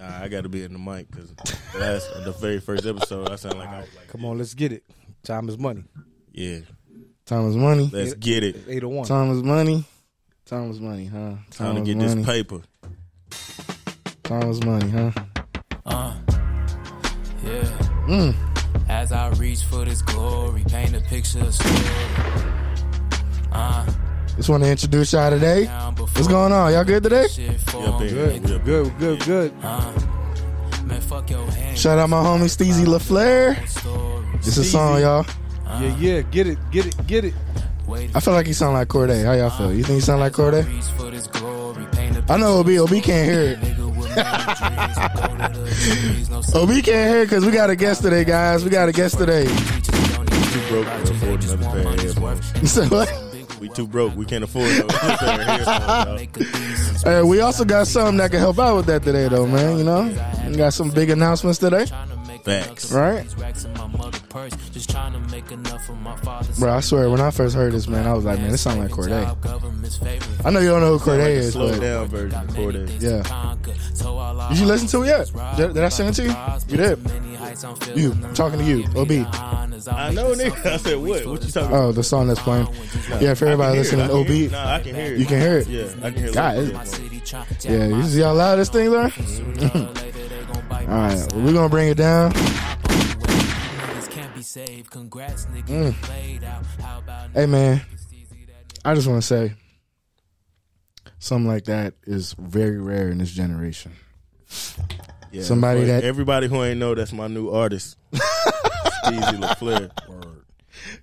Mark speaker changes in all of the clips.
Speaker 1: I got to be in the mic because last the very first episode, I sound like I was like,
Speaker 2: Come on, let's get it. Time is money.
Speaker 1: yeah,
Speaker 3: Time is money.
Speaker 1: let's get it.
Speaker 2: Eight oh one.
Speaker 3: Time is money. Time is money, huh? Time,
Speaker 1: Time to
Speaker 3: is
Speaker 1: get
Speaker 3: money.
Speaker 1: this paper.
Speaker 3: Time is money, huh?
Speaker 4: Uh, yeah.
Speaker 3: Mm.
Speaker 4: As I reach for this glory, paint a picture of story. Uh,
Speaker 3: Just want to introduce y'all today.
Speaker 4: down
Speaker 3: What's
Speaker 4: before
Speaker 3: going on? Y'all good today?
Speaker 4: shit
Speaker 1: Up
Speaker 4: formed.
Speaker 1: there, we up there.
Speaker 2: Good, good, good.
Speaker 4: Man, fuck your hand.
Speaker 3: Shout out my homie Steezy LaFleur.
Speaker 4: Story.
Speaker 3: It's a song, y'all.
Speaker 2: Yeah, yeah. Get it, get it, get it.
Speaker 4: Wait
Speaker 3: I feel like he sound like Corday. How y'all feel? You think he sound like
Speaker 4: I
Speaker 3: Corday?
Speaker 4: reach for this glory, paint a
Speaker 3: I know OB. OB can't hear it.
Speaker 4: Nigga with many dreams, go to the trees, no
Speaker 3: OB can't hear because we got a guest today, guys. We got a guest today.
Speaker 4: teachers don't need
Speaker 1: Too broke to afford another pair of headphones.
Speaker 3: You said what?
Speaker 1: We too broke. We can't afford another pair of headphones. dog.
Speaker 4: make a thesis.
Speaker 3: Hey, we also got something that can help out with that today, though, man. You know, we got some big announcements today.
Speaker 4: Tryna make
Speaker 1: Facts.
Speaker 4: enough
Speaker 3: Right.
Speaker 4: of these racks in my mother purse. Just tryna make enough of my father's
Speaker 3: Bro, I swear, when I first heard this, man, I was like, man, this sound like Corday.
Speaker 4: job, government's favorite.
Speaker 3: I know you don't know who Corday is,
Speaker 1: Slow
Speaker 3: but
Speaker 1: down version of Cordae.
Speaker 3: yeah.
Speaker 4: Conquer. So all I
Speaker 3: Did you listen to it yet? Did, did I send it to you? You did. You talking to you, OB?
Speaker 1: I know, nigga. I said what? What you talking? about?
Speaker 3: Oh, the song that's playing. Yeah, for everybody
Speaker 1: I can
Speaker 3: listening,
Speaker 1: hear it. I can hear it.
Speaker 3: OB.
Speaker 1: Nah, I can hear it.
Speaker 3: You can hear it.
Speaker 1: Yeah, I can hear
Speaker 3: God,
Speaker 1: it.
Speaker 3: it's- Yeah, you see how loud this thing are. All right, well, we're gonna bring it down.
Speaker 4: Can't be saved. Congrats, nigga. you Played out. How about
Speaker 3: Mm. Hey, man,
Speaker 4: niggas easy that nigga
Speaker 3: I just want to say something like that is very rare in this generation.
Speaker 1: Yeah,
Speaker 3: Somebody
Speaker 1: for
Speaker 3: that-
Speaker 1: everybody who ain't know that's my new artist, Steezy LaFleur.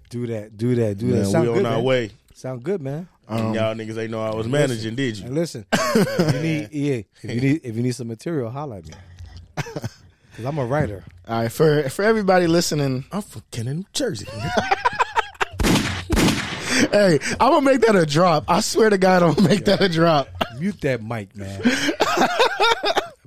Speaker 2: Do that, do that, do that.
Speaker 1: Man,
Speaker 2: Sound
Speaker 1: we on
Speaker 2: good,
Speaker 1: our
Speaker 2: man.
Speaker 1: way.
Speaker 2: Sound good, man.
Speaker 3: Um,
Speaker 1: And y'all niggas ain't know I was managing, did
Speaker 2: And
Speaker 1: you?
Speaker 2: listen, if you need, yeah, if you need, if you need some material, holla at me. Cause I'm a writer.
Speaker 3: All right, for for everybody listening,
Speaker 1: I'm from Kenner, New Jersey.
Speaker 3: hey, I'm gonna make that a drop. I swear to God, I'm gonna make that a drop.
Speaker 2: Mute that mic, man.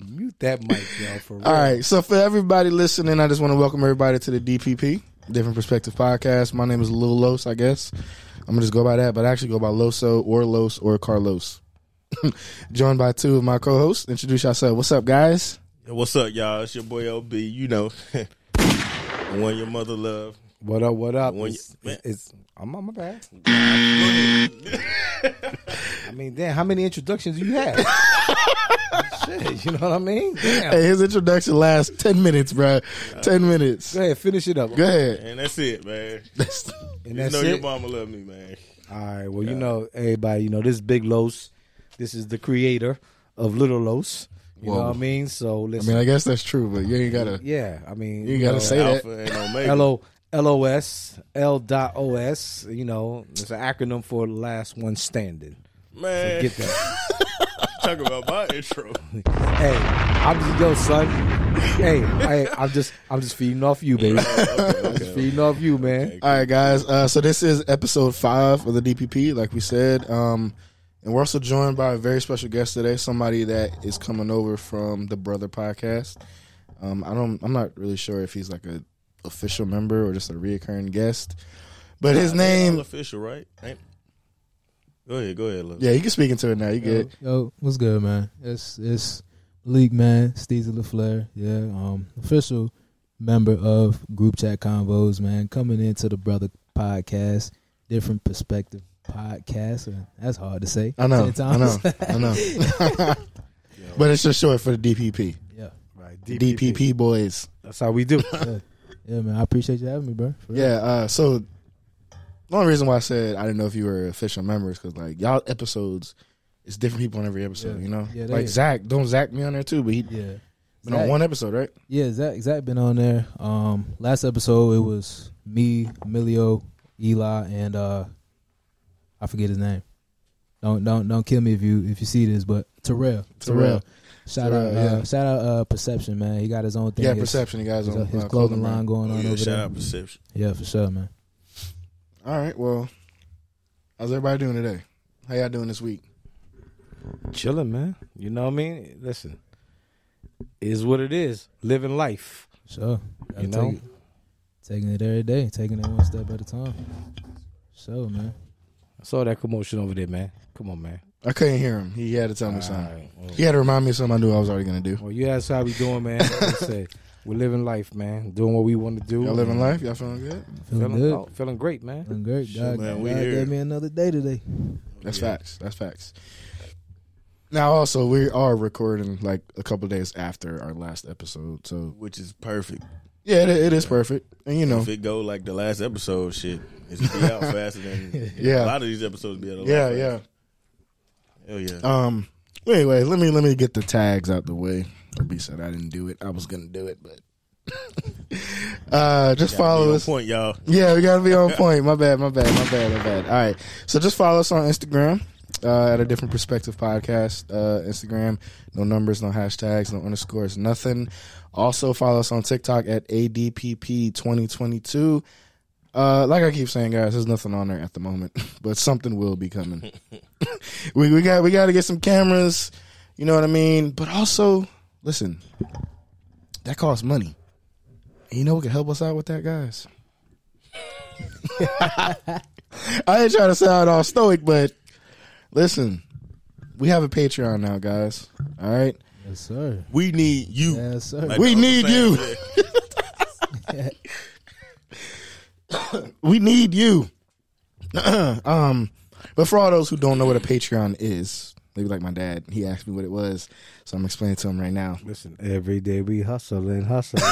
Speaker 2: Mute that mic, y'all. For real.
Speaker 3: All right, so for everybody listening, I just want to welcome everybody to the DPP, Different Perspective Podcast. My name is Lil Los, I guess. I'm gonna just go by that, but I actually go by Loso or Los or Carlos. Joined by two of my co-hosts. Introduce yourself. What's up, guys?
Speaker 1: Yo, What's up, y'all? It's your boy LB. You know, the one your mother love.
Speaker 2: What up? What up?
Speaker 1: When you-
Speaker 2: It's,
Speaker 1: man.
Speaker 2: it's- I'm on my back. I mean, damn, how many introductions do you have? Shit, you know what I mean? Damn.
Speaker 3: Hey, his introduction lasts ten minutes, bruh. Ten minutes.
Speaker 2: Go ahead, finish it up.
Speaker 3: Go ahead.
Speaker 1: And that's it,
Speaker 2: And
Speaker 1: man. You
Speaker 2: that's
Speaker 1: know your
Speaker 2: it. All
Speaker 1: mama love me, man.
Speaker 2: right. Well, you know, everybody, you know, this is Big Los. This is the creator of Little Los. You know
Speaker 3: Whoa.
Speaker 2: what I mean? So
Speaker 3: I
Speaker 2: listen.
Speaker 3: mean, I guess that's true, but you ain't gotta.
Speaker 2: yeah, I mean,
Speaker 3: You gotta
Speaker 2: know,
Speaker 3: say that.
Speaker 1: Alpha and Omega.
Speaker 2: L-O- LOS, L dot OS, you know, it's an acronym for last one standing.
Speaker 1: Man,
Speaker 2: Get that.
Speaker 1: talk about my intro.
Speaker 2: Hey, I'm just yo son. Hey, hey, I'm just I'm just feeding off you, baby. I'm just feeding off you, man.
Speaker 3: All right, guys. Uh, so this is episode five of the DPP, like we said, um, and we're also joined by a very special guest today. Somebody that is coming over from the Brother Podcast. Um, I don't. I'm not really sure if he's like a official member or just a reoccurring guest, but his
Speaker 1: All
Speaker 3: name.
Speaker 1: official, right? Ain't- Go ahead, go ahead, look.
Speaker 3: Yeah, you can speak into it now. You good?
Speaker 5: Yo, what's good, man? It's it's League Man, Steezy LaFleur, yeah, um, official member of Group Chat Convos, man, coming into the Brother Podcast, different perspective podcast. Uh, that's hard to say.
Speaker 3: I know.
Speaker 5: Ten
Speaker 3: I know.
Speaker 5: times.
Speaker 3: I know. but it's just short for the DPP.
Speaker 5: yeah,
Speaker 2: Right,
Speaker 3: DPP boys.
Speaker 2: That's how we do.
Speaker 5: yeah, man. I appreciate you having me, bro. For real.
Speaker 3: Yeah. Uh, so the only reason why I said I didn't know if you were official members because like y'all episodes, it's different people on every episode.
Speaker 5: Yeah.
Speaker 3: You know,
Speaker 5: Yeah, they-
Speaker 3: like Zach, don't Zach me on there too, but he
Speaker 5: yeah.
Speaker 3: been on
Speaker 5: Zach-
Speaker 3: one episode, right?
Speaker 5: Yeah, Zach. Zach been on there. Um, last episode it was me, Emilio, Eli, and uh, I forget his name. Don't don't don't kill me if you if you see this, but Terrell.
Speaker 3: Terrell.
Speaker 5: Terrell. Shout out,
Speaker 3: Terrell, yeah.
Speaker 5: uh, shout out, uh, Perception, man. He got his own thing.
Speaker 3: yeah,
Speaker 5: his,
Speaker 3: perception. You guys
Speaker 5: His,
Speaker 3: on
Speaker 5: his
Speaker 3: uh,
Speaker 5: clothing line going
Speaker 1: Oh,
Speaker 5: on
Speaker 1: yeah,
Speaker 5: over
Speaker 1: shout
Speaker 5: there.
Speaker 1: out Perception.
Speaker 5: Yeah, for sure, man.
Speaker 3: All right. Well, how's everybody doing today? How y'all doing this week?
Speaker 2: Chilling, man. You know what I mean? Listen. Is what it is. Living life.
Speaker 5: For sure. Gotta
Speaker 2: You know?
Speaker 5: take it- taking it every day, taking it one step at a time. So, man.
Speaker 2: I saw that commotion over there, man. Come on, man.
Speaker 3: I couldn't hear him. He had to tell me something.
Speaker 2: All right. Well,
Speaker 3: He had to remind me of something I knew I was already gonna do.
Speaker 2: Well, you asked how we doing, man. Like I said, we're living life, man. Doing what we want to do.
Speaker 3: Y'all living life? Y'all feeling good? Mm.
Speaker 5: Feeling
Speaker 2: Feeling,
Speaker 5: good.
Speaker 2: oh, feeling great, man.
Speaker 5: Feeling great.
Speaker 1: Shit,
Speaker 5: God,
Speaker 1: man,
Speaker 5: God
Speaker 1: we here.
Speaker 5: gave me another day today.
Speaker 3: That's
Speaker 1: Yeah.
Speaker 3: facts. That's facts. Now, also, we are recording like a couple days after our last episode, so
Speaker 1: Which is perfect.
Speaker 3: yeah, it, it is perfect. And you know,
Speaker 1: If it go like the last episode, shit, it's be out faster than
Speaker 3: Yeah.
Speaker 1: A lot of these episodes be out. a lot
Speaker 3: yeah,
Speaker 1: faster.
Speaker 3: yeah.
Speaker 1: Hell yeah.
Speaker 3: Um. Anyway, let me let me get the tags out the way. Be said I didn't do it. I was gonna do it, but uh, just
Speaker 1: Be
Speaker 3: follow
Speaker 1: on
Speaker 3: us.
Speaker 1: Point, y'all.
Speaker 3: Yeah, we gotta be on point. My bad, my bad, my bad, my bad. All right. So just follow us on Instagram uh, at a different perspective podcast. Uh, Instagram, no numbers, no hashtags, no underscores, nothing. Also follow us on TikTok at ADPP2022. Uh, like I keep saying, guys, there's nothing on there at the moment, but something will be coming. we we got we got to get some cameras. You know what I mean? But also, listen, that costs money. And you know what can help us out with that, guys? I ain't trying to sound all stoic, but listen, we have a Patreon now, guys. All right,
Speaker 5: Yes, sir.
Speaker 1: We need you.
Speaker 5: Yes, sir.
Speaker 1: Like
Speaker 3: We
Speaker 1: I was
Speaker 3: need
Speaker 1: saying,
Speaker 3: you. we need you. um, but for all those who don't know what a Patreon is, maybe like my dad, he asked me what it was, so I'm explaining to him right now.
Speaker 2: Listen, every day we hustling, hustling.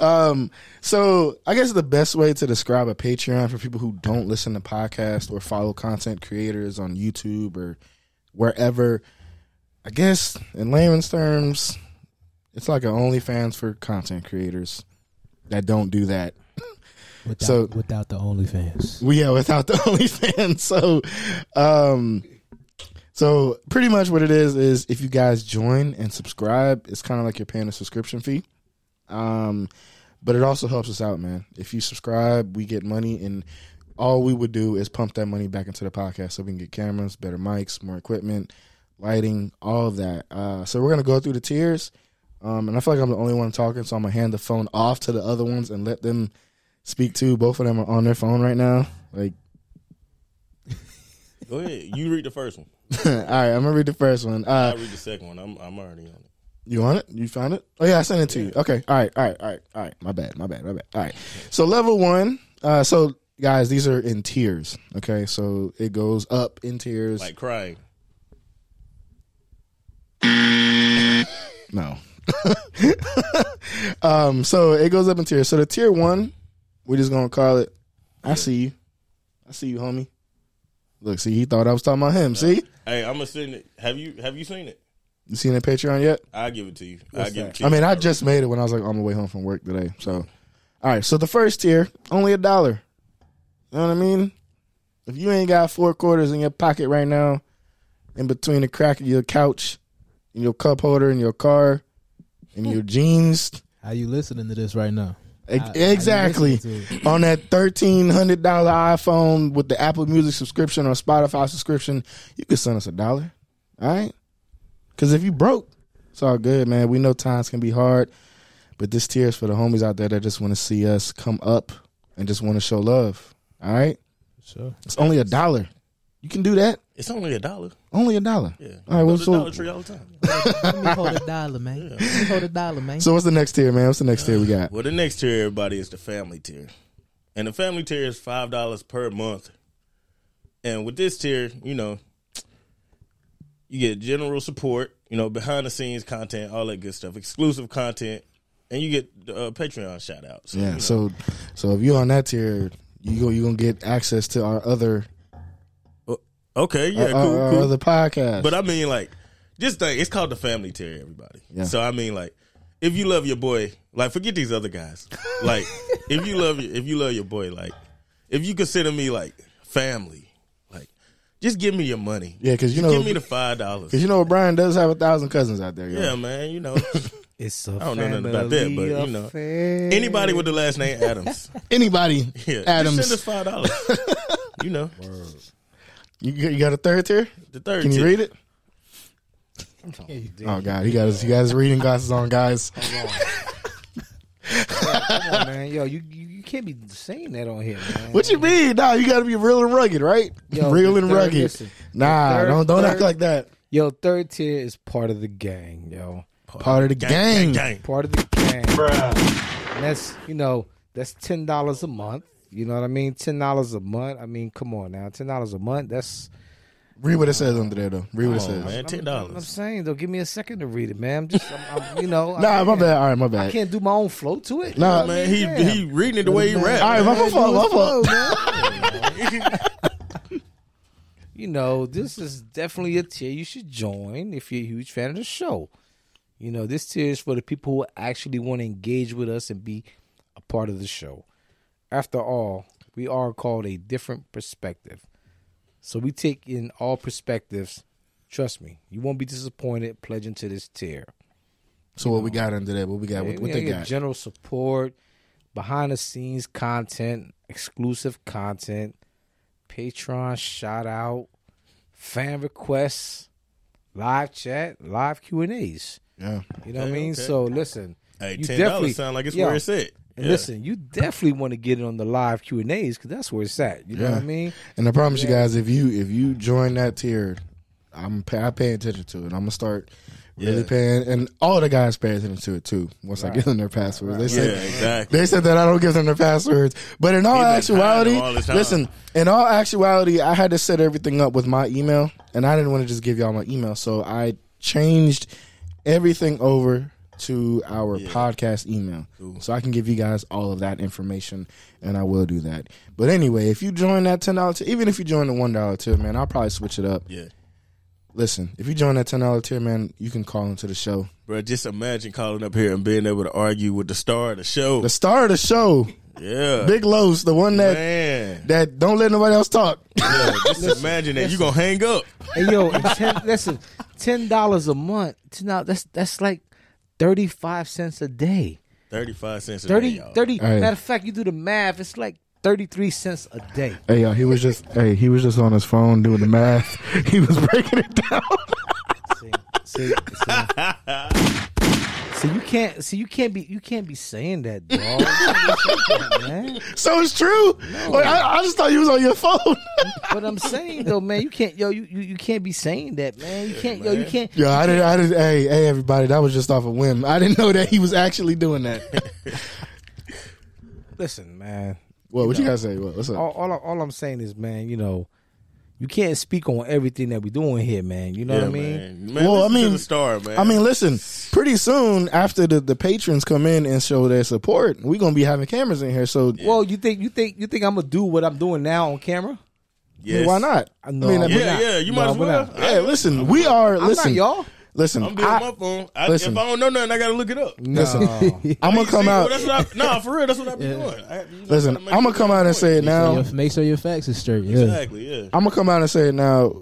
Speaker 3: Um, so I guess the best way to describe a Patreon for people who don't listen to podcasts or follow content creators on YouTube or wherever, I guess in layman's terms, it's like an OnlyFans for content creators that don't do that.
Speaker 5: Without,
Speaker 3: So-
Speaker 5: without the OnlyFans.
Speaker 3: We are without the OnlyFans. So, um, so pretty much what it is is if you guys join and subscribe, it's kind of like you're paying a subscription fee. Um, but it also helps us out, man. If you subscribe, we get money, and all we would do is pump that money back into the podcast so we can get cameras, better mics, more equipment, lighting, all of that. Uh, so we're gonna go through the tiers. Um, and I feel like I'm the only one talking, so I'm gonna hand the phone off to the other ones and let them speak to. Both of them are on their phone right now. Like,
Speaker 1: Go ahead. You read the first one.
Speaker 3: all right, I'm gonna read the first one.
Speaker 1: I
Speaker 3: Uh,
Speaker 1: read the second one. I'm I'm already on it.
Speaker 3: you want it? You found it? Oh yeah, I sent it to you. Okay. All right. All right. All right. All right. My bad. My bad. My bad. All right. So level one. Uh, so guys, these are in tiers. Okay. So it goes up in tiers.
Speaker 1: Like crying.
Speaker 3: No. um, so it goes up in tiers. So the tier one, we're just gonna call it. I see you. I see you, homie. Look, see, he thought I was talking about him. See,
Speaker 1: Hey, I'm gonna send it. Have you have you seen it?
Speaker 3: you seen that Patreon yet?
Speaker 1: I'll give it to you. I'll give it to you.
Speaker 3: I mean, I just made it when I was like on my way home from work today. So, all right. So the first tier, only a dollar. You know what I mean? If you ain't got four quarters in your pocket right now, in between the crack of your couch, and your cup holder, in your car, in your jeans,
Speaker 5: How you listening to this right now?
Speaker 3: e-
Speaker 5: How- how you
Speaker 3: exactly
Speaker 5: listening to it?
Speaker 3: on that thirteen hundred dollar iPhone with the Apple Music subscription or Spotify subscription, you could send us a dollar. All right, because if you broke, it's all good, man. We know times can be hard, but this tears for the homies out there that just want to see us come up and just want to show love. All right,
Speaker 5: Sure.
Speaker 3: it's only a dollar. You can do that.
Speaker 1: it's only a dollar.
Speaker 3: Only a dollar.
Speaker 1: Yeah.
Speaker 3: All right,
Speaker 1: Go
Speaker 3: well,
Speaker 1: to
Speaker 3: so-
Speaker 1: Dollar Tree all the time.
Speaker 5: Let me hold a dollar, man. Let me hold a dollar, man.
Speaker 3: So what's the next tier, man? What's the next tier we got?
Speaker 1: Well, the next tier, everybody, is the family tier, and the family tier is five dollars per month. And with this tier, you know, you get general support, you know, behind the scenes content, all that good stuff, exclusive content, and you get the uh, Patreon shout outs.
Speaker 3: Yeah. So, so if you on that tier, you go, you gonna get access to our other
Speaker 1: Okay, yeah,
Speaker 3: our,
Speaker 1: cool,
Speaker 3: our
Speaker 1: cool.
Speaker 3: other podcast.
Speaker 1: But I mean, like, this thing, it's called the family tier, everybody.
Speaker 3: Yeah.
Speaker 1: So I mean, like, if you love your boy, like, forget these other guys. Like, if you love your, if you love your boy, like, if you consider me like family, like, just give me your money.
Speaker 3: Yeah, because you
Speaker 1: Just
Speaker 3: know,
Speaker 1: give me the five dollars.
Speaker 3: because you know, Brian does have a thousand cousins out there. Yo.
Speaker 1: Yeah, man, you know,
Speaker 2: it's a I
Speaker 1: don't know nothing about that, but, you know, anybody with the last name Adams,
Speaker 3: anybody.
Speaker 1: yeah,
Speaker 3: Adams.
Speaker 1: just send us five dollars. you know,
Speaker 3: You, you got a third tier?
Speaker 1: the third.
Speaker 3: Can you
Speaker 1: tier.
Speaker 3: read it? Oh God, he got his he got his reading glasses on, guys.
Speaker 2: Come on, man, yo, you, you you can't be saying that on here, man.
Speaker 3: What you mean? Nah, you got to be real and rugged, right?
Speaker 2: Yo,
Speaker 3: real
Speaker 2: the
Speaker 3: and
Speaker 2: third-
Speaker 3: rugged.
Speaker 2: listen,
Speaker 3: nah,
Speaker 2: the third-
Speaker 3: don't don't act
Speaker 2: third-
Speaker 3: like that.
Speaker 2: Yo, third tier is part of the gang, yo.
Speaker 3: Part of the gang.
Speaker 2: Part of the gang. And that's you know, that's ten dollars a month. You know what I mean? Ten dollars a month. I mean, come on now. Ten dollars a month, that's
Speaker 3: Read what it says under there, though. Read what it
Speaker 1: Come on,
Speaker 3: says.
Speaker 1: Oh, man, ten
Speaker 2: what I'm
Speaker 1: dollars.
Speaker 2: saying though. Give me a second to read it, man. I'm just I'm, I'm, you know I
Speaker 3: Nah, my
Speaker 2: can't-
Speaker 3: bad. All right, my
Speaker 2: I
Speaker 3: bad.
Speaker 2: can't do my own flow to it.
Speaker 3: Nah,
Speaker 2: You know what I
Speaker 1: Man,
Speaker 2: mean?
Speaker 1: he
Speaker 2: Damn.
Speaker 1: he reading it the way he rap.
Speaker 3: All right, my fault. My fault.
Speaker 2: you know, this is definitely a tier you should join if you're a huge fan of the show. You know, this tier is for the people who actually want to engage with us and be a part of the show. After all, we are called a different perspective. So we take in all perspectives. Trust me, you won't be disappointed pledging to this tier.
Speaker 3: So what we got under there? What we got?
Speaker 2: Yeah,
Speaker 3: What, what
Speaker 2: we
Speaker 3: they
Speaker 2: get
Speaker 3: got?
Speaker 2: General support, behind the scenes content, exclusive content, Patreon shout out, fan requests, live chat, live Q and A's.
Speaker 3: Yeah.
Speaker 2: You know what I
Speaker 1: Okay,
Speaker 2: mean?
Speaker 1: okay.
Speaker 2: So listen,
Speaker 1: Hey,
Speaker 2: you
Speaker 1: ten
Speaker 2: definitely-
Speaker 1: dollars sound like it's
Speaker 2: yeah.
Speaker 1: where it's at.
Speaker 2: and
Speaker 1: Yeah.
Speaker 2: listen, you definitely want to get it on the live Q and A's because that's where it's at. You know
Speaker 3: Yeah.
Speaker 2: what I mean?
Speaker 3: And I promise you guys, if you if you join that tier, I'm pay, I pay attention to it. I'm gonna start really
Speaker 1: Yeah.
Speaker 3: paying, and all the guys pay attention to it too. Once I give them their passwords, they
Speaker 1: Yeah,
Speaker 3: said
Speaker 1: exactly.
Speaker 3: they said that I don't give them their passwords. But in all
Speaker 1: He been
Speaker 3: actuality,
Speaker 1: hiding all this time.
Speaker 3: listen, in all actuality, I had to set everything up with my email, and I didn't want to just give y'all my email, so I changed everything over to our podcast email so i can give you guys all of that information and i will do that but anyway if you join that $10 tier even if you join the $1 tier man i'll probably switch it up
Speaker 1: Yeah,
Speaker 3: listen if you join that $10 tier man you can call into the show
Speaker 1: bro. Just imagine calling up here and being able to argue with the star of the show.
Speaker 3: the star of the show
Speaker 1: yeah,
Speaker 3: big los the one that
Speaker 1: man.
Speaker 3: that don't let nobody else talk
Speaker 1: Yeah, just imagine that you gonna hang up.
Speaker 2: Hey yo, and ten, listen, ten dollars a month. Now that's that's like thirty five cents a day.
Speaker 1: Thirty five cents a
Speaker 2: 30,
Speaker 1: day. y'all.
Speaker 2: 30
Speaker 3: Hey.
Speaker 2: matter of fact, you do the math, it's like 33 cents a day.
Speaker 3: Hey, yo, he was just hey, he was just on his phone doing the math. He was breaking it down.
Speaker 2: See, see, see. So you can't, so you can't be, you can't be saying that, dog. You can't be saying that, man.
Speaker 3: So it's true. Like, I, I just thought you was on your phone.
Speaker 2: But I'm saying though, man, you can't, yo, you, you, you can't be saying that, man. You can't, yo, you can't.
Speaker 3: yo, I didn't. I didn't. Hey, hey, everybody, that was just off a whim. I didn't know that he was actually doing that.
Speaker 2: Listen, man.
Speaker 3: Well, what you guys say? What, what's up?
Speaker 2: All, all, I- all I'm saying is, man, you know, you can't speak on everything that we're doing here, man. You know
Speaker 1: Yeah,
Speaker 2: what I mean?
Speaker 1: man. Man,
Speaker 3: Well, I
Speaker 1: listen to
Speaker 3: mean-
Speaker 1: the star, man.
Speaker 3: I mean, listen. Pretty soon after the, the patrons come in and show their support, we're gonna be having cameras in here. So
Speaker 2: Well, you think, you think, you think I'm gonna do what I'm doing now on camera?
Speaker 1: Yes.
Speaker 3: why not?
Speaker 2: I know.
Speaker 3: I mean,
Speaker 2: Yeah,
Speaker 3: we're
Speaker 1: Yeah,
Speaker 3: not-
Speaker 1: yeah. You
Speaker 2: No,
Speaker 1: might as
Speaker 2: we're
Speaker 1: well.
Speaker 2: not.
Speaker 1: I-
Speaker 3: Hey, listen, we are.
Speaker 2: I'm not
Speaker 3: listen,
Speaker 2: y'all.
Speaker 3: Listen,
Speaker 1: I'm doing
Speaker 3: I-
Speaker 1: my phone. I,
Speaker 3: listen.
Speaker 1: if I don't know nothing, I gotta look it up.
Speaker 3: listen. I'm gonna come
Speaker 1: See,
Speaker 3: out.
Speaker 1: That's what I, nah, for real. That's what I've been doing. I, you know,
Speaker 3: Listen,
Speaker 1: gotta make
Speaker 3: I'm gonna
Speaker 1: sure
Speaker 3: come
Speaker 1: I'm
Speaker 3: out and
Speaker 1: doing
Speaker 3: say it
Speaker 5: So
Speaker 3: now.
Speaker 5: your- make sure your facts are straight. Yeah.
Speaker 1: Exactly. Yeah.
Speaker 3: I'm gonna come out and say it now.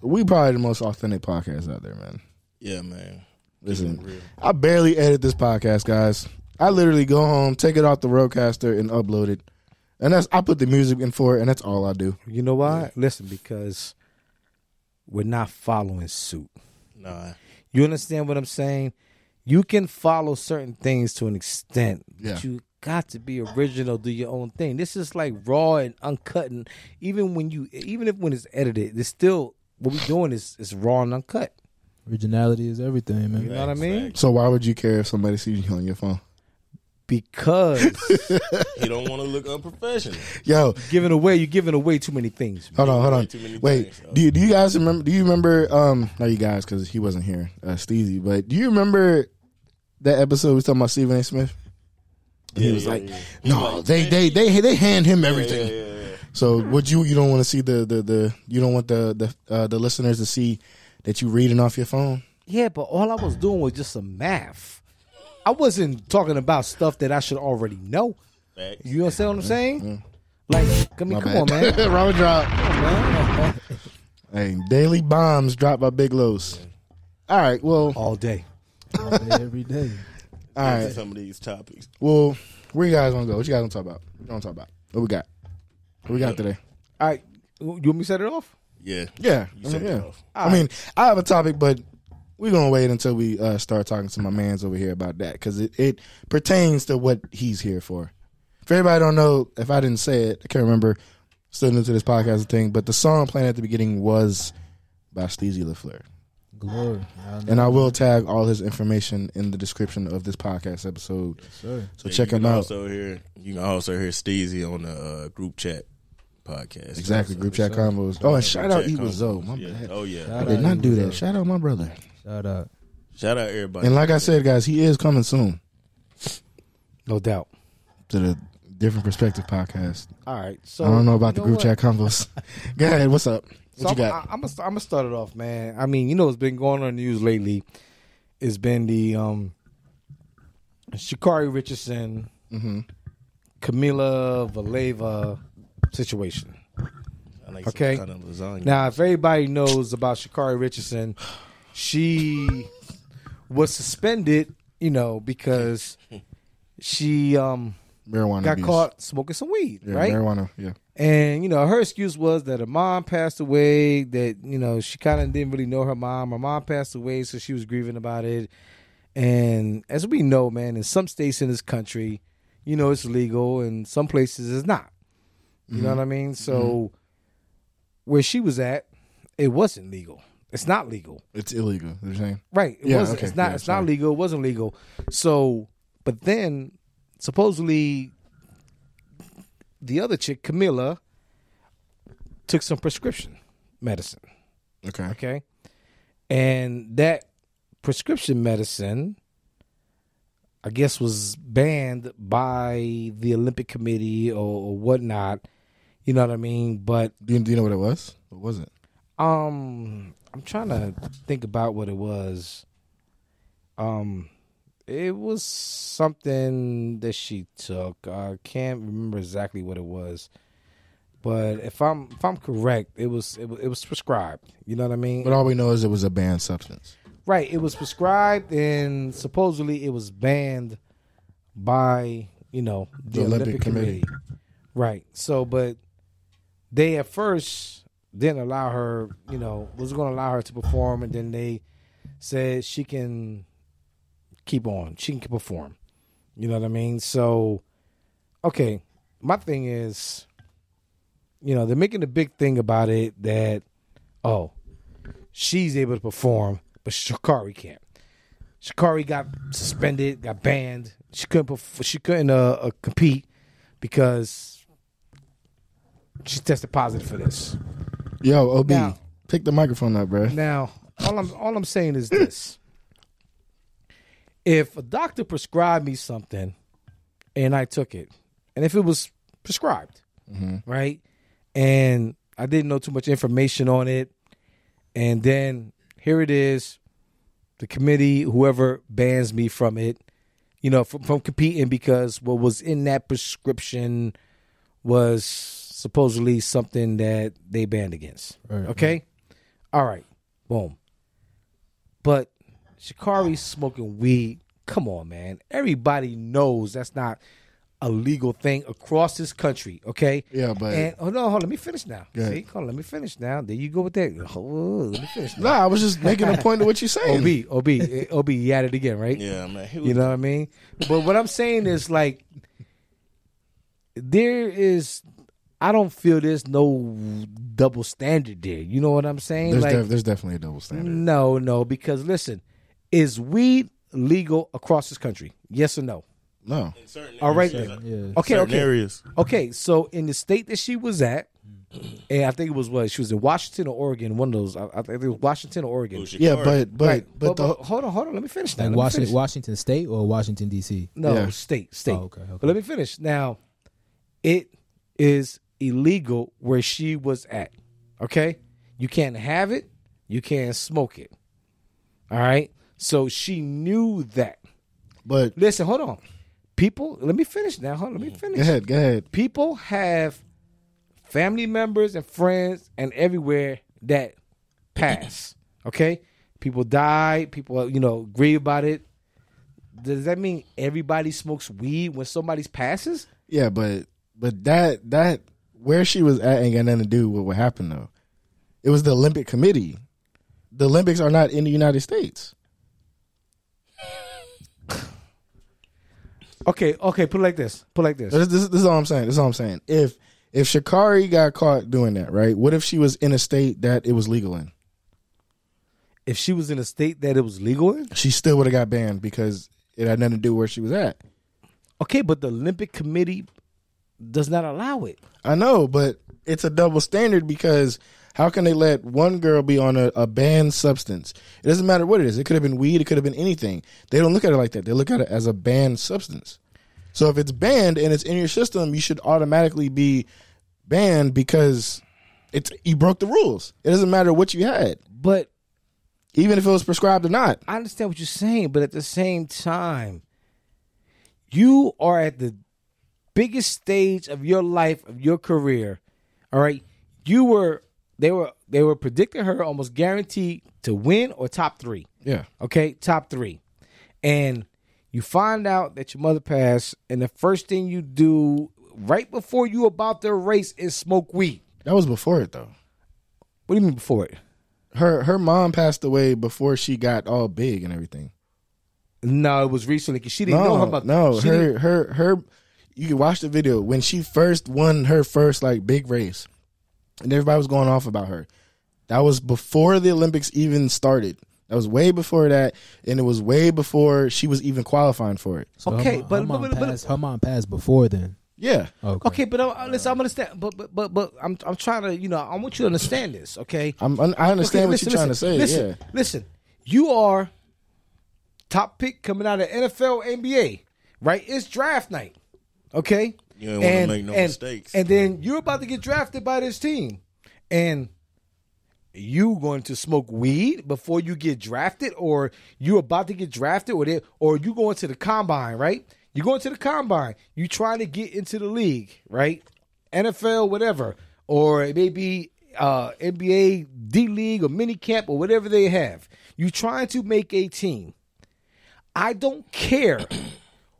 Speaker 3: We probably the most authentic podcast out there, man.
Speaker 1: Yeah, man.
Speaker 3: Listen, I barely edit this podcast, guys. I literally go home, take it off the roadcaster, and upload it. And that's I put the music in for it, and that's all I do.
Speaker 2: You know why? Listen, because we're not following suit.
Speaker 1: Nah.
Speaker 2: You understand what I'm saying? You can follow certain things to an extent,
Speaker 3: Yeah.
Speaker 2: but you got to be original, do your own thing. This is like raw and uncut, and even when you, even if when it's edited, it's still what we're doing is is raw and uncut.
Speaker 5: Originality is everything, man.
Speaker 2: You know what I mean?
Speaker 3: So why would you care if somebody sees you on your phone?
Speaker 2: Because
Speaker 1: He don't want to look unprofessional.
Speaker 3: Yo,
Speaker 2: giving away, you're giving away too many things. man.
Speaker 3: hold on, hold on.
Speaker 1: Too many
Speaker 3: Wait,
Speaker 1: things,
Speaker 3: do you, do you guys remember? Do you remember? Um, not you guys, because he wasn't here, uh, Steezy. But do you remember that episode we was talking about Stephen A. Smith? he was like, "No, they, they they they hand him everything." So would you you don't want to see the the the you don't want the the uh, the listeners to see that you reading off your phone?
Speaker 2: Yeah, but all I was doing was just some math. I wasn't talking about stuff that I should already know.
Speaker 1: Facts.
Speaker 2: You understand what I'm saying? Like, I mean,
Speaker 3: My
Speaker 2: come
Speaker 3: bad.
Speaker 2: on, man.
Speaker 3: Robert drop. Hey, daily bombs dropped by Big Los. All right, well,
Speaker 2: All day.
Speaker 5: All day, every day.
Speaker 3: all right,
Speaker 1: Some of these topics.
Speaker 3: well, where you guys want to go? What you guys want to talk about? What you want to talk about? What we got? What we got today?
Speaker 2: All right. You want me to set it off?
Speaker 1: Yeah.
Speaker 3: Yeah,
Speaker 1: You
Speaker 3: I
Speaker 1: set
Speaker 3: mean,
Speaker 1: it
Speaker 3: yeah.
Speaker 1: off.
Speaker 3: I mean, I have a topic, but we're gonna wait until we uh, start talking to my man's over here about that because it, it pertains to what he's here for. For everybody who don't know, if I didn't say it, I can't remember. Still new to this podcast thing, but the song playing at the beginning was by Steezy LaFleur.
Speaker 5: Glory. Y'all know.
Speaker 3: And I will tag all his information in the description of this podcast episode.
Speaker 5: Sure.
Speaker 3: So
Speaker 1: Yeah,
Speaker 3: check
Speaker 1: you
Speaker 3: him
Speaker 1: can
Speaker 3: out.
Speaker 1: Also hear you can also hear Steezy on the uh, group chat podcast.
Speaker 3: Exactly,
Speaker 1: So-
Speaker 3: group chat combos. Oh, and
Speaker 1: Group
Speaker 3: shout out
Speaker 1: chat
Speaker 3: Evil Zoe.
Speaker 1: combos,
Speaker 3: My
Speaker 1: yeah.
Speaker 3: bad.
Speaker 1: Oh yeah.
Speaker 3: I
Speaker 5: Shout
Speaker 3: did
Speaker 5: out
Speaker 3: not do
Speaker 5: Evil
Speaker 3: that.
Speaker 5: Zoe.
Speaker 3: Shout out my brother.
Speaker 5: Shout out.
Speaker 1: Shout out everybody.
Speaker 3: And like I said, guys, he is coming soon
Speaker 2: No doubt.
Speaker 3: to the Different Perspective podcast.
Speaker 2: All right. So
Speaker 3: I don't know about
Speaker 2: you
Speaker 3: the group
Speaker 2: what?
Speaker 3: chat combos. Go ahead. What's up? What you
Speaker 2: so
Speaker 3: got?
Speaker 2: I'm gonna I'm gonna start it off, man. I mean, you know, what's been going on in the news lately. It's been the um, Shikari Richardson,
Speaker 3: Mm-hmm.
Speaker 2: Camila Valeva situation.
Speaker 1: I like some
Speaker 2: Okay.
Speaker 1: kind of lasagna.
Speaker 2: Now, if everybody knows about Shikari Richardson, she was suspended, you know, because she um
Speaker 3: marijuana.
Speaker 2: got
Speaker 3: abuse.
Speaker 2: caught smoking some weed,
Speaker 3: Yeah,
Speaker 2: right?
Speaker 3: marijuana. Yeah.
Speaker 2: And you know, her excuse was that her mom passed away. That you know, she kind of didn't really know her mom. Her mom passed away, so she was grieving about it. And as we know, man, in some states in this country, you know, it's legal, and some places it's not. You know what I mean? So where she was at, it wasn't legal. It's not legal,
Speaker 3: It's illegal. You're saying?
Speaker 2: right? It
Speaker 3: Yeah,
Speaker 2: wasn't.
Speaker 3: okay.
Speaker 2: It's not.
Speaker 3: Yeah,
Speaker 2: it's
Speaker 3: sorry.
Speaker 2: not legal. It wasn't legal. So, but then supposedly the other chick, Camilla, took some prescription medicine.
Speaker 3: Okay.
Speaker 2: Okay. And that prescription medicine, I guess, was banned by the Olympic Committee or, or whatnot. You know what I mean? But
Speaker 3: Do you, do you know what it was? What was it?
Speaker 2: um, I'm trying to think about what it was. Um, it was something that she took. I can't remember exactly what it was, but if I'm if I'm correct, it was it was, it was prescribed. You know what I mean?
Speaker 3: But all we know is it was a banned substance.
Speaker 2: Right. It was prescribed and supposedly it was banned by, you know, the, Olympic, Committee. Right. So, but they at first didn't allow her, you know, was going to allow her to perform. And then they said she can keep on, she can perform. You know what I mean? So, okay. My thing is, you know, they're making a big thing about it that, oh, she's able to perform, but Shakari can't. Shakari got suspended, got banned. She couldn't perf- she couldn't uh, uh, compete because she tested positive for this.
Speaker 3: Yo, OB,
Speaker 2: Now-
Speaker 3: pick the microphone up, bro.
Speaker 2: Now, all I'm all I'm saying is this: if a doctor prescribed me something and I took it, and if it was prescribed, right, and I didn't know too much information on it, and then here it is, the committee, whoever bans me from it, you know, from, from competing because what was in that prescription was supposedly something that they banned against.
Speaker 5: Right,
Speaker 2: okay. All right. Boom. But Shikari smoking weed. Come on, man. Everybody knows that's not a legal thing across this country. Okay.
Speaker 3: Yeah, but-
Speaker 2: and, oh no, hold. on, Let me finish now.
Speaker 3: Go ahead.
Speaker 2: See, hold on, let me finish now. There you go with that. Oh, let me finish.
Speaker 3: Nah, I was just making a point of what you're saying.
Speaker 2: Ob, ob, eh, ob. You at it again, right?
Speaker 1: yeah, man. Who,
Speaker 2: You know what I mean? But what I'm saying is like there is I don't feel there's no double standard there. You know what I'm saying?
Speaker 3: There's,
Speaker 2: like
Speaker 3: def- there's definitely a double standard.
Speaker 2: no, no, because listen, is weed legal across this country? Yes or no?
Speaker 3: No.
Speaker 1: certain
Speaker 2: All right
Speaker 1: areas,
Speaker 2: then.
Speaker 5: Yeah.
Speaker 2: Okay,
Speaker 1: certain
Speaker 2: okay.
Speaker 1: areas.
Speaker 2: Okay, so in the state that she was at, and I think it was what she was in Washington or Oregon, one of those. I, I think it was Washington or Oregon.
Speaker 1: Who's your
Speaker 3: Yeah,
Speaker 1: card?
Speaker 3: but but
Speaker 2: right.
Speaker 3: Oh, but, the,
Speaker 2: hold on, hold on. Let me finish now.
Speaker 5: Like
Speaker 2: Let me
Speaker 5: Washington,
Speaker 2: finish.
Speaker 5: Washington State or Washington D.C.
Speaker 2: No,
Speaker 3: Yeah.
Speaker 2: state, state.
Speaker 5: Oh, okay, okay.
Speaker 2: But let me finish. Now, it is illegal where she was at. Okay? You can't have it, you can't smoke it. All right? So she knew that.
Speaker 3: but
Speaker 2: Listen, hold on. People, let me finish now. Hold on,
Speaker 5: Mm.
Speaker 2: let me
Speaker 3: go
Speaker 2: finish.
Speaker 3: ahead, go ahead.
Speaker 2: People have family members and friends and everywhere that pass. Okay? People die, people, you know, grieve about it. Does that mean everybody smokes weed when somebody's passes?
Speaker 3: Yeah, but but that that where she was at ain't got nothing to do with what happened though. It was the Olympic Committee. The Olympics are not in the United States.
Speaker 2: Okay, okay, put it like this. Put it like this.
Speaker 3: This, this, this is all I'm saying. This is all I'm saying. If if Shikari got caught doing that, right? What if she was in a state that it was legal in?
Speaker 2: if she was in a state that it was legal in.
Speaker 3: She still would have got banned because it had nothing to do where she was at.
Speaker 2: Okay, but the Olympic Committee does not allow it.
Speaker 3: I know, but it's a double standard because how can they let one girl be on a, a banned substance? It doesn't matter what it is. It could have been weed. It could have been anything. They don't look at it like that. They look at it as a banned substance. So if it's banned and it's in your system, you should automatically be banned because it's you broke the rules. It doesn't matter what you had,
Speaker 2: But
Speaker 3: even if it was prescribed or not.
Speaker 2: I understand what you're saying, but at the same time, you are at the biggest stage of your life, of your career. All right. You were they were they were predicting her almost guaranteed to win or top three.
Speaker 3: Yeah.
Speaker 2: Okay, top three. And you find out that your mother passed, and the first thing you do right before you about to race is smoke weed.
Speaker 3: That was before it though.
Speaker 2: What do you mean before it?
Speaker 3: Her her mom passed away before she got all big and everything.
Speaker 2: No, it was recently 'cause she didn't
Speaker 3: no,
Speaker 2: know her about
Speaker 3: no,
Speaker 2: she didn't-
Speaker 3: her, her, her. You can watch the video when she first won her first like big race, and everybody was going off about her. That was before the Olympics even started. That was way before that, and it was way before she was even qualifying for it.
Speaker 5: So her
Speaker 2: Okay,
Speaker 5: mo- her,
Speaker 2: but- but-
Speaker 5: mom
Speaker 2: but- but-
Speaker 5: passed, her mom passed before then.
Speaker 3: Yeah,
Speaker 5: Okay.
Speaker 2: Okay, but uh, listen, I'm understand, but but but but I'm I'm trying to, you know, I want you to understand this, okay?
Speaker 3: I'm, un- I understand
Speaker 2: Okay,
Speaker 3: what
Speaker 2: listen,
Speaker 3: you're trying
Speaker 2: listen,
Speaker 3: to say.
Speaker 2: Listen, listen, you are top pick coming out of NFL, NBA, right? It's draft night, okay?
Speaker 1: You ain't wanna
Speaker 2: And-
Speaker 1: make no
Speaker 2: and-
Speaker 1: mistakes.
Speaker 2: And then you're about to get drafted by this team, and you going to smoke weed before you get drafted, or you about to get drafted, or they, or you going to the combine, right? You going to the combine. You trying to get into the league, right? NFL, whatever, or it may be uh, NBA D League or mini camp or whatever they have. You trying to make a team. I don't care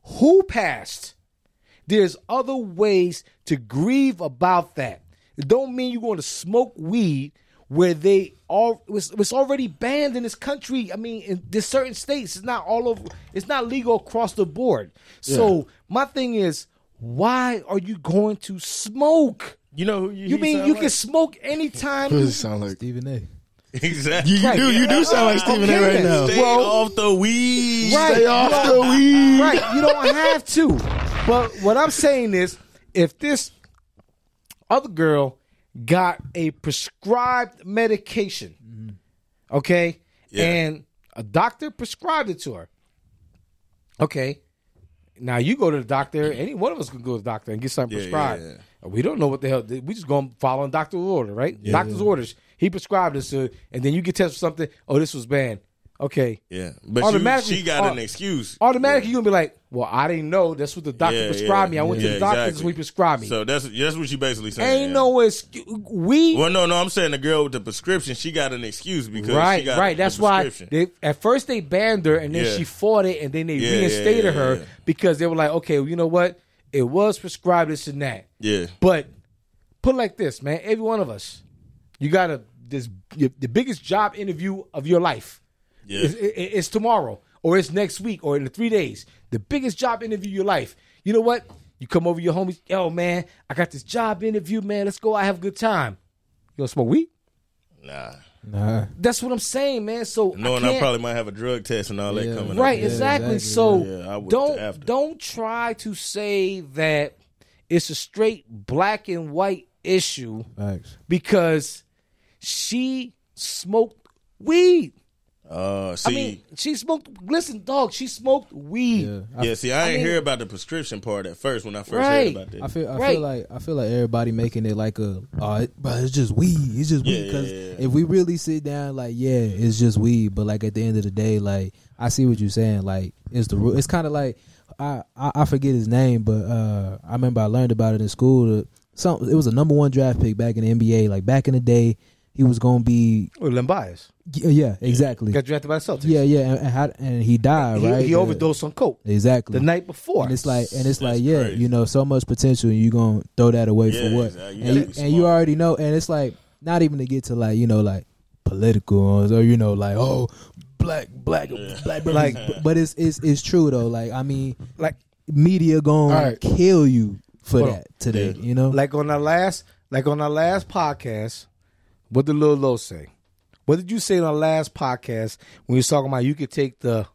Speaker 2: who passed. There's other ways to grieve about that. It don't mean you're going to smoke weed where they all it's, it's already banned in this country. I mean, in there's certain states, it's not all over. It's not legal across the board. So my thing is, why are you going to smoke?
Speaker 1: You know who you,
Speaker 2: You
Speaker 1: he
Speaker 2: mean
Speaker 1: sound
Speaker 2: you
Speaker 1: like?
Speaker 2: can smoke anytime?
Speaker 3: Yeah,
Speaker 2: you-
Speaker 3: Does it sound like
Speaker 5: Stephen A.
Speaker 1: exactly
Speaker 3: you, you
Speaker 2: Right.
Speaker 3: do. You do sound like Stephen A.
Speaker 2: Okay,
Speaker 3: right now.
Speaker 1: stay
Speaker 2: Well-
Speaker 1: off the weed.
Speaker 2: Right.
Speaker 3: Stay off the weed.
Speaker 2: right. You don't have to. But what I'm saying is, if this other girl got a prescribed medication, okay,
Speaker 1: Mm-hmm. Yeah.
Speaker 2: and a doctor prescribed it to her, okay. Now you go to the doctor. Any one of us can go to the doctor and get something
Speaker 1: Yeah,
Speaker 2: prescribed.
Speaker 1: yeah,
Speaker 2: We don't know what the hell. We just going following doctor's order, right? Doctor's orders. He prescribed this, to, her, and then you get tested for something. Oh, this was banned. Okay,
Speaker 1: Yeah, but
Speaker 2: Automatically-
Speaker 1: she, she got
Speaker 2: uh,
Speaker 1: an excuse.
Speaker 2: automatically you're gonna be like, well, I didn't know. That's what the doctor
Speaker 1: Yeah,
Speaker 2: prescribed me.
Speaker 1: yeah.
Speaker 2: I went
Speaker 1: Yeah,
Speaker 2: to the doctor. That's
Speaker 1: exactly.
Speaker 2: what he prescribed me.
Speaker 1: So that's that's what you basically saying.
Speaker 2: Ain't
Speaker 1: yeah.
Speaker 2: no excuse. We
Speaker 1: Well, no, no. I'm saying the girl with the prescription, she got an excuse because
Speaker 2: right,
Speaker 1: she got
Speaker 2: right.
Speaker 1: the
Speaker 2: That's why
Speaker 1: prescription.
Speaker 2: they at first they banned her, and then
Speaker 1: Yeah.
Speaker 2: she fought it, and then they
Speaker 1: Yeah, yeah,
Speaker 2: reinstated
Speaker 1: yeah,
Speaker 2: her
Speaker 1: yeah.
Speaker 2: because they were like, okay, well, you know what? It was prescribed this and that.
Speaker 1: yeah,
Speaker 2: But put it like this, man. Every one of us, you got a this your, the biggest job interview of your life.
Speaker 1: Yeah.
Speaker 2: Is, i- i- is tomorrow or it's next week or in three days. The biggest job interview of your life. You know what? You come over to your homies. Yo, man, I got this job interview, man. Let's go. I have a good time. You gonna smoke weed?
Speaker 1: nah.
Speaker 5: Nah.
Speaker 2: That's what I'm saying, man. So
Speaker 1: Knowing
Speaker 2: I
Speaker 1: I,
Speaker 2: can't-
Speaker 1: probably might have a drug test and all
Speaker 5: Yeah.
Speaker 1: that coming
Speaker 2: right,
Speaker 1: up.
Speaker 5: Yeah,
Speaker 2: exactly.
Speaker 5: exactly.
Speaker 2: So
Speaker 1: Yeah, I would
Speaker 2: don't
Speaker 1: after.
Speaker 2: don't try to say that it's a straight black and white issue
Speaker 5: Facts.
Speaker 2: because she smoked weed.
Speaker 1: Uh,
Speaker 2: I
Speaker 1: see,
Speaker 2: mean, she smoked. Listen, dog, she smoked weed.
Speaker 5: Yeah. I,
Speaker 1: yeah, see, I didn't
Speaker 2: mean-
Speaker 1: hear about the prescription part at first when I first
Speaker 2: Right.
Speaker 1: heard about this.
Speaker 5: I feel. I
Speaker 2: Right.
Speaker 5: feel like. I feel like everybody making it like a. Oh, it, bro, it's just weed. It's just weed.
Speaker 1: Yeah,
Speaker 5: Because
Speaker 1: yeah, yeah.
Speaker 5: if we really sit down, like, yeah, it's just weed. But like at the end of the day, like, I see what you're saying. Like, it's the rule. It's kind of like I, I I forget his name, but uh, I remember I learned about it in school. that Some it was a number one draft pick back in the NBA. Like back in the day, he was gonna be.
Speaker 2: Or Limbias
Speaker 5: Yeah, yeah exactly.
Speaker 2: got drafted by the Celtics.
Speaker 5: Yeah, yeah, and, and, how, and he died,
Speaker 2: he,
Speaker 5: right?
Speaker 2: he
Speaker 5: Yeah.
Speaker 2: overdosed on coke
Speaker 5: Exactly.
Speaker 2: the night before.
Speaker 5: and it's like, and it's
Speaker 1: That's
Speaker 5: like, yeah,
Speaker 1: crazy.
Speaker 5: you know, so much potential, and you gonna throw that away for
Speaker 1: Yeah,
Speaker 5: what?
Speaker 1: exactly. You
Speaker 5: and,
Speaker 1: gotta
Speaker 5: you,
Speaker 1: be
Speaker 5: and you
Speaker 1: smart.
Speaker 5: already know, and it's like, not even to get to like, you know, like political or you know, like oh, black, black, black, like, b- but it's it's it's true though. Like, I mean,
Speaker 2: like
Speaker 5: media gonna
Speaker 3: All right.
Speaker 5: kill you for
Speaker 2: Hold
Speaker 5: that today, you know?
Speaker 2: like on our last like on our last podcast. What did Lil Lo say? What did you say in our last podcast when you was talking about you could take the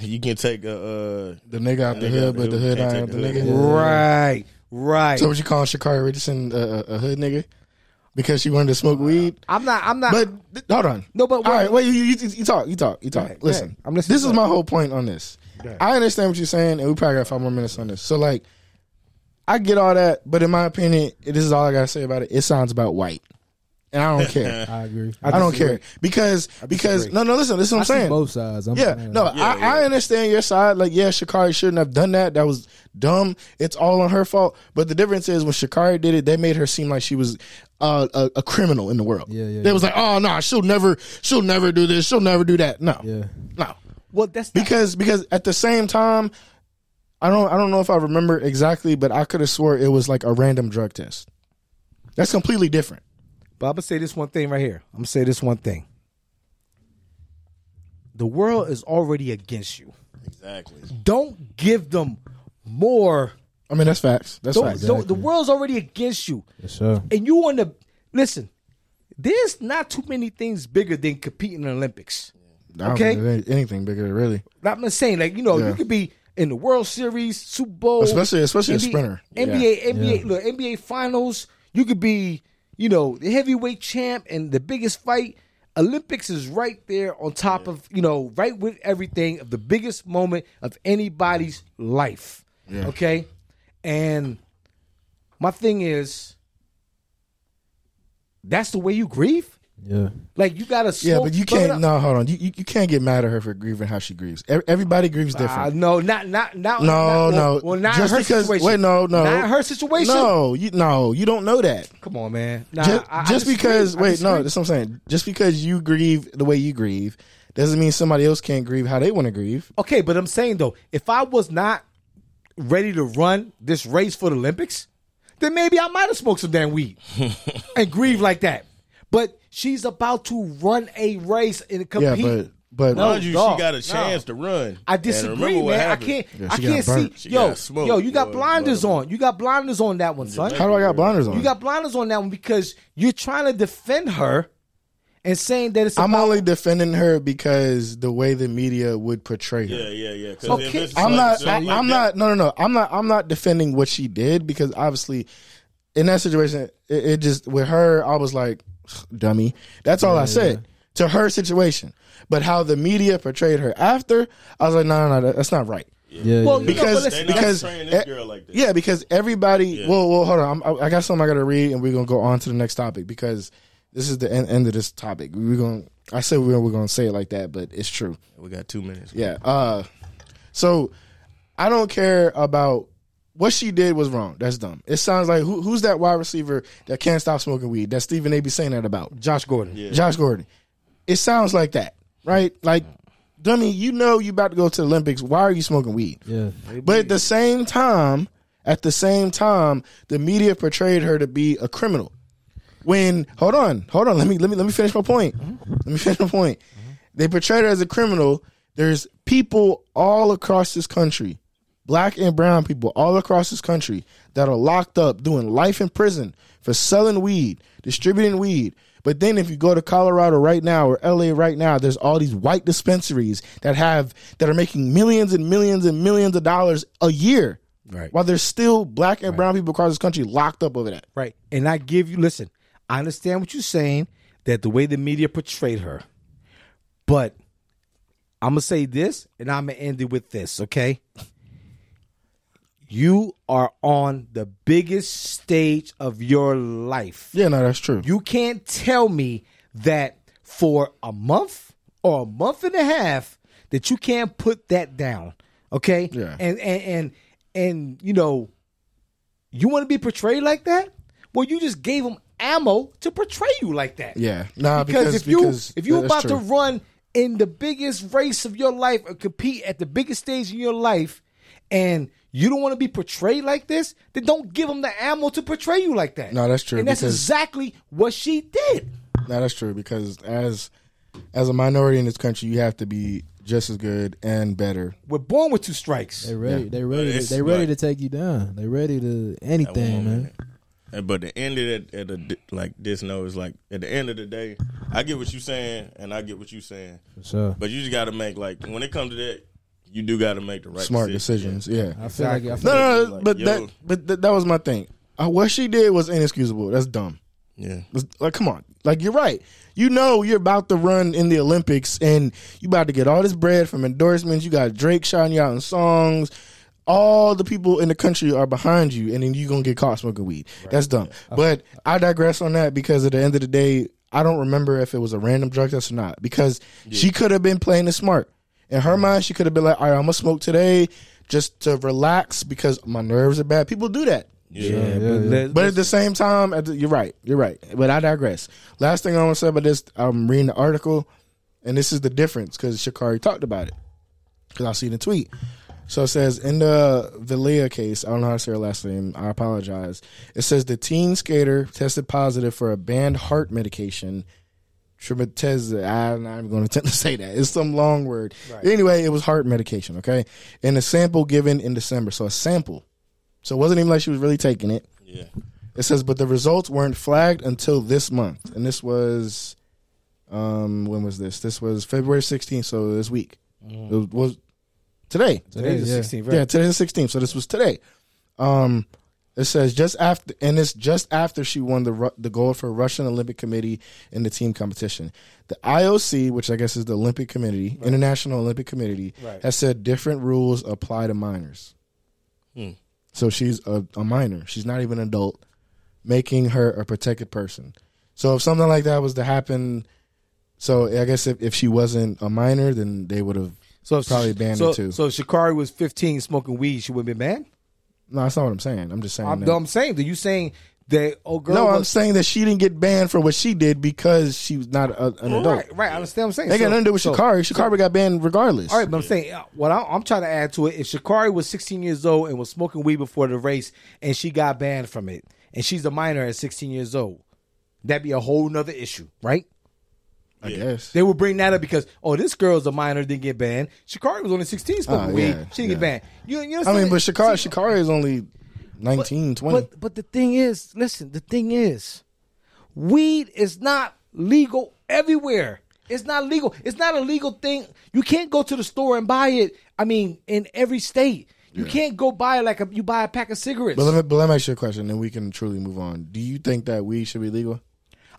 Speaker 1: You can take a. Uh,
Speaker 3: The nigga out the
Speaker 1: Nigga out
Speaker 3: hood, but
Speaker 1: the
Speaker 3: the
Speaker 1: hood
Speaker 3: hood
Speaker 1: can't take
Speaker 3: out the
Speaker 1: the hood.
Speaker 3: nigga.
Speaker 2: right, right?
Speaker 3: So what you calling Shakari Richardson uh, a, a a hood nigga because she wanted to smoke weed?
Speaker 2: I'm not. I'm not.
Speaker 3: But th- hold on.
Speaker 2: No, but
Speaker 3: all
Speaker 2: wait.
Speaker 3: right. Wait, you, you, you talk. You talk. You talk.
Speaker 2: ahead, go
Speaker 3: Listen,
Speaker 2: ahead. I'm listening.
Speaker 3: This is my whole point on this. I understand what you're saying, and we probably got five more minutes on this. So, like, I get all that, but in my opinion, this is all I gotta say about it. It sounds about white, and I don't care.
Speaker 5: I agree.
Speaker 3: I, don't care because because no no listen this is what I'm
Speaker 5: see
Speaker 3: saying.
Speaker 5: both sides. I'm,
Speaker 3: Yeah,
Speaker 5: I'm-
Speaker 3: no, I,
Speaker 1: yeah.
Speaker 3: I understand your side. Like, yeah, Shakari shouldn't have done that. That was dumb. It's all on her fault. But the difference is when Shakari did it, they made her seem like she was uh, a, a criminal in the world.
Speaker 5: Yeah, yeah,
Speaker 3: They
Speaker 5: yeah.
Speaker 3: was like, oh no, she'll never, she'll never do this. She'll never do that. No,
Speaker 5: Yeah.
Speaker 3: no,
Speaker 2: well, that's not,
Speaker 3: because because at the same time, I don't I don't know if I remember exactly, but I could have swore it was like a random drug test. That's completely different.
Speaker 2: But I'm gonna say this one thing right here. I'm gonna say this one thing. The world is already against you.
Speaker 1: exactly.
Speaker 2: Don't give them more.
Speaker 3: I mean, that's facts. That's
Speaker 2: Don't,
Speaker 3: facts.
Speaker 2: don't- the world's already against you,
Speaker 5: Yes, sir.
Speaker 2: and you want to listen. There's not too many things bigger than competing in the Olympics.
Speaker 3: I don't
Speaker 2: okay.
Speaker 3: think there's any- anything bigger really,
Speaker 2: I'm not saying like you know
Speaker 3: Yeah.
Speaker 2: you could be in the World Series, Super Bowl,
Speaker 3: especially especially a
Speaker 2: NBA
Speaker 3: sprinter.
Speaker 2: NBA, NBA, look, NBA Finals. You could be, you know, the heavyweight champ and the biggest fight. Olympics is right there on top of, you know, right with everything of the biggest moment of anybody's life. Okay, and my thing is, that's the way you grieve.
Speaker 5: Yeah.
Speaker 2: Like you gotta,
Speaker 3: Yeah,
Speaker 2: slow-
Speaker 3: but you
Speaker 2: slow it
Speaker 3: can't.
Speaker 2: up.
Speaker 3: No, hold on. You, you you can't get mad at her for grieving how she grieves. Ev- Everybody grieves
Speaker 2: Uh,
Speaker 3: different.
Speaker 2: no, not not not.
Speaker 3: no,
Speaker 2: not,
Speaker 3: no.
Speaker 2: Well, well, not
Speaker 3: just
Speaker 2: her
Speaker 3: because.
Speaker 2: situation.
Speaker 3: Wait, no, no.
Speaker 2: not her situation.
Speaker 3: No, you no, you don't know that.
Speaker 2: Come on, man. Nah,
Speaker 3: just
Speaker 2: I- I
Speaker 3: just
Speaker 2: disagree.
Speaker 3: because.
Speaker 2: I
Speaker 3: Wait, no.
Speaker 2: disagree.
Speaker 3: That's what I'm saying. Just because you grieve the way you grieve doesn't mean somebody else can't grieve how they want to grieve.
Speaker 2: Okay, but I'm saying though, if I was not ready to run this race for the Olympics, then maybe I might have smoked some damn weed and grieve like that. But she's about to run a race and
Speaker 3: Yeah,
Speaker 2: compete.
Speaker 3: but but
Speaker 2: No.
Speaker 1: Mind you,
Speaker 2: dog,
Speaker 1: she got a
Speaker 2: no.
Speaker 1: chance to run.
Speaker 2: I
Speaker 1: And
Speaker 2: disagree,
Speaker 1: remember what
Speaker 2: man. I
Speaker 1: happened.
Speaker 2: can't.
Speaker 3: Yeah,
Speaker 2: I
Speaker 3: she got
Speaker 2: can't see.
Speaker 3: burnt.
Speaker 1: She
Speaker 2: yo,
Speaker 1: got smoked,
Speaker 2: yo, you got
Speaker 1: boy.
Speaker 2: blinders
Speaker 1: Blood.
Speaker 2: on. You got blinders on that one, son.
Speaker 3: how do I got blinders on?
Speaker 2: You got blinders on that one because you're trying to defend her and saying that it's.
Speaker 3: I'm
Speaker 2: about-
Speaker 3: only defending her because the way the media would portray her.
Speaker 1: Yeah, yeah, yeah. 'Cause
Speaker 2: Okay.
Speaker 1: if it's
Speaker 3: I'm
Speaker 1: like-
Speaker 3: not.
Speaker 1: so
Speaker 3: I,
Speaker 1: like
Speaker 3: I'm
Speaker 1: that-
Speaker 3: not. No, no, no. I'm not. I'm not defending what she did because obviously, in that situation, it, it just with her, I was like, dummy. That's all I said to her situation. But how the media portrayed her after, I was like, no, no, no. that- That's not right.
Speaker 5: Yeah.
Speaker 2: Well,
Speaker 5: yeah.
Speaker 2: you know,
Speaker 3: Because-
Speaker 2: but
Speaker 1: They
Speaker 2: listen,
Speaker 1: not
Speaker 3: because-
Speaker 1: portraying this
Speaker 3: eh,
Speaker 1: girl like that.
Speaker 3: Yeah, because everybody. Well, well, hold on. I'm, I, I got something I got to read, and we're gonna go on to the next topic because this is the end, end of this topic. We're gonna. I said we we're gonna say it like that, but it's true.
Speaker 1: We got two minutes.
Speaker 3: Yeah. Uh, so I don't care about what she did was wrong. That's dumb. It sounds like who, who's that wide receiver that can't stop smoking weed that Stephen A. be saying that about?
Speaker 2: Josh Gordon.
Speaker 3: Josh Gordon. It sounds like that, right? Like, dummy, you know you about to go to the Olympics. Why are you smoking weed?
Speaker 5: yeah.
Speaker 3: But at the same time, at the same time, the media portrayed her to be a criminal. When hold on, hold on, let me let me let me finish my point. Let me finish my point. They portrayed her as a criminal. There's people all across this country, black and brown people all across this country that are locked up doing life in prison for selling weed, distributing weed. But then if you go to Colorado right now or LA right now, there's all these white dispensaries that have that are making millions and millions and millions of dollars a year.
Speaker 2: Right.
Speaker 3: While there's still black and brown people across this country locked up over that.
Speaker 2: Right. And I give you, listen, I understand what you're saying that the way the media portrayed her. But I'm going to say this and I'm going to end it with this, okay? You are on the biggest stage of your life.
Speaker 3: Yeah, no, that's true.
Speaker 2: You can't tell me that for a month or a month and a half that you can't put that down. Okay?
Speaker 3: Yeah.
Speaker 2: And and and and you know, you want to be portrayed like that? Well, you just gave them ammo to portray you like that.
Speaker 3: yeah. Nah,
Speaker 2: Because,
Speaker 3: because,
Speaker 2: if you
Speaker 3: because
Speaker 2: if you
Speaker 3: that's
Speaker 2: about to
Speaker 3: true.
Speaker 2: run in the biggest race of your life or compete at the biggest stage in your life and you don't want to be portrayed like this, then don't give them the ammo to portray you like that.
Speaker 3: No, that's true,
Speaker 2: And that's
Speaker 3: because-
Speaker 2: exactly what she did.
Speaker 3: No, that's true because as as a minority in this country, you have to be just as good and better.
Speaker 2: We're born with two strikes.
Speaker 5: They ready. They ready.
Speaker 1: It's
Speaker 5: To, they ready
Speaker 1: like-
Speaker 5: to take you down. They ready to
Speaker 1: That one
Speaker 5: anything,
Speaker 1: moment.
Speaker 5: man.
Speaker 1: And- But the end of it at the like this note is like at the end of the day, I get what you saying and I get what you saying.
Speaker 5: For sure.
Speaker 1: But you just got to make like when it comes to that, you do got to make the right
Speaker 3: Smart
Speaker 1: decision.
Speaker 3: decisions. Yeah.
Speaker 5: I feel like I feel
Speaker 3: No, no, no
Speaker 1: Like,
Speaker 3: but
Speaker 1: yo.
Speaker 3: that, but th- that was my thing. Uh, what she did was inexcusable. That's dumb.
Speaker 1: Yeah,
Speaker 3: It's- Like, come on. Like, you're right. You know, you're about to run in the Olympics, and you about to get all this bread from endorsements. You got Drake shouting you out in songs. All the people in the country are behind you, and then you gonna get caught smoking weed. That's dumb. But I digress on that because at the end of the day, I don't remember if it was a random drug test or not. Because she could have been playing it smart. In her mind, she could have been like, "All right, I'm gonna smoke today just to relax because my nerves are bad." People do that.
Speaker 1: yeah.
Speaker 5: yeah, yeah.
Speaker 2: let-
Speaker 3: But at the same time, at the, you're right. You're right. But I digress. Last thing I want to say about this, I'm reading the article, and this is the difference because Shakari talked about it because I seen the tweet. So it says in the Vilea case, I don't know how to say her last name. I apologize. It says the teen skater tested positive for a banned heart medication. Trimetezza. I'm not even going to attempt to say that. It's some long word. Anyway, it was heart medication. Okay, and the sample given in December. So a sample. So it wasn't even like she was really taking it.
Speaker 1: yeah.
Speaker 3: It says, but the results weren't flagged until this month, and this was, um, when was this? This was February 16th, so this week. It was, was today.
Speaker 2: Today's
Speaker 5: Yeah, yeah.
Speaker 2: the 16th, right?
Speaker 3: Yeah, today's the 16th, so this was today. Um, it says just after, and it's just after she won the Ru- the gold for Russian Olympic Committee in the team competition. The IOC, which I guess is the Olympic Committee, International Olympic Committee,
Speaker 2: Right.
Speaker 3: has said different rules apply to minors.
Speaker 1: Hmm.
Speaker 3: So she's a, a minor; she's not even an adult, making her a protected person. So if something like that was to happen, so I guess if, if she wasn't a minor, then they would have.
Speaker 2: So if-
Speaker 3: Probably banned
Speaker 2: so,
Speaker 3: it too.
Speaker 2: So if Shikari was 15 smoking weed, she wouldn't be banned?
Speaker 3: No, that's not what I'm saying. I'm just saying.
Speaker 2: I'm,
Speaker 3: that-
Speaker 2: no, I'm saying that you saying that oh girl
Speaker 3: No, I'm
Speaker 2: was-
Speaker 3: saying that she didn't get banned for what she did because she was not a, an adult.
Speaker 2: Right, right. I understand what I'm saying.
Speaker 3: They got
Speaker 2: So-
Speaker 3: nothing to do with
Speaker 2: so-
Speaker 3: Shakari. Shakari got banned regardless.
Speaker 2: All right, but I'm saying uh, what I, I'm trying to add to it. If Shakari was 16 years old and was smoking weed before the race, and she got banned from it, and she's a minor at 16 years old, that'd be a whole nother issue, right?
Speaker 3: I guess.
Speaker 2: They would bring that up because oh, this girl's a minor, didn't get banned. Shakari was only 16 smoking
Speaker 3: Oh,
Speaker 2: weed,
Speaker 3: yeah,
Speaker 2: she didn't get
Speaker 3: yeah.
Speaker 2: banned. You, you know what
Speaker 3: I
Speaker 2: I'm
Speaker 3: mean,
Speaker 2: saying?
Speaker 3: but Shakari,
Speaker 2: See,
Speaker 3: Shakari is only 19, 20.
Speaker 2: But but the thing is, listen, the thing is, weed is not legal everywhere. It's not legal. It's not a legal thing. You can't go to the store and buy it. I mean, in every state, you can't go buy it like a, you buy a pack of cigarettes.
Speaker 3: But let, me, but let me ask you a question, and we can truly move on. Do you think that weed should be legal?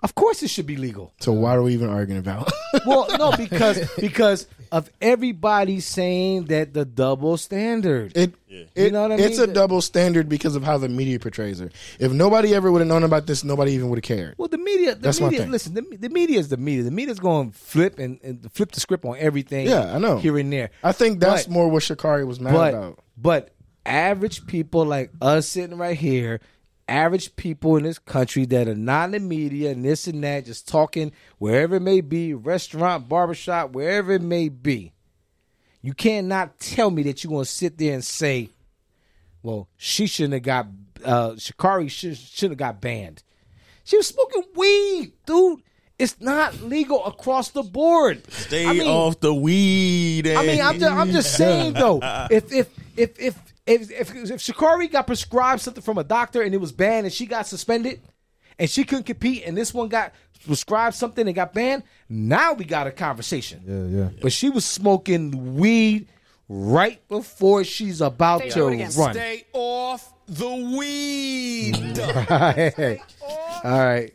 Speaker 2: of course, it should be legal.
Speaker 3: So why are we even arguing about?
Speaker 2: Well, no, because because of everybody saying that the double standard.
Speaker 3: it, it-
Speaker 2: You know what I
Speaker 3: It's a
Speaker 2: mean?
Speaker 3: double standard because of how the media portrays her. If nobody ever would have known about this, nobody even would have cared.
Speaker 2: Well, the media, the
Speaker 3: That's my
Speaker 2: media.
Speaker 3: thing.
Speaker 2: Listen, the, the media is the media. The media's going to flip and, and flip the script on everything.
Speaker 3: Yeah, I know.
Speaker 2: Here and there.
Speaker 3: I think that's
Speaker 2: But-
Speaker 3: more what Shakari was mad
Speaker 2: but
Speaker 3: about.
Speaker 2: but average people like us sitting right here, average people in this country that are not in the media and this and that, just talking wherever it may be, restaurant, barbershop, wherever it may be. You cannot tell me that you're gonna sit there and say, "Well, she shouldn't have got uh, Shikari should should have got banned." She was smoking weed, dude. It's not legal across the board.
Speaker 1: Stay
Speaker 2: I mean,
Speaker 1: off the weed.
Speaker 2: I mean, I'm just, I'm just saying though, if if if if if if, if Shikari got prescribed something from a doctor and it was banned and she got suspended and she couldn't compete and this one got prescribed something and got banned, now we got a conversation.
Speaker 5: yeah, yeah.
Speaker 2: But she was smoking weed right before she's about
Speaker 6: Say it
Speaker 2: to
Speaker 6: again.
Speaker 2: run.
Speaker 4: Stay off the weed.
Speaker 2: All right.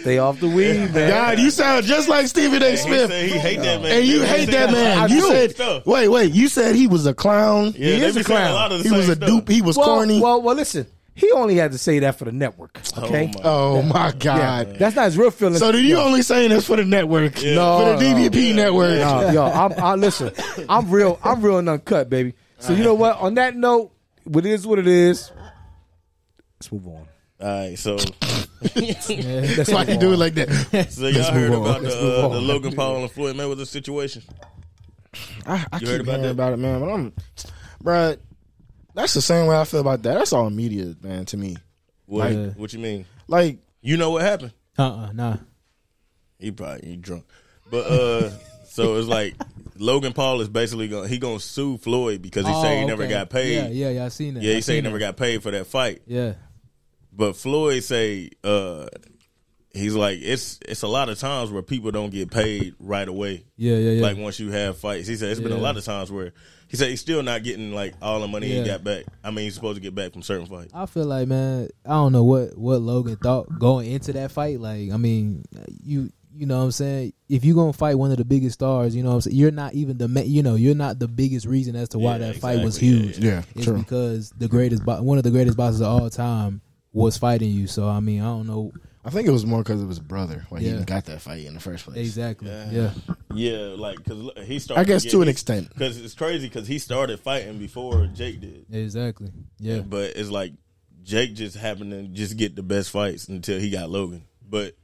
Speaker 2: Stay off the weed, man.
Speaker 3: God, you sound just like Stephen A.
Speaker 1: He
Speaker 3: Smith.
Speaker 1: said he hate that man.
Speaker 3: Oh. And you
Speaker 1: They
Speaker 3: hate
Speaker 1: say
Speaker 3: that man.
Speaker 1: I
Speaker 3: You
Speaker 1: do.
Speaker 3: said,
Speaker 1: Stuff.
Speaker 3: wait, wait. You said he was a clown.
Speaker 1: Yeah,
Speaker 3: he
Speaker 1: they
Speaker 3: is
Speaker 1: be saying a
Speaker 3: a clown.
Speaker 1: lot of the
Speaker 3: he was
Speaker 1: same
Speaker 3: a
Speaker 1: stuff.
Speaker 3: dupe. He was
Speaker 2: well,
Speaker 3: corny.
Speaker 2: well, well, listen. He only had to say that for the network. Okay.
Speaker 1: my
Speaker 3: oh my god.
Speaker 2: That's not his real feelings.
Speaker 3: So did you only saying this for the network?
Speaker 2: No, no,
Speaker 3: for the DVP network.
Speaker 2: Nah, Uh, yo, I'm, I listen. I'm real. I'm real and uncut, baby. So you know what? On that note, what is what it is. Let's move on.
Speaker 1: All right, so
Speaker 2: That's
Speaker 3: That's why he do it like that.
Speaker 1: so y'all heard
Speaker 3: move on.
Speaker 1: about the,
Speaker 3: Let's
Speaker 1: uh,
Speaker 2: on.
Speaker 1: the Logan Paul and Floyd Mayweather situation?
Speaker 3: I, I keep
Speaker 1: heard about
Speaker 3: hearing
Speaker 1: that?
Speaker 3: about it, man. But I'm, bruh, That's the same way I feel about that. That's all media, man. To me,
Speaker 1: What,
Speaker 5: Like-
Speaker 1: what you mean?
Speaker 3: like
Speaker 1: You know what happened?
Speaker 5: Uh, uh nah.
Speaker 1: He probably he drunk, but uh, so it's like Logan Paul is basically gonna he gonna sue Floyd because he said he
Speaker 5: Oh,
Speaker 1: never
Speaker 5: okay.
Speaker 1: got paid.
Speaker 5: Yeah, yeah, yeah. I seen that.
Speaker 1: Yeah,
Speaker 5: I
Speaker 1: he said he
Speaker 5: seen
Speaker 1: never got
Speaker 5: that.
Speaker 1: paid for that fight.
Speaker 5: Yeah,
Speaker 1: But Floyd say uh, he's like it's it's a lot of times where people don't get paid right away.
Speaker 5: Yeah, yeah, yeah.
Speaker 1: Like once you have fights, he said it's been a
Speaker 5: Yeah.
Speaker 1: lot of times where he said he's still not getting like all the money he
Speaker 5: Yeah.
Speaker 1: got back. I mean, he's supposed to get back from certain fights.
Speaker 5: I feel like man, I don't know what what Logan thought going into that fight. Like, I mean, you you know what I'm saying? If you going to fight one of the biggest stars, you know what I'm saying? You're not even the ma- you know, you're not the biggest reason as to why
Speaker 1: Yeah,
Speaker 5: that fight was
Speaker 1: exactly. Yeah,
Speaker 5: huge.
Speaker 3: Yeah,
Speaker 5: It's
Speaker 3: true.
Speaker 5: because the greatest bo- one of the greatest boxers of all time was fighting you. So I mean, I don't know
Speaker 3: I think it was more because of his brother why he
Speaker 5: Yeah.
Speaker 3: even got that fight in the first place.
Speaker 5: exactly.
Speaker 1: Yeah.
Speaker 5: Yeah.
Speaker 1: Yeah, like because he started.
Speaker 3: I guess to an extent.
Speaker 1: because it's crazy because he started fighting before Jake did.
Speaker 5: Exactly. Yeah.
Speaker 1: But it's like Jake just happened to just get the best fights until he got Logan. But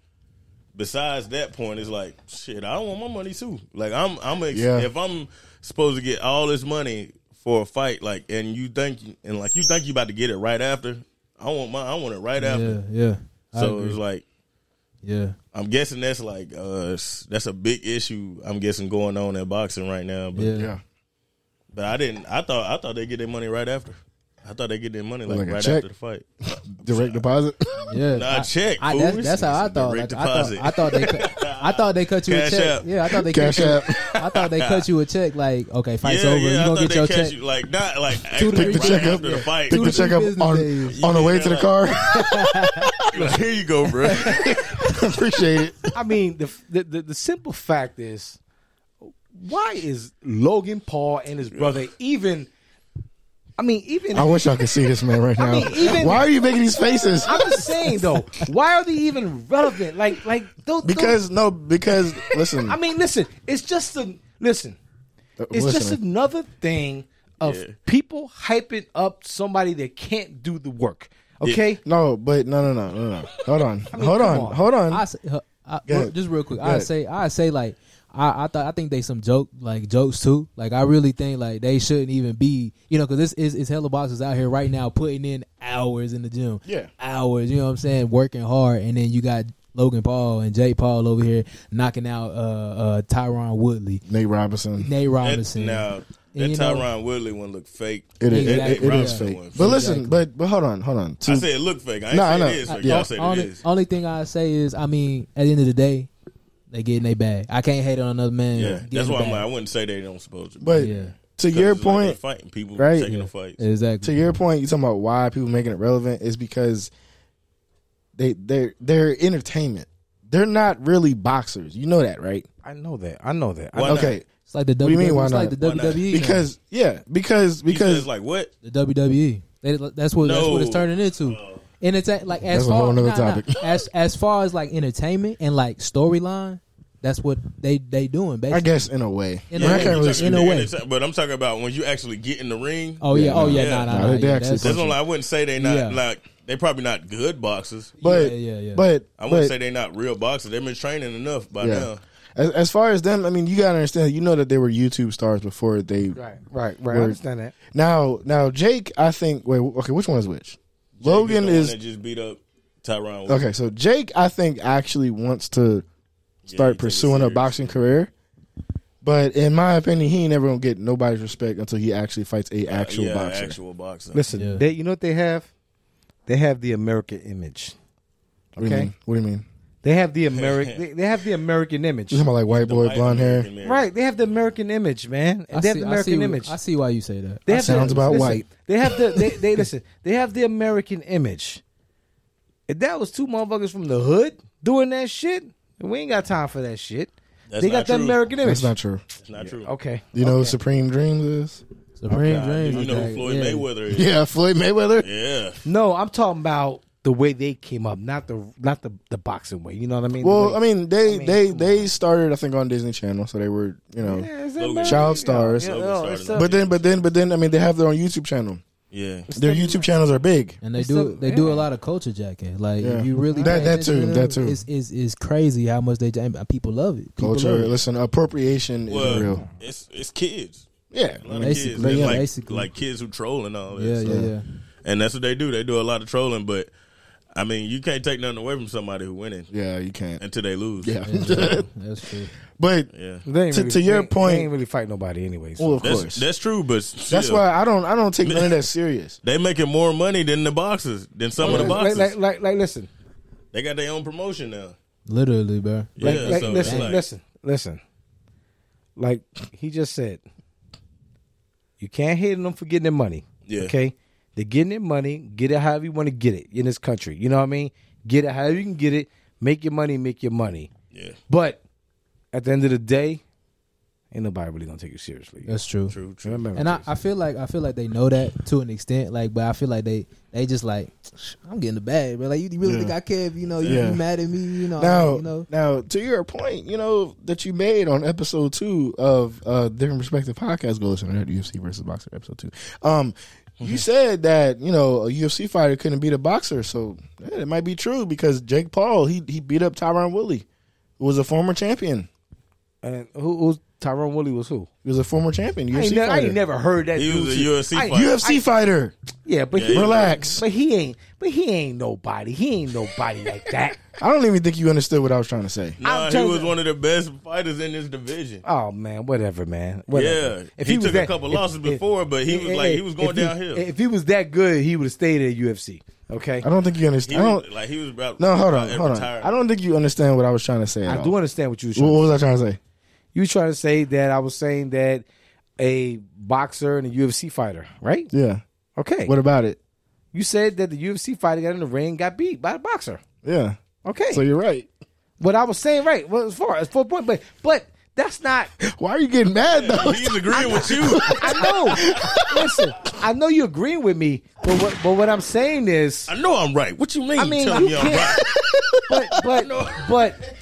Speaker 1: besides that point, it's like shit. I want my money too. Like I'm, I'm ex-
Speaker 3: Yeah.
Speaker 1: if I'm supposed to get all this money for a fight, like, and you think, and like you think you about to get it right after. I want my, I want it right
Speaker 5: Yeah,
Speaker 1: after.
Speaker 5: yeah. I
Speaker 1: So
Speaker 5: agree.
Speaker 1: it's like
Speaker 5: yeah.
Speaker 1: I'm guessing that's like uh s- that's a big issue. I'm guessing going on in boxing right now. But
Speaker 5: Yeah.
Speaker 3: Yeah,
Speaker 1: but I didn't. I thought I thought they get their money right after. I thought they get their money like,
Speaker 3: Like a
Speaker 1: right
Speaker 3: check?
Speaker 1: after the fight.
Speaker 3: direct deposit.
Speaker 5: Yeah.
Speaker 1: Nah, check.
Speaker 5: I,
Speaker 1: fool.
Speaker 5: that's, that's how I
Speaker 1: It's a
Speaker 5: thought.
Speaker 1: direct
Speaker 5: Like, I thought.
Speaker 1: deposit.
Speaker 5: I thought they. Cut, I thought they cut you
Speaker 1: Cash
Speaker 5: a check.
Speaker 1: app.
Speaker 5: Yeah, I thought they
Speaker 3: Cash
Speaker 5: cut
Speaker 3: app.
Speaker 5: You, I thought they cut you a check. Like, okay, fight's over.
Speaker 1: I
Speaker 5: you
Speaker 1: thought
Speaker 5: gonna get
Speaker 1: they
Speaker 5: your
Speaker 1: catch
Speaker 5: check.
Speaker 1: You, like not like
Speaker 5: Two to
Speaker 1: right
Speaker 5: three
Speaker 1: after
Speaker 5: check.
Speaker 1: the fight.
Speaker 3: Pick the
Speaker 5: Two
Speaker 3: check up
Speaker 5: business
Speaker 3: on
Speaker 5: days.
Speaker 3: on the way
Speaker 1: Yeah,
Speaker 3: to the
Speaker 1: like-
Speaker 3: car.
Speaker 1: Like, Here you go, bro.
Speaker 3: Appreciate it.
Speaker 2: I mean, the, the the the simple fact is, why is Logan Paul and his brother even? I mean, even
Speaker 3: I wish I could see this man right now.
Speaker 2: mean, even-
Speaker 3: Why are you making these faces?
Speaker 2: I'm just saying though, why are they even relevant? Like like those
Speaker 3: Because no, because listen,
Speaker 2: those- I mean, listen, it's just a listen. It's just
Speaker 3: listen.
Speaker 2: another thing of
Speaker 1: Yeah.
Speaker 2: people hyping up somebody that can't do the work. Okay,
Speaker 3: no, but no, no, no, no, no. Hold on,
Speaker 2: mean,
Speaker 3: hold
Speaker 2: come
Speaker 3: on,
Speaker 2: on.
Speaker 3: hold on.
Speaker 5: I, say, huh, I
Speaker 3: Go
Speaker 5: well,
Speaker 3: ahead.
Speaker 5: just real quick.
Speaker 3: Go
Speaker 5: I
Speaker 3: ahead.
Speaker 5: say. I say like. I, I thought I think they some joke like jokes too. Like I really think like they shouldn't even be you know because this is it's hella boxers out here right now putting in hours in the gym.
Speaker 3: Yeah.
Speaker 5: hours. You know what I'm saying? Working hard, and then you got Logan Paul and Jake Paul over here knocking out uh, uh, Tyron Woodley,
Speaker 3: Nate Robinson.
Speaker 5: Nate
Speaker 1: That,
Speaker 5: Robinson.
Speaker 1: now that
Speaker 5: And you know-
Speaker 1: Tyron Woodley one look fake.
Speaker 3: It is. It,
Speaker 5: Exactly.
Speaker 3: it is
Speaker 1: Robinson
Speaker 3: fake.
Speaker 1: one.
Speaker 3: But listen,
Speaker 5: Exactly.
Speaker 3: but but hold on, hold on. To-
Speaker 1: I said it look fake. I ain't
Speaker 3: No, I
Speaker 1: say
Speaker 3: know.
Speaker 1: it is fake.
Speaker 3: Yeah.
Speaker 1: Y'all say it
Speaker 5: only,
Speaker 1: is.
Speaker 5: only thing I say is, I mean, at the end of the day, they getting they bag. I can't hate on another man.
Speaker 1: Yeah,
Speaker 5: getting
Speaker 1: that's
Speaker 5: the
Speaker 1: why I'm
Speaker 5: bag.
Speaker 1: like I wouldn't say they don't supposed to. be.
Speaker 3: but
Speaker 5: Yeah.
Speaker 3: to
Speaker 1: 'Cause
Speaker 3: your
Speaker 1: it's like they
Speaker 3: point,
Speaker 1: fighting people
Speaker 3: right?
Speaker 1: taking
Speaker 3: Yeah.
Speaker 1: the fights.
Speaker 5: exactly.
Speaker 3: to your point, you talking about why people making it relevant is because they they they're entertainment. They're not really boxers. You know that, right?
Speaker 2: I know that. I know that. I
Speaker 1: Why
Speaker 2: know-
Speaker 1: not?
Speaker 3: okay,
Speaker 5: It's like the
Speaker 3: do you
Speaker 5: WWE.
Speaker 3: mean, why
Speaker 5: it's like
Speaker 3: not?
Speaker 5: the
Speaker 1: Why not?
Speaker 5: WWE. now.
Speaker 3: because yeah, because
Speaker 1: He said
Speaker 3: because
Speaker 1: it's like what?
Speaker 5: the WWE. They, that's what that's
Speaker 1: No. Uh.
Speaker 5: what it's turning into. And it's like
Speaker 3: That's
Speaker 5: as
Speaker 3: a
Speaker 5: far
Speaker 3: whole nother
Speaker 5: nah, nah.
Speaker 3: topic.
Speaker 5: as as far as like entertainment and like storyline, that's what they they doing basically.
Speaker 3: I guess in a way,
Speaker 5: In
Speaker 3: But
Speaker 5: a
Speaker 3: I
Speaker 5: way.
Speaker 3: can't really
Speaker 5: You're
Speaker 3: speak-
Speaker 5: in a
Speaker 1: Yeah,
Speaker 5: way.
Speaker 1: it's- But I'm talking about when you actually get in the ring.
Speaker 5: oh yeah,
Speaker 3: Yeah,
Speaker 5: oh yeah,
Speaker 1: yeah.
Speaker 5: nah, nah,
Speaker 3: Nah,
Speaker 5: nah,
Speaker 3: they- they
Speaker 5: yeah,
Speaker 3: actually
Speaker 5: that's-
Speaker 1: That's what I wouldn't say they not
Speaker 5: Yeah.
Speaker 1: like. They probably not good boxers.
Speaker 3: But
Speaker 5: Yeah, yeah, yeah.
Speaker 3: but
Speaker 1: I wouldn't
Speaker 3: but-
Speaker 1: say they not real boxers. They've been training enough by
Speaker 3: yeah.
Speaker 1: now.
Speaker 3: As, as far as them, I mean, you gotta understand. You know that they were YouTube stars before they.
Speaker 2: Right, right, right. I
Speaker 3: Word.
Speaker 2: understand that.
Speaker 3: Now, now Jake, I think. Wait, okay, which one is which? Logan
Speaker 1: the one
Speaker 3: is
Speaker 1: that just beat up Tyron. Woodley.
Speaker 3: Okay, so Jake, I think actually wants to
Speaker 1: Yeah, he
Speaker 3: start
Speaker 1: take it
Speaker 3: pursuing a
Speaker 1: serious.
Speaker 3: boxing career, but in my opinion, he ain't never gonna get nobody's respect until he actually fights a actual
Speaker 1: Uh, yeah,
Speaker 3: boxer.
Speaker 1: Actual boxer.
Speaker 2: Listen,
Speaker 5: Yeah.
Speaker 2: they, you know what they have? They have the American image.
Speaker 3: What do you
Speaker 2: Okay.
Speaker 3: mean? What do you mean?
Speaker 2: They have the American. they, they have the American image.
Speaker 3: You talking about like white boy,
Speaker 1: White
Speaker 3: blonde hair?
Speaker 1: American man.
Speaker 2: Right. They have the American image, man.
Speaker 5: I
Speaker 2: they have
Speaker 5: see-
Speaker 2: the
Speaker 5: I
Speaker 2: American
Speaker 5: see-
Speaker 2: image.
Speaker 5: I see why you say that.
Speaker 2: They have
Speaker 3: sounds about
Speaker 2: listen,
Speaker 3: white.
Speaker 2: They have the they, they listen. They have the American image. If that was two motherfuckers from the hood doing that shit, we ain't got time for that shit.
Speaker 1: That's
Speaker 2: they got
Speaker 1: not
Speaker 2: the
Speaker 1: true.
Speaker 2: American image.
Speaker 3: That's not true.
Speaker 1: It's not true.
Speaker 2: okay.
Speaker 3: You know, who Supreme Dreams is.
Speaker 5: Supreme
Speaker 1: God,
Speaker 5: Dreams.
Speaker 1: do you
Speaker 5: is
Speaker 1: know
Speaker 5: like-
Speaker 1: who Floyd
Speaker 5: yeah.
Speaker 1: Mayweather is?
Speaker 3: Yeah, Floyd Mayweather.
Speaker 1: Yeah.
Speaker 2: No, I'm talking about the way they came up, not the not the, the boxing way. You know what I mean?
Speaker 3: Well, I mean, they
Speaker 2: I mean,
Speaker 3: they
Speaker 2: come
Speaker 3: they started I think on Disney Channel, so they were you know. Child stars.
Speaker 1: Logan started it.
Speaker 3: But then, but then, but then, I mean, they have their own YouTube channel.
Speaker 1: Yeah.
Speaker 3: Their YouTube channels are big.
Speaker 5: And they
Speaker 2: It's
Speaker 5: do
Speaker 2: a-
Speaker 5: they do
Speaker 2: yeah.
Speaker 5: a lot of culture jacking. Like
Speaker 3: Yeah.
Speaker 5: if you really
Speaker 3: That-
Speaker 5: pay
Speaker 3: that too,
Speaker 5: attention to
Speaker 3: that
Speaker 5: them,
Speaker 3: too.
Speaker 5: It's, it's, it's crazy how much they and people love it. People
Speaker 3: Culture,
Speaker 5: love it.
Speaker 3: listen, appropriation is
Speaker 1: Well,
Speaker 3: real.
Speaker 1: it's it's kids.
Speaker 3: Yeah,
Speaker 1: A lot of
Speaker 5: Basically,
Speaker 1: kids. They're
Speaker 5: yeah,
Speaker 1: like,
Speaker 5: basically.
Speaker 1: like kids who troll and all that.
Speaker 5: Yeah,
Speaker 1: so-
Speaker 5: yeah, yeah.
Speaker 1: And that's what they do. They do a lot of trolling, but I mean, you can't take nothing away from somebody who winning
Speaker 3: yeah, you can't.
Speaker 1: until they lose.
Speaker 3: Yeah.
Speaker 5: Yeah, That's true.
Speaker 3: But
Speaker 1: Yeah.
Speaker 2: They ain't
Speaker 3: To-
Speaker 2: really-
Speaker 3: to your
Speaker 2: they ain't-
Speaker 3: point-
Speaker 2: they ain't really fight nobody anyway. So.
Speaker 3: well, of
Speaker 1: That's,
Speaker 3: course,
Speaker 1: that's true, but still,
Speaker 3: that's why I don't I don't take none of that serious.
Speaker 1: they making more money than the boxers than some of the
Speaker 2: like,
Speaker 1: boxers.
Speaker 2: like, like, like, listen,
Speaker 1: they got their own promotion now.
Speaker 5: Literally, bro.
Speaker 1: Yeah,
Speaker 2: like, like,
Speaker 1: so it's
Speaker 2: listen,
Speaker 1: like-
Speaker 2: listen, listen. Like he just said, you can't hate them for getting their money.
Speaker 1: Yeah.
Speaker 2: Okay. They're getting their money. Get it however you want to get it in this country. You know what I mean? Get it however you can get it. Make your money. Make your money.
Speaker 1: Yeah,
Speaker 2: But at the end of the day, ain't nobody really gonna take you seriously.
Speaker 5: That's true.
Speaker 1: true, true.
Speaker 2: Remember,
Speaker 5: And I, I feel like I feel like they know that to an extent, like, but I feel like they they just like I'm getting the bag, bro. Like you really
Speaker 3: Yeah.
Speaker 5: think I care? If, you know, you,
Speaker 3: Yeah.
Speaker 5: you mad at me? You
Speaker 2: Um,
Speaker 5: know,
Speaker 3: Now,
Speaker 5: you know.
Speaker 3: now to your point, you know that you made on episode two of uh different perspective podcast. Go listen to that UFC versus boxer episode two. Um, you said that you know a UFC fighter couldn't beat a boxer, so yeah, it might be true because Jake Paul he he beat up Tyron Woodley, who was a former champion.
Speaker 2: and who, who's Tyrone Woolley was who?
Speaker 3: He was a former champion UFC
Speaker 2: I ain't, ne- I
Speaker 3: fighter.
Speaker 2: ain't never heard that.
Speaker 1: He was
Speaker 2: dude's-
Speaker 1: a UFC
Speaker 2: I-
Speaker 1: fighter.
Speaker 3: UFC fighter.
Speaker 2: Yeah, but
Speaker 1: Yeah,
Speaker 2: he,
Speaker 1: he-
Speaker 3: Relax.
Speaker 2: But he ain't. But he ain't nobody. He ain't nobody like that.
Speaker 3: I don't even think you understood what I was trying to say.
Speaker 1: Nah,
Speaker 2: I'm
Speaker 1: he
Speaker 2: telling
Speaker 1: was
Speaker 2: you.
Speaker 1: one of the best fighters in this division.
Speaker 2: Oh man, whatever, man. Whatever.
Speaker 1: Yeah, he took a couple losses before, but he was like- he was going
Speaker 2: if
Speaker 1: downhill.
Speaker 2: If he was that good, he would have stayed at UFC. Okay,
Speaker 3: I don't think you
Speaker 1: He
Speaker 3: understand. I
Speaker 1: was,
Speaker 3: don't.
Speaker 1: like he was about
Speaker 3: No, hold on,
Speaker 1: about
Speaker 3: hold on.
Speaker 1: retired.
Speaker 3: I don't think you understand what I was trying to say. At
Speaker 2: I
Speaker 3: all.
Speaker 2: do understand what you were
Speaker 3: What
Speaker 2: trying.
Speaker 3: was I trying to say?
Speaker 2: You were trying to say that I was saying that a boxer and a UFC fighter, right?
Speaker 3: Yeah.
Speaker 2: Okay.
Speaker 3: What about it?
Speaker 2: you said that the UFC fighter got in the ring, got beat by the boxer.
Speaker 3: Yeah.
Speaker 2: Okay.
Speaker 3: So you're right.
Speaker 2: what I was saying, right? Well, as far as four point, but but that's not
Speaker 3: Why are you getting mad though?
Speaker 1: He's agreeing with you.
Speaker 2: I know. Listen, I know you're agreeing with me, but what, but what I'm saying is,
Speaker 1: I know I'm right. What you mean?
Speaker 2: I
Speaker 1: you
Speaker 2: mean,
Speaker 1: tell
Speaker 2: you
Speaker 1: me I'm
Speaker 2: can't-
Speaker 1: right.
Speaker 2: but but but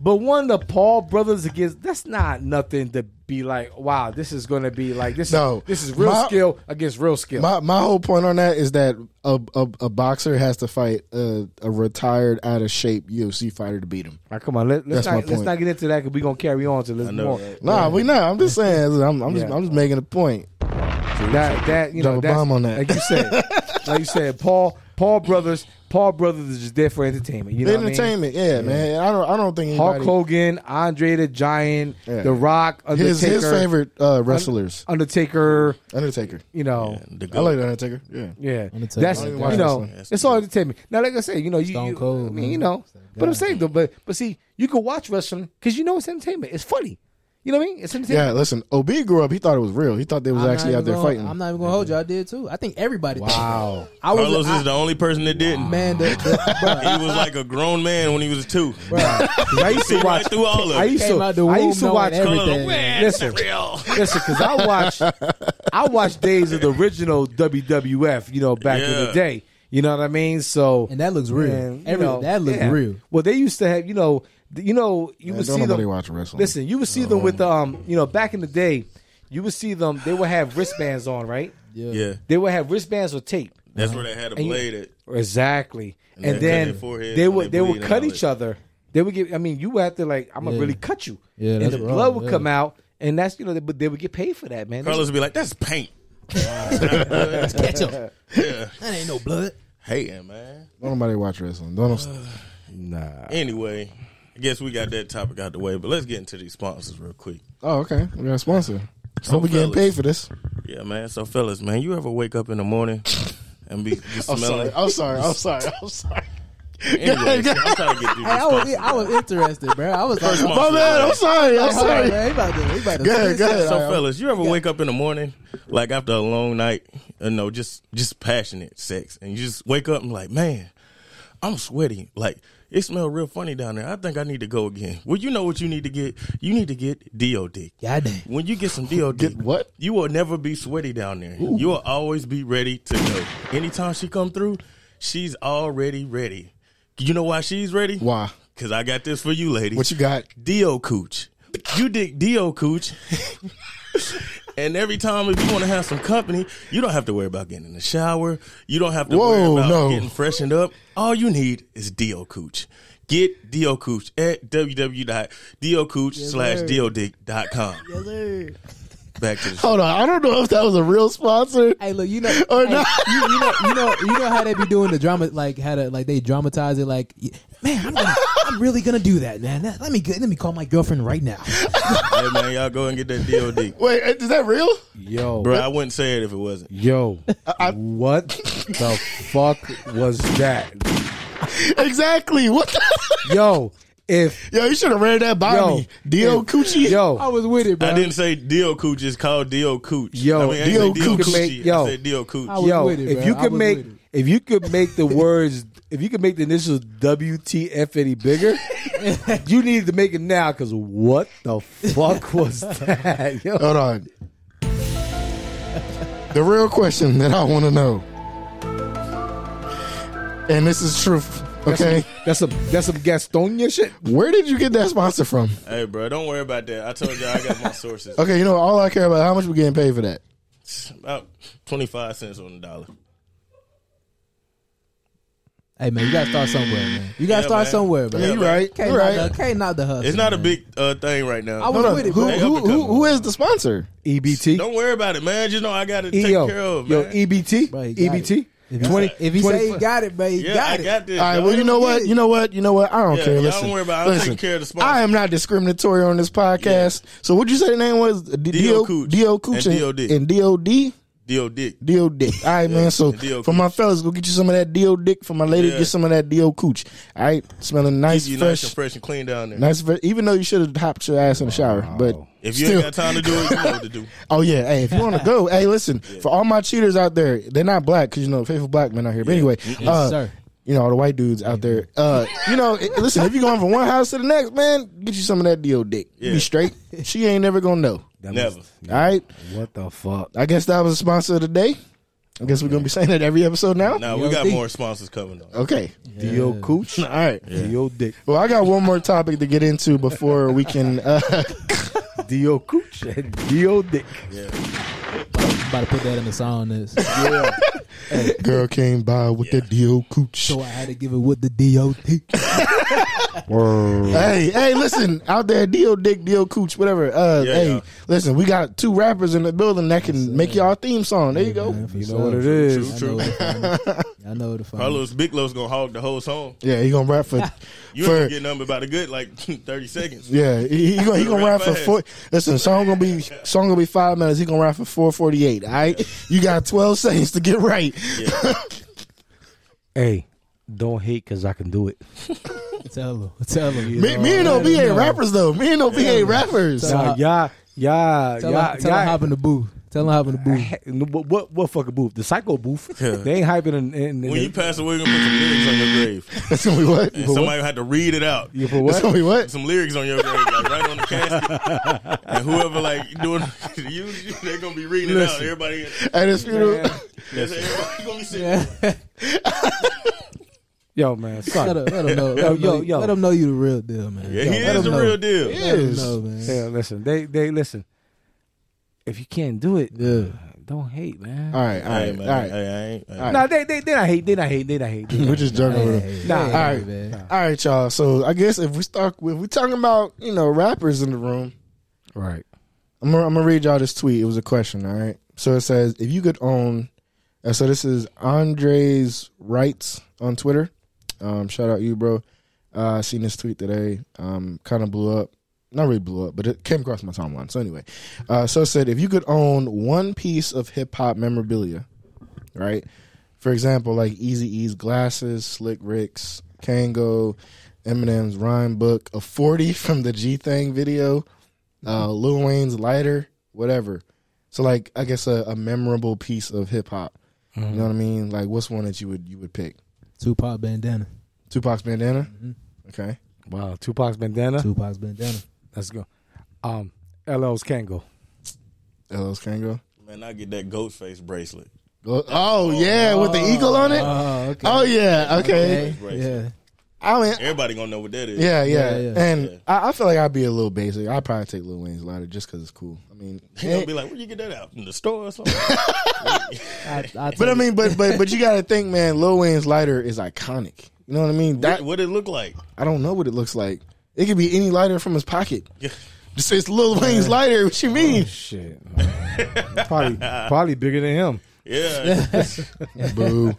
Speaker 2: but one of the Paul brothers against that's not nothing to be like. Wow, this is going to be like this.
Speaker 3: No.
Speaker 2: is, this is real
Speaker 3: My-
Speaker 2: skill against real skill.
Speaker 3: My my whole point on that is that a a, a boxer has to fight a, a retired out of shape UFC fighter to beat him.
Speaker 2: All right, come on, let, let's
Speaker 3: That's my
Speaker 2: not let's
Speaker 3: point.
Speaker 2: not get into that because we're gonna carry on to this
Speaker 1: know,
Speaker 2: more.
Speaker 1: right?
Speaker 3: Nah, we not. I'm just saying. I'm, I'm just
Speaker 2: Yeah.
Speaker 3: I'm just making a point.
Speaker 2: That that you
Speaker 3: Drop
Speaker 2: know
Speaker 3: a
Speaker 2: that's,
Speaker 3: bomb on that.
Speaker 2: like you said, like you said, Paul Paul brothers Paul brothers is just there for entertainment. You know what I mean?
Speaker 3: Entertainment, yeah, man. I don't I don't think
Speaker 2: Hulk
Speaker 3: anybody
Speaker 2: Hogan, Andre the Giant,
Speaker 3: Yeah.
Speaker 2: The Rock, Undertaker,
Speaker 3: his his favorite uh, wrestlers
Speaker 2: Undertaker.
Speaker 3: Undertaker.
Speaker 2: You know,
Speaker 1: The
Speaker 3: I like the Undertaker. Yeah.
Speaker 2: yeah,
Speaker 5: Undertaker.
Speaker 2: that's
Speaker 5: I
Speaker 3: don't even
Speaker 2: you
Speaker 3: watch
Speaker 2: know,
Speaker 3: wrestling.
Speaker 2: it's all entertainment. Now, like I said, you know, you,
Speaker 5: Stone
Speaker 2: you
Speaker 5: Cold,
Speaker 2: I mean,
Speaker 5: man.
Speaker 2: you know, but I'm saying though, but but see, you can watch wrestling because you know it's entertainment. It's funny. You know what I mean? It's entertainment.
Speaker 3: Yeah, listen. Ob grew up. He thought it was real. He thought they was
Speaker 5: I'm not
Speaker 3: actually
Speaker 5: even
Speaker 3: out there
Speaker 5: gonna-
Speaker 3: fighting.
Speaker 5: I'm not even gonna hold you. I did too. I think everybody. did.
Speaker 2: Wow.
Speaker 5: I was
Speaker 1: Carlos
Speaker 5: I,
Speaker 1: is the only person that didn't.
Speaker 5: man. The, the, bro,
Speaker 1: He was like a grown man when he was two.
Speaker 2: I used to
Speaker 1: He right
Speaker 2: watch.
Speaker 1: through all
Speaker 2: I
Speaker 1: of it.
Speaker 2: used
Speaker 5: Came
Speaker 2: to.
Speaker 5: out the
Speaker 2: I
Speaker 5: womb
Speaker 2: used to
Speaker 5: knowing
Speaker 2: watch
Speaker 5: everything.
Speaker 1: Carlos, man,
Speaker 2: Listen.
Speaker 1: that's real.
Speaker 2: Listen, because I watched, I watched days of the original WWF. You know, back in
Speaker 1: Yeah.
Speaker 2: the day. You know what I mean? So
Speaker 5: and that looks real.
Speaker 2: And, you
Speaker 5: Every,
Speaker 2: know,
Speaker 5: that looked
Speaker 2: yeah.
Speaker 5: real.
Speaker 2: Well, they used to have, you know, th- you know, you
Speaker 3: Man,
Speaker 2: would
Speaker 3: don't
Speaker 2: see
Speaker 3: nobody
Speaker 2: them.
Speaker 3: watch wrestling.
Speaker 2: Listen, you would see them with um, you know, back in the day, you would see them. They would have wristbands on, right?
Speaker 1: Yeah,
Speaker 2: They would have wristbands or tape.
Speaker 1: that's where they had a
Speaker 2: And you-
Speaker 1: blade at.
Speaker 2: Exactly. And,
Speaker 1: they cut their
Speaker 2: then
Speaker 1: foreheads
Speaker 2: they
Speaker 1: when
Speaker 2: would
Speaker 1: they
Speaker 2: they, would
Speaker 1: bleed and
Speaker 2: cut
Speaker 1: all
Speaker 2: each
Speaker 1: that.
Speaker 2: other. They would get. I mean, you would have to like, I'm gonna
Speaker 5: Yeah.
Speaker 2: really cut you.
Speaker 5: Yeah,
Speaker 2: and
Speaker 5: that's
Speaker 2: the
Speaker 5: wrong,
Speaker 2: blood would
Speaker 5: yeah.
Speaker 2: come out, and that's you know, they, but they would get paid for that, man.
Speaker 1: Carlos would be like, "That's paint."
Speaker 5: Ketchup.
Speaker 1: Yeah,
Speaker 5: That ain't no blood.
Speaker 1: hating man.
Speaker 3: don't nobody watch wrestling. Don't.
Speaker 2: nah.
Speaker 1: Anyway, I guess we got that topic out the way, but let's get into these sponsors real quick.
Speaker 3: Oh, okay. We got a sponsor. So we getting
Speaker 1: fellas.
Speaker 3: paid for this.
Speaker 1: Yeah, man. So, fellas, man, you ever wake up in the morning and be, be
Speaker 3: I'm
Speaker 1: smelling?
Speaker 3: sorry. I'm sorry. I'm sorry. I'm sorry.
Speaker 1: Anyway, I'm trying to get through these
Speaker 5: Hey, I was,
Speaker 1: sponsors.
Speaker 5: I was interested, bro. I was like,
Speaker 1: First
Speaker 5: hold
Speaker 3: My
Speaker 1: sponsor.
Speaker 3: man, I'm sorry. I'm
Speaker 5: on,
Speaker 3: sorry.
Speaker 5: man. He about to, he about to
Speaker 3: Go ahead, go ahead.
Speaker 1: So,
Speaker 3: All right,
Speaker 1: fellas, you ever wake up in the morning, like after a long night, you know, just just passionate sex, and you just wake up and like, man, I'm sweaty. Like it smelled real funny down there. I think I need to go again. Well, you know what you need to get. You need to get do dick.
Speaker 5: Goddamn.
Speaker 1: When you get some do dick,
Speaker 3: Get what?
Speaker 1: You will never be sweaty down there. You will always be ready to go. Anytime she come through, she's already ready. You know why she's ready?
Speaker 3: Why?
Speaker 1: Cause I got this for you, lady.
Speaker 3: What you got?
Speaker 1: Dio Cooch. You dig Dio Cooch. and every time if you want to have some company, you don't have to worry about getting in the shower. You don't have to
Speaker 3: Whoa,
Speaker 1: worry about
Speaker 3: no.
Speaker 1: getting freshened up. All you need is Dio Cooch. Get Dio Cooch at www.diocooch slash diodick.com.
Speaker 5: Yes, sir.
Speaker 1: Back to the show.
Speaker 3: Hold on. I don't know if that was a real sponsor.
Speaker 5: Hey, look, you know,
Speaker 3: Or
Speaker 5: hey,
Speaker 3: not.
Speaker 5: You, you know, you know, you know how they be doing the drama, like how to, like they dramatize it, like, man, I'm gonna, I'm really gonna do that, man. Let let me get, let me call my girlfriend right now.
Speaker 1: hey man, y'all go and get that DOD.
Speaker 3: Wait, eh, is that real?
Speaker 2: Yo,
Speaker 1: Bro, I wouldn't say it if it wasn't.
Speaker 2: yo,
Speaker 3: I-
Speaker 2: what the fuck was that?
Speaker 3: exactly. What? The-
Speaker 2: Yo, if
Speaker 3: yo, you should have read that by
Speaker 2: Yo.
Speaker 3: me. Dio
Speaker 2: If-
Speaker 3: Coochie.
Speaker 5: I
Speaker 2: yo,
Speaker 5: was with it, bro.
Speaker 1: I didn't say Dio Cooch, it's called Dio Cooch.
Speaker 2: Yo,
Speaker 1: I mean, I
Speaker 3: Dio
Speaker 1: didn't say Dio
Speaker 3: Cooch.
Speaker 1: Coochie,
Speaker 2: Yo.
Speaker 1: I said Dio Cooch.
Speaker 5: I was
Speaker 2: yo,
Speaker 5: with it,
Speaker 2: if
Speaker 5: bro.
Speaker 2: you
Speaker 5: I
Speaker 2: could
Speaker 5: was
Speaker 2: make
Speaker 5: with it.
Speaker 2: if you could make the words if you could make the initials WTF any bigger, you need to make it now because what the fuck was that? Yo,
Speaker 3: Hold on. The real question that I want to know, and this is truth. Okay,
Speaker 2: that's some that's some Gastonia shit.
Speaker 3: where did you get that sponsor from?
Speaker 1: Hey bro, don't worry about that. I told y'all I got my sources.
Speaker 3: Okay, you know all I care about is how much we getting paid for that.
Speaker 1: About twenty five cents on the dollar.
Speaker 5: Hey man, you gotta start somewhere, man. You gotta
Speaker 1: Yeah,
Speaker 5: start
Speaker 1: man.
Speaker 5: somewhere, bro.
Speaker 1: Yeah,
Speaker 3: you right.
Speaker 5: Can't,
Speaker 3: you
Speaker 5: Not
Speaker 3: right.
Speaker 5: the, can't knock the hustle.
Speaker 1: It's not a
Speaker 5: man.
Speaker 1: big uh, thing right now.
Speaker 5: I was
Speaker 3: Hold on.
Speaker 5: with it,
Speaker 3: Who,
Speaker 5: bro.
Speaker 1: They
Speaker 3: who,
Speaker 1: up and
Speaker 3: who,
Speaker 1: coming.
Speaker 3: who is the sponsor?
Speaker 2: EBT.
Speaker 1: don't worry about it, man. You know I got to take
Speaker 3: E
Speaker 2: EO.
Speaker 1: care of,
Speaker 2: E, Yo, E
Speaker 1: man.
Speaker 2: EBT.
Speaker 5: Bro, he got
Speaker 2: EBT.
Speaker 5: it. If he, if he say he got it, bro, he
Speaker 1: yeah,
Speaker 5: got
Speaker 1: I
Speaker 5: it.
Speaker 1: got this.
Speaker 3: All right.
Speaker 1: y'all.
Speaker 3: Well, you know what? You know what? You know what? I don't
Speaker 1: Yeah,
Speaker 3: care.
Speaker 1: y'all
Speaker 3: Listen,
Speaker 1: don't worry about it. I'm
Speaker 3: listen.
Speaker 1: taking care of the sponsor.
Speaker 3: I am not discriminatory on this podcast. So, what'd you say the name was? D-
Speaker 1: D.O.
Speaker 3: D.O.
Speaker 1: Cooch.
Speaker 3: D.O.
Speaker 1: And
Speaker 3: Cooch
Speaker 1: DOD.
Speaker 3: and D.O.D.
Speaker 1: Dio Dick.
Speaker 3: D.O. Dick. All right, man. So,
Speaker 1: and D.O.
Speaker 3: for my fellas, go get you some of that D.O. Dick. For my lady,
Speaker 1: Yeah.
Speaker 3: get some of that D.O. Cooch. All right. Smelling nice,
Speaker 1: you nice and
Speaker 3: fresh.
Speaker 1: fresh and clean down there.
Speaker 3: Nice, fresh. Even though you should have hopped your ass in the shower, but
Speaker 1: If you
Speaker 3: still.
Speaker 1: ain't got time to do it, you know what to do.
Speaker 3: Oh yeah, hey, if you want to go, hey, listen, for all my cheaters out there, they're not black because you know faithful black men out here. But anyway, uh,
Speaker 5: sir.
Speaker 3: you know all the white dudes out there. Uh, you know, i- listen, if you're going from one house to the next, man, get you some of that deal dick. You
Speaker 1: Yeah.
Speaker 3: Be straight. She ain't never gonna know.
Speaker 2: That
Speaker 1: Never.
Speaker 3: All right,
Speaker 2: what the fuck?
Speaker 3: I guess that was the sponsor of the day. I guess we're gonna be saying that every episode now.
Speaker 1: Now we got
Speaker 5: D.O.D.
Speaker 1: more sponsors coming on.
Speaker 3: Okay.
Speaker 2: D.O. Cooch.
Speaker 3: All right.
Speaker 2: D.O. Dick.
Speaker 3: Well, I got one more topic to get into before we can. Uh,
Speaker 2: D.O. Cooch. and D.O. Dick.
Speaker 5: I'm about to put that in the song. This,
Speaker 3: girl came by with the deal cooch.
Speaker 5: so I had to give it with the DOT.
Speaker 3: hey, hey, listen, out there, Dio Dick, Dio Cooch, whatever. Uh,
Speaker 1: Yeah,
Speaker 3: hey,
Speaker 1: yeah.
Speaker 3: listen, we got two rappers in the building that can make y'all theme song. There you go.
Speaker 2: You know what it is.
Speaker 5: I know
Speaker 1: True.
Speaker 5: where to find it. I know where to find it.
Speaker 1: Carlos Biglow's gonna hog the whole song.
Speaker 3: Yeah, he gonna rap for.
Speaker 1: You
Speaker 3: for
Speaker 1: ain't getting nothing about a good like thirty seconds.
Speaker 3: yeah, he, he gonna he gonna rap
Speaker 1: Rap
Speaker 3: for
Speaker 1: fast.
Speaker 3: four. Listen, song gonna be song gonna be five minutes. He gonna rap for four forty eight. All right, you got twelve seconds to get right.
Speaker 2: Hey, don't hate because I can do it.
Speaker 5: Tell him. Tell him. you
Speaker 3: me,
Speaker 5: know.
Speaker 3: me and
Speaker 5: Let
Speaker 3: OB
Speaker 5: him
Speaker 3: ain't
Speaker 5: know.
Speaker 3: rappers though. Me and OB ain't rappers.
Speaker 5: So-
Speaker 2: Nah, y'all, y'all,
Speaker 5: Tell
Speaker 2: y'all,
Speaker 5: him. Tell him.
Speaker 2: y'all-
Speaker 5: Hop in the booth. Tell him. Hop in the booth.
Speaker 2: I- What, what what fucking booth? The psycho booth. They ain't hyping in. in, in
Speaker 1: When you pass away, we're gonna put some lyrics on your grave.
Speaker 3: That's gonna be what.
Speaker 1: And somebody had to read it out.
Speaker 2: you for
Speaker 3: That's
Speaker 2: what?
Speaker 3: gonna be what.
Speaker 1: Some lyrics on your grave, like right on the casket. and whoever like doing you, they're gonna be reading it out. Everybody,
Speaker 3: At his funeral.
Speaker 1: that's everybody gonna be sitting.
Speaker 2: Yo, man,
Speaker 5: Let
Speaker 2: son.
Speaker 5: him, let him know. Let him
Speaker 2: Yo,
Speaker 5: know,
Speaker 2: yo.
Speaker 5: Let him know you the real deal, man.
Speaker 1: Yeah,
Speaker 5: Yo,
Speaker 1: he is
Speaker 5: let him
Speaker 1: the
Speaker 5: know.
Speaker 1: real deal.
Speaker 5: Let him
Speaker 3: Yes.
Speaker 5: know, man.
Speaker 2: Yeah, listen. They they listen. If you can't do it,
Speaker 5: Yeah.
Speaker 2: don't hate, man.
Speaker 3: All right, all
Speaker 1: Hey,
Speaker 3: right, all
Speaker 1: man.
Speaker 3: right.
Speaker 1: Hey, I ain't-
Speaker 3: right.
Speaker 2: Nah, they they they not hate. They not hate. They not hate. They not
Speaker 3: We're
Speaker 2: hate.
Speaker 3: just joking with him.
Speaker 5: Nah,
Speaker 2: Nah.
Speaker 5: all
Speaker 3: All
Speaker 5: right,
Speaker 3: right.
Speaker 5: man.
Speaker 3: All right, y'all. So I guess if we start, if we talking about you know rappers in the room,
Speaker 2: right.
Speaker 3: I'm gonna, I'm gonna read y'all this tweet. It was a question. All right. So it says, if you could own, uh, so this is Andres Wrights on Twitter. Um, shout out you, bro. Uh, I seen this tweet today. Um, kind of blew up. Not really blew up, but it came across my timeline. So anyway, uh, so it said, if you could own one piece of hip hop memorabilia, right? For example, like Easy E's glasses, Slick Rick's, Kango, Eminem's rhyme book, a 40 from the G Thing video, uh, Lil Wayne's lighter, whatever. So like I guess a, a memorable piece of hip hop. You know what I mean? Like what's one that you would you would pick?
Speaker 5: Tupac bandana.
Speaker 3: Tupac's bandana? Okay.
Speaker 2: Wow, Tupac's bandana.
Speaker 5: Tupac's bandana.
Speaker 2: Let's go. Um, LL's Kango.
Speaker 3: LL's Kango.
Speaker 1: Man, I get that goat face bracelet.
Speaker 3: Oh, oh, yeah, with the eagle on it?
Speaker 5: Oh, okay.
Speaker 3: oh yeah, okay.
Speaker 5: Okay. Yeah.
Speaker 3: I mean
Speaker 1: Everybody gonna know what that is.
Speaker 3: yeah, yeah,
Speaker 5: Yeah, yeah.
Speaker 3: and
Speaker 1: Yeah.
Speaker 3: I, I feel like I'd be a little basic. I'd probably take Lil Wayne's lighter just because it's cool. I mean,
Speaker 1: They gonna be like, where you get that out in the store or something?
Speaker 5: I, I
Speaker 3: but I mean, but but but you got to think, man. Lil Wayne's lighter is iconic. You know what I mean? That
Speaker 1: what, what it look like?
Speaker 3: I don't know what it looks like. It could be any lighter from his pocket.
Speaker 1: Yeah.
Speaker 3: Just say it's Lil Wayne's lighter. What you mean?
Speaker 2: Shit. probably probably bigger than him.
Speaker 1: Yeah.
Speaker 3: Boo.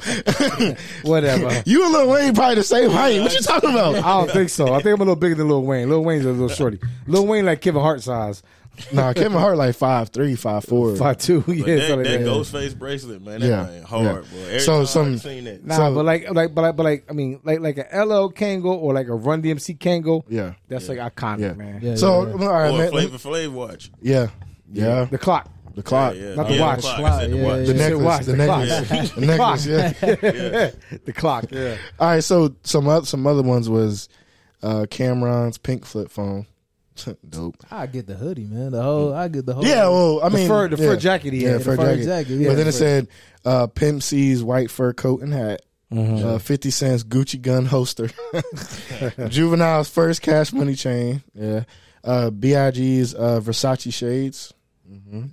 Speaker 2: Whatever.
Speaker 3: you and Lil Wayne probably the same height. What you talking about?
Speaker 2: I don't think so. I think I'm a little bigger than Lil Wayne. Lil Wayne's a little shorty. Lil Wayne like Kevin Hart size,
Speaker 3: nah, Kevin Hart like five three, five four.
Speaker 2: five two.
Speaker 1: But
Speaker 2: Yeah,
Speaker 1: that,
Speaker 2: something
Speaker 1: that
Speaker 2: like that.
Speaker 1: Ghostface bracelet, man, that
Speaker 3: Yeah.
Speaker 1: thing hard,
Speaker 3: Yeah.
Speaker 1: boy. Every
Speaker 3: So,
Speaker 1: time
Speaker 3: some-
Speaker 1: I've seen that.
Speaker 2: Nah,
Speaker 3: So-
Speaker 2: but like, like, but like, but like, I mean, like, like a LL Kango or like a Run DMC Kango.
Speaker 3: Yeah.
Speaker 2: that's like iconic,
Speaker 3: Yeah.
Speaker 2: man.
Speaker 5: Yeah,
Speaker 3: So
Speaker 5: yeah,
Speaker 3: all right,
Speaker 1: or
Speaker 3: man,
Speaker 1: Flavor Flav watch.
Speaker 3: yeah, yeah,
Speaker 2: The clock.
Speaker 3: the clock,
Speaker 1: yeah, yeah.
Speaker 2: Not the
Speaker 1: Yeah,
Speaker 2: watch.
Speaker 1: clock. I said the
Speaker 5: Yeah,
Speaker 1: watch.
Speaker 5: yeah.
Speaker 3: the
Speaker 2: said
Speaker 5: You
Speaker 3: necklace,
Speaker 2: watch,
Speaker 3: the,
Speaker 2: the clock.
Speaker 3: necklace,
Speaker 2: Yeah.
Speaker 3: the necklace. Yeah.
Speaker 2: the clock. Yeah.
Speaker 3: All right, so some oth- some other ones was uh, Cameron's pink flip phone. Dope.
Speaker 5: I get the hoodie, man. The whole I get the whole
Speaker 3: Yeah, well, I
Speaker 2: The
Speaker 3: mean,
Speaker 2: fur- the
Speaker 3: yeah.
Speaker 2: fur jacket he
Speaker 3: yeah,
Speaker 2: had.
Speaker 3: fur
Speaker 5: The fur
Speaker 3: jacket.
Speaker 5: jacket, yeah,
Speaker 3: but then
Speaker 5: the
Speaker 3: it
Speaker 5: fur-
Speaker 3: said uh, Pimp C's white fur coat and hat, uh, Fifty Cent's Gucci gun holster, Juvenile's first cash money chain, yeah, uh, Big's uh, Versace shades,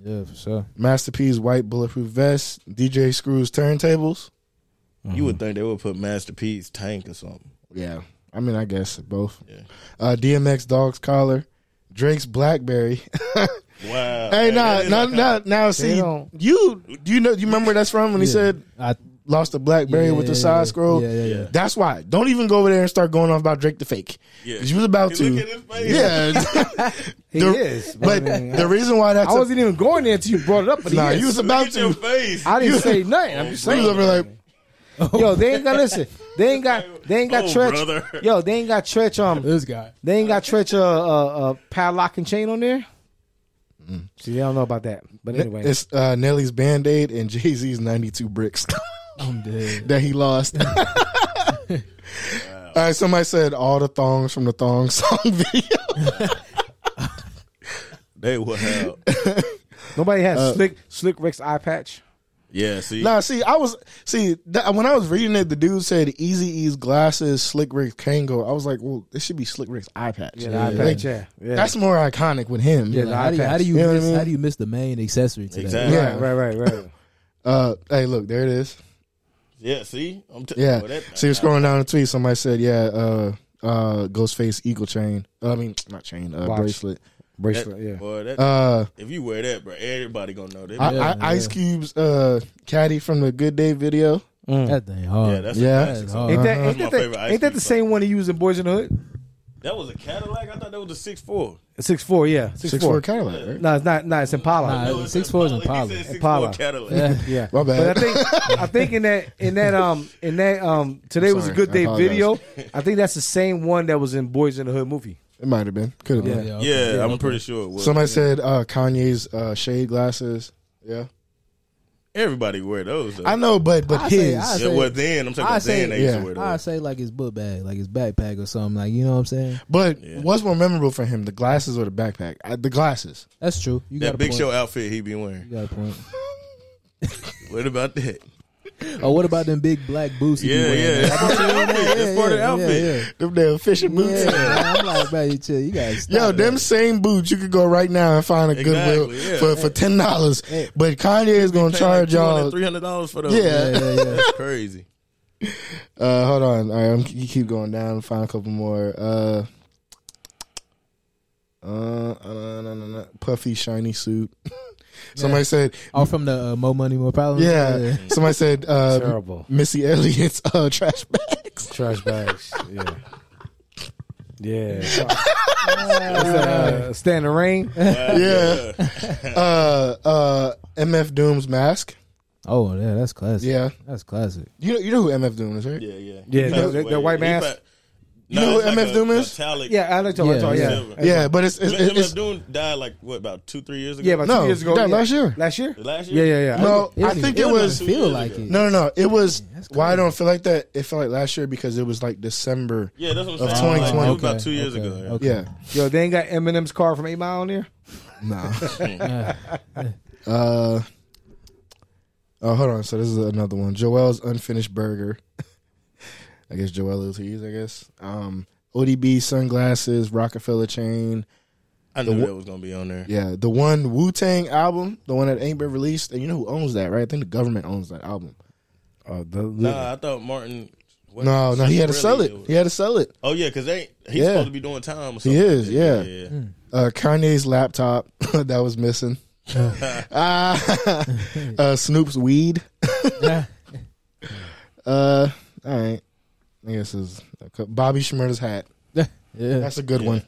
Speaker 5: yeah, for sure.
Speaker 3: Master P's white bulletproof vest, DJ Screw's turntables.
Speaker 1: You
Speaker 3: Mm-hmm.
Speaker 1: would think they would put Masterpiece Tank or something.
Speaker 3: Yeah, I mean, I guess both.
Speaker 1: Yeah.
Speaker 3: Uh, DMX dog's collar, Drake's BlackBerry.
Speaker 1: Wow.
Speaker 3: Hey,
Speaker 1: Man,
Speaker 3: nah,
Speaker 1: that is
Speaker 3: nah,
Speaker 1: iconic.
Speaker 3: nah, now see,
Speaker 2: don't-
Speaker 3: you, do you know, you remember where that's from when he
Speaker 5: Yeah.
Speaker 3: said,
Speaker 5: I
Speaker 3: lost a Blackberry with the side scroll?
Speaker 5: Yeah, yeah, yeah.
Speaker 1: Yeah.
Speaker 3: That's why. Don't even go over there and start going off about Drake the fake.
Speaker 1: Yeah.
Speaker 3: 'Cause You was about
Speaker 1: Hey,
Speaker 3: to.
Speaker 1: Look at his face.
Speaker 3: Yeah.
Speaker 2: He
Speaker 3: The-
Speaker 2: is.
Speaker 3: but
Speaker 2: I, mean,
Speaker 3: the reason why that's.
Speaker 2: I wasn't even going there until you brought it up. But
Speaker 3: a, nah,
Speaker 2: he is.
Speaker 3: you was
Speaker 1: Look
Speaker 3: about
Speaker 1: at your
Speaker 3: to.
Speaker 1: face.
Speaker 2: I didn't say nothing. I'm just
Speaker 3: You was
Speaker 2: saying.
Speaker 3: over there like,
Speaker 2: Yo, they ain't got listen. They ain't got. They ain't got
Speaker 1: Oh,
Speaker 2: Tretch.
Speaker 1: brother.
Speaker 2: Yo, they ain't got Tretch. Um,
Speaker 5: This guy.
Speaker 2: they ain't got Tretch. Uh, uh, uh padlock and chain on there. See, they don't know about that. But anyway,
Speaker 3: Mm. it's uh, Nelly's Band Aid and Jay Z's 92 bricks.
Speaker 5: I'm dead.
Speaker 3: that he lost. All right, somebody said all the thongs from the thong song video.
Speaker 1: They would have.
Speaker 2: nobody has
Speaker 3: uh,
Speaker 2: slick slick Rick's eye patch.
Speaker 1: Yeah, see.
Speaker 3: nah, see, I was see that, when I was reading it, the dude said Easy E's glasses, Slick Rick Kango. I was like, well, this should be Slick Rick's eye patch.
Speaker 2: Yeah, the eye
Speaker 3: Like,
Speaker 2: patch. Yeah, yeah.
Speaker 3: That's more iconic with him.
Speaker 2: Yeah.
Speaker 5: Like, how, do you, how do you,
Speaker 3: You know what I
Speaker 5: miss,
Speaker 3: mean?
Speaker 5: how do you miss the main accessory to
Speaker 1: Exactly.
Speaker 3: Yeah.
Speaker 2: right, right, right, right.
Speaker 3: Uh, hey, look, there it is.
Speaker 1: Yeah, see. I'm t-
Speaker 3: Yeah.
Speaker 2: Oh,
Speaker 1: Well, that-
Speaker 3: so you're scrolling down the tweet. Somebody said, yeah, uh, uh, Ghostface Eagle chain. I mean, not chain, uh,
Speaker 2: Watch.
Speaker 3: bracelet.
Speaker 1: that-
Speaker 2: Bracelet. Yeah.
Speaker 1: boy, that-
Speaker 3: Uh,
Speaker 1: if you wear that, bro, everybody gonna know that.
Speaker 3: I,
Speaker 5: Yeah,
Speaker 3: I, Ice Cube's uh caddy from the Good Day video.
Speaker 5: that? That thing hard.
Speaker 1: yeah, that's
Speaker 3: yeah.
Speaker 1: A classic.
Speaker 5: That's hard.
Speaker 2: Ain't that, ain't
Speaker 1: That's my
Speaker 2: that, the,
Speaker 1: favorite Ice
Speaker 2: ain't that
Speaker 1: Cube
Speaker 2: the
Speaker 1: song.
Speaker 2: same one he used in Boys in the Hood?
Speaker 1: That was a Cadillac. I thought that was a six four.
Speaker 2: Six four, yeah, six,
Speaker 3: Six
Speaker 2: four.
Speaker 3: four Cadillac, right?
Speaker 2: No, it's not. No, it's Impala.
Speaker 5: Nah, Uh, six four is Impala.
Speaker 2: Impala.
Speaker 1: Cadillac.
Speaker 2: Yeah,
Speaker 3: My bad.
Speaker 2: But I think I think in that in that um in that um today was a
Speaker 3: Sorry,
Speaker 2: good
Speaker 3: I
Speaker 2: day
Speaker 3: apologize.
Speaker 2: video. I think that's the same one that was in Boys in the Hood movie.
Speaker 3: It might have been. Could have been.
Speaker 5: okay.
Speaker 1: Yeah, I'm pretty sure it was.
Speaker 3: Somebody said uh, Kanye's uh, shade glasses. Yeah,
Speaker 1: everybody wear those. Though.
Speaker 3: I know, but but
Speaker 5: I say-
Speaker 3: his.
Speaker 5: I
Speaker 1: yeah,
Speaker 5: say-
Speaker 1: well, then I'm talking
Speaker 5: I
Speaker 1: about
Speaker 5: say-
Speaker 1: then they used
Speaker 3: yeah.
Speaker 1: to wear
Speaker 5: I
Speaker 1: those.
Speaker 5: say like his book bag, like his backpack or something. Like you know what I'm saying?
Speaker 3: but
Speaker 1: Yeah.
Speaker 3: what's more memorable for him, the glasses or the backpack? Uh, the glasses.
Speaker 5: That's true. You got
Speaker 1: That
Speaker 5: a
Speaker 1: Big
Speaker 5: point.
Speaker 1: Show outfit he be
Speaker 5: You
Speaker 1: wearing.
Speaker 5: got a point.
Speaker 1: What about that?
Speaker 5: Oh, what about them big black boots? he be
Speaker 1: Yeah,
Speaker 5: wearing?
Speaker 1: yeah.
Speaker 5: Like,
Speaker 1: That's part of the outfit. That's part of the outfit.
Speaker 3: Them damn fishing
Speaker 5: Yeah,
Speaker 3: boots.
Speaker 5: yeah, man, I'm like, bro, you chill. You got
Speaker 3: Yo, them same boots you could go right now and find a
Speaker 1: Exactly,
Speaker 3: Goodwill
Speaker 1: yeah.
Speaker 3: for for ten dollars.
Speaker 5: Hey.
Speaker 3: But Kanye is gonna charge y'all.
Speaker 1: three hundred dollars for those.
Speaker 3: Yeah.
Speaker 5: Yeah, yeah, yeah.
Speaker 1: that's crazy.
Speaker 3: Uh, hold on. All right, I'm, you keep going down. Find a couple more. Uh, uh, uh, no, no, no. puffy shiny suit. Somebody said,
Speaker 5: All from the uh, Mo Money More Problems.
Speaker 3: yeah. Somebody said,
Speaker 2: Oh,
Speaker 3: uh,
Speaker 2: Terrible
Speaker 3: Missy Elliott's uh, trash bags.
Speaker 2: trash bags. Yeah. Yeah, It's uh, stand in the rain.
Speaker 3: Yeah. Uh, uh, MF Doom's mask.
Speaker 5: Oh, yeah, that's classic.
Speaker 3: Yeah,
Speaker 5: that's classic.
Speaker 3: you know, you know who MF Doom is, right?
Speaker 1: Yeah, yeah.
Speaker 2: Yeah, that- that- that white mask?
Speaker 1: mask.
Speaker 3: You know who MF Doom is?
Speaker 1: Metallic.
Speaker 2: Yeah, I like to. Yeah,
Speaker 5: Yeah,
Speaker 2: yeah,
Speaker 1: yeah.
Speaker 2: yeah.
Speaker 3: Yeah, but it's it's,
Speaker 1: MF
Speaker 3: it's, it's
Speaker 1: Doom died like what about two, three years ago?
Speaker 2: yeah about
Speaker 3: No,
Speaker 2: two years ago.
Speaker 3: that
Speaker 2: yeah.
Speaker 3: last year.
Speaker 2: Last year.
Speaker 1: last
Speaker 2: Yeah,
Speaker 1: year.
Speaker 2: yeah, yeah.
Speaker 3: no. I
Speaker 5: doesn't
Speaker 3: think it
Speaker 5: even-
Speaker 3: was
Speaker 5: doesn't feel
Speaker 1: Two
Speaker 5: like
Speaker 1: years
Speaker 5: it.
Speaker 3: no, no, no. It was
Speaker 5: that's crazy.
Speaker 3: why I don't feel like that. It felt like last year because it was like December.
Speaker 1: Yeah, that's what I'm
Speaker 3: Of
Speaker 1: saying. Like,
Speaker 3: 2020.
Speaker 1: it was about two years
Speaker 5: okay,
Speaker 1: ago. yeah.
Speaker 5: okay.
Speaker 3: Yeah,
Speaker 2: Yo, they ain't got Eminem's car from Eight Mile on there.
Speaker 3: nah.
Speaker 5: Yeah.
Speaker 3: Uh, oh, hold on. So this is another one. Joel's unfinished burger. I guess Joel is his. I guess. Um, ODB sunglasses, Rockefeller chain.
Speaker 1: I knew
Speaker 3: The wh-
Speaker 1: that was gonna be on there.
Speaker 3: Yeah, the one Wu Tang album, the one that ain't been released, and you know who owns that, right? I think the government owns that album.
Speaker 2: Oh, the,
Speaker 1: Nah, I thought Martin. what-
Speaker 3: No, no, he had to sell it.
Speaker 1: really-
Speaker 3: He had to sell it.
Speaker 1: Oh yeah, because they he's
Speaker 3: Yeah. Hmm.
Speaker 1: supposed to be doing time. Or something.
Speaker 3: He is, yeah.
Speaker 1: yeah.
Speaker 3: Uh, Kanye's laptop that was missing. Ah, uh, Snoop's weed.
Speaker 5: Yeah.
Speaker 3: Uh, all right. I guess is Bobby Schmurda's hat.
Speaker 5: yeah.
Speaker 3: That's a good
Speaker 1: Yeah.
Speaker 3: one.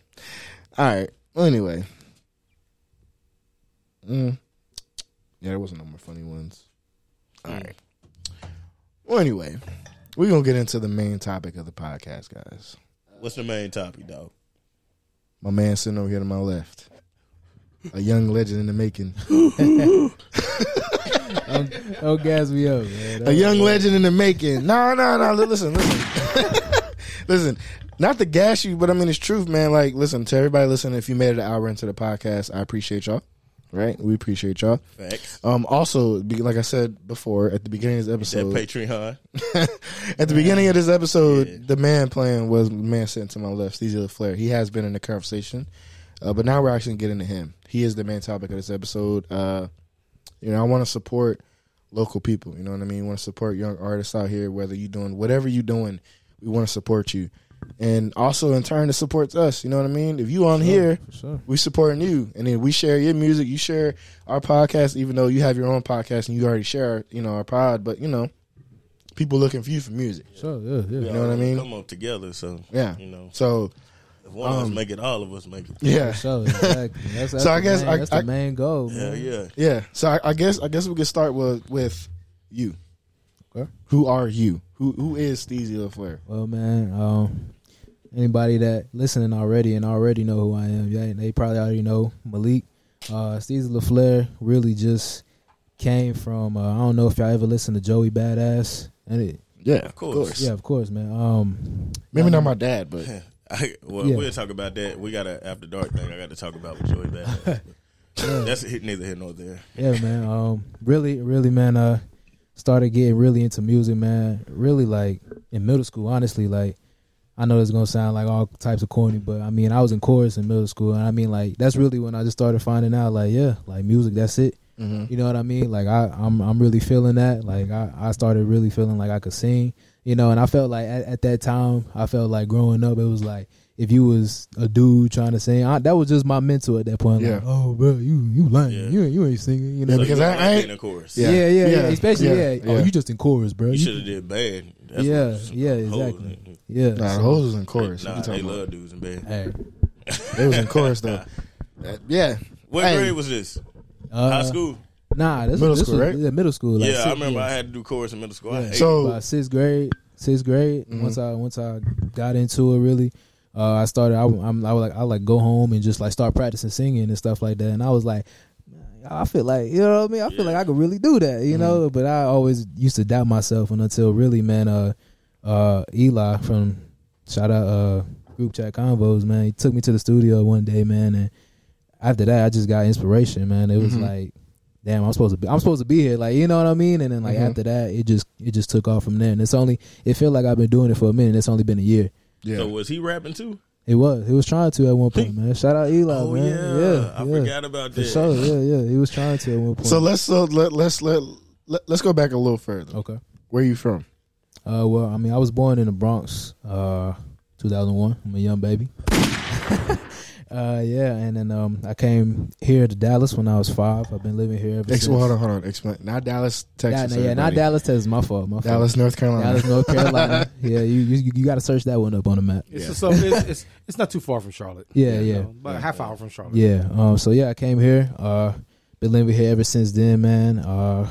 Speaker 3: All right. Well, anyway. Mm. Yeah, there wasn't no more funny ones. All right. Well, anyway, we're gonna get into the main topic of the podcast, guys.
Speaker 1: What's the main topic, dog?
Speaker 3: My man sitting over here to my left, a young legend in the making.
Speaker 5: Oh, gas me up, man.
Speaker 3: a young legend in the making. No, no, no. li- Listen, listen, listen. Not to gas you, but I mean it's truth, man. Like, listen to everybody. Listen, if you made it an hour into the podcast, I appreciate y'all. Right, we appreciate y'all.
Speaker 1: Facts.
Speaker 3: Um, also, be- like I said before, at the beginning of this
Speaker 1: That
Speaker 3: episode,
Speaker 1: Patreon.
Speaker 3: at the beginning of this episode,
Speaker 1: Yeah.
Speaker 3: the man playing was the man sitting to my left, Steezy LaFleur. He has been in the conversation, uh, but now we're actually getting to him. He is the main topic of this episode. Uh, you know, I want to support local people. You know what I mean? want to support young artists out here, whether you're doing whatever you're doing, we want to support you. And also, in turn, it supports us. You know what I mean? If you on here,
Speaker 5: For sure.
Speaker 3: we supporting you, and then we share your music. You share our podcast, even though you have your own podcast and you already share, you know, our pod. But you know, people looking for you for music.
Speaker 5: Sure, yeah, yeah.
Speaker 1: You
Speaker 3: know what I mean?
Speaker 1: Oh, Come up together, so
Speaker 3: Yeah. Um,
Speaker 1: you know,
Speaker 3: So
Speaker 1: if one of us make it, all of us make it.
Speaker 3: yeah,
Speaker 5: For sure, exactly. That's, that's
Speaker 3: So I
Speaker 5: the
Speaker 3: guess
Speaker 5: main,
Speaker 3: I-
Speaker 5: that's
Speaker 3: I-
Speaker 5: the main goal. Man.
Speaker 1: Yeah, yeah.
Speaker 3: yeah. So I, I guess I guess we could start with with you.
Speaker 5: Okay.
Speaker 3: Who are you? Who who is Steezy LaFleur?
Speaker 5: Well, man, um, anybody that listening already and already know who I am, yeah, they probably already know Malik. Uh, Steezy LaFleur really just came from. Uh, I don't know if y'all ever listened to Joey Badass. And it,
Speaker 3: Yeah,
Speaker 1: Of course.
Speaker 5: yeah, of course, man. Um,
Speaker 3: Maybe not my dad, but
Speaker 1: I, well,
Speaker 5: Yeah.
Speaker 1: we'll talk about that. We got a after dark thing. I got to talk about with Joey Badass. That's hit- neither here nor there.
Speaker 5: yeah, man. Um, really, really, man. Uh, started getting really into music, man. Really, like in middle school, honestly. Like, I know it's gonna sound like all types of corny, but I mean, I was in chorus in middle school, and I mean, like, that's really when I just started finding out, like, yeah, like music, that's it.
Speaker 3: Mhm.
Speaker 5: You know what I mean? Like, I, I'm, I'm really feeling that. Like, I, I started really feeling like I could sing. You know, and I felt like at, at that time, I felt like growing up, it was like. If you was a dude trying to sing, I, that was just my mentor at that point.
Speaker 3: Yeah.
Speaker 5: Like, oh, bro, you you lying,
Speaker 1: Yeah.
Speaker 5: you ain't- you ain't singing, you know.
Speaker 3: Yeah, because
Speaker 1: you
Speaker 3: I-
Speaker 1: ain't
Speaker 3: I ain't-
Speaker 1: in a chorus.
Speaker 3: Yeah.
Speaker 5: Yeah, yeah, yeah.
Speaker 3: yeah,
Speaker 5: Especially,
Speaker 3: yeah,
Speaker 5: yeah, Oh,
Speaker 3: yeah.
Speaker 5: you just in chorus, bro.
Speaker 1: You
Speaker 5: You-
Speaker 1: should have did band. That's
Speaker 5: Yeah,
Speaker 1: what-
Speaker 5: yeah,
Speaker 1: Hoes,
Speaker 5: exactly.
Speaker 1: they-
Speaker 5: yeah.
Speaker 3: nah, the
Speaker 5: so-
Speaker 3: hoes was in chorus.
Speaker 1: Nah,
Speaker 3: What you
Speaker 1: they
Speaker 3: talking about?
Speaker 1: love dudes in band.
Speaker 5: Hey,
Speaker 3: They was in chorus though. Uh, yeah,
Speaker 1: What
Speaker 3: Hey.
Speaker 1: grade was this?
Speaker 5: uh,
Speaker 1: High school.
Speaker 5: Nah, this
Speaker 3: Middle
Speaker 5: was, this
Speaker 3: school,
Speaker 5: was,
Speaker 3: right?
Speaker 5: yeah, middle school. Like,
Speaker 1: yeah, I
Speaker 5: sixth-
Speaker 1: remember I had to do chorus in middle school. I
Speaker 5: Yeah.
Speaker 1: hated
Speaker 3: So
Speaker 5: about sixth grade. Sixth grade. Once I once I got into it, really, uh, I started. I, I'm I would like I like go home and just like start practicing singing and stuff like that. And I was like, I feel like you know what I mean. I feel like I could really do that, you know. But I always used to doubt myself, and until really, man, uh, uh, Eli from shout out uh group chat convos, man, he took me to the studio one day, man, and after that, I just got inspiration, man. It was like, damn, I'm supposed to be, I'm supposed to be here, like you know what I mean. And then like
Speaker 1: Mm-hmm.
Speaker 5: after that, it just it just took off from there. And it's only it felt like I've been doing it for a minute. It's only been a year.
Speaker 3: yeah.
Speaker 1: So was he rapping too?
Speaker 5: It was. He was trying to at one point, man. Shout out Eli,
Speaker 1: oh
Speaker 5: man.
Speaker 1: yeah.
Speaker 5: Yeah,
Speaker 1: I
Speaker 5: yeah.
Speaker 1: forgot about
Speaker 5: For
Speaker 1: that.
Speaker 5: sure. Yeah, yeah. He was trying to at one point.
Speaker 3: So let's so let let's let, let let's go back a little further.
Speaker 5: okay.
Speaker 3: Where you from?
Speaker 5: Uh, well, I mean, I was born in the Bronx, uh, 2001. I'm a young baby. uh, yeah, and then um, I came here to Dallas when I was five. I've been living here ever
Speaker 3: Ex-
Speaker 5: since.
Speaker 3: well, hold on, hold on. Explain. Not Dallas, Texas.
Speaker 5: yeah, yeah, not
Speaker 3: everybody.
Speaker 5: Dallas, Texas. My fault. My fault.
Speaker 3: Dallas, North Carolina.
Speaker 5: Dallas, North Carolina. yeah, you you, you got to search that one up on the map.
Speaker 2: It's, just so- it's, it's, it's not too far from Charlotte.
Speaker 5: Yeah,
Speaker 2: You
Speaker 5: yeah.
Speaker 2: know, about a half hour from Charlotte.
Speaker 5: Yeah. Um. So yeah, I came here. Uh, been living here ever since then, man. Uh,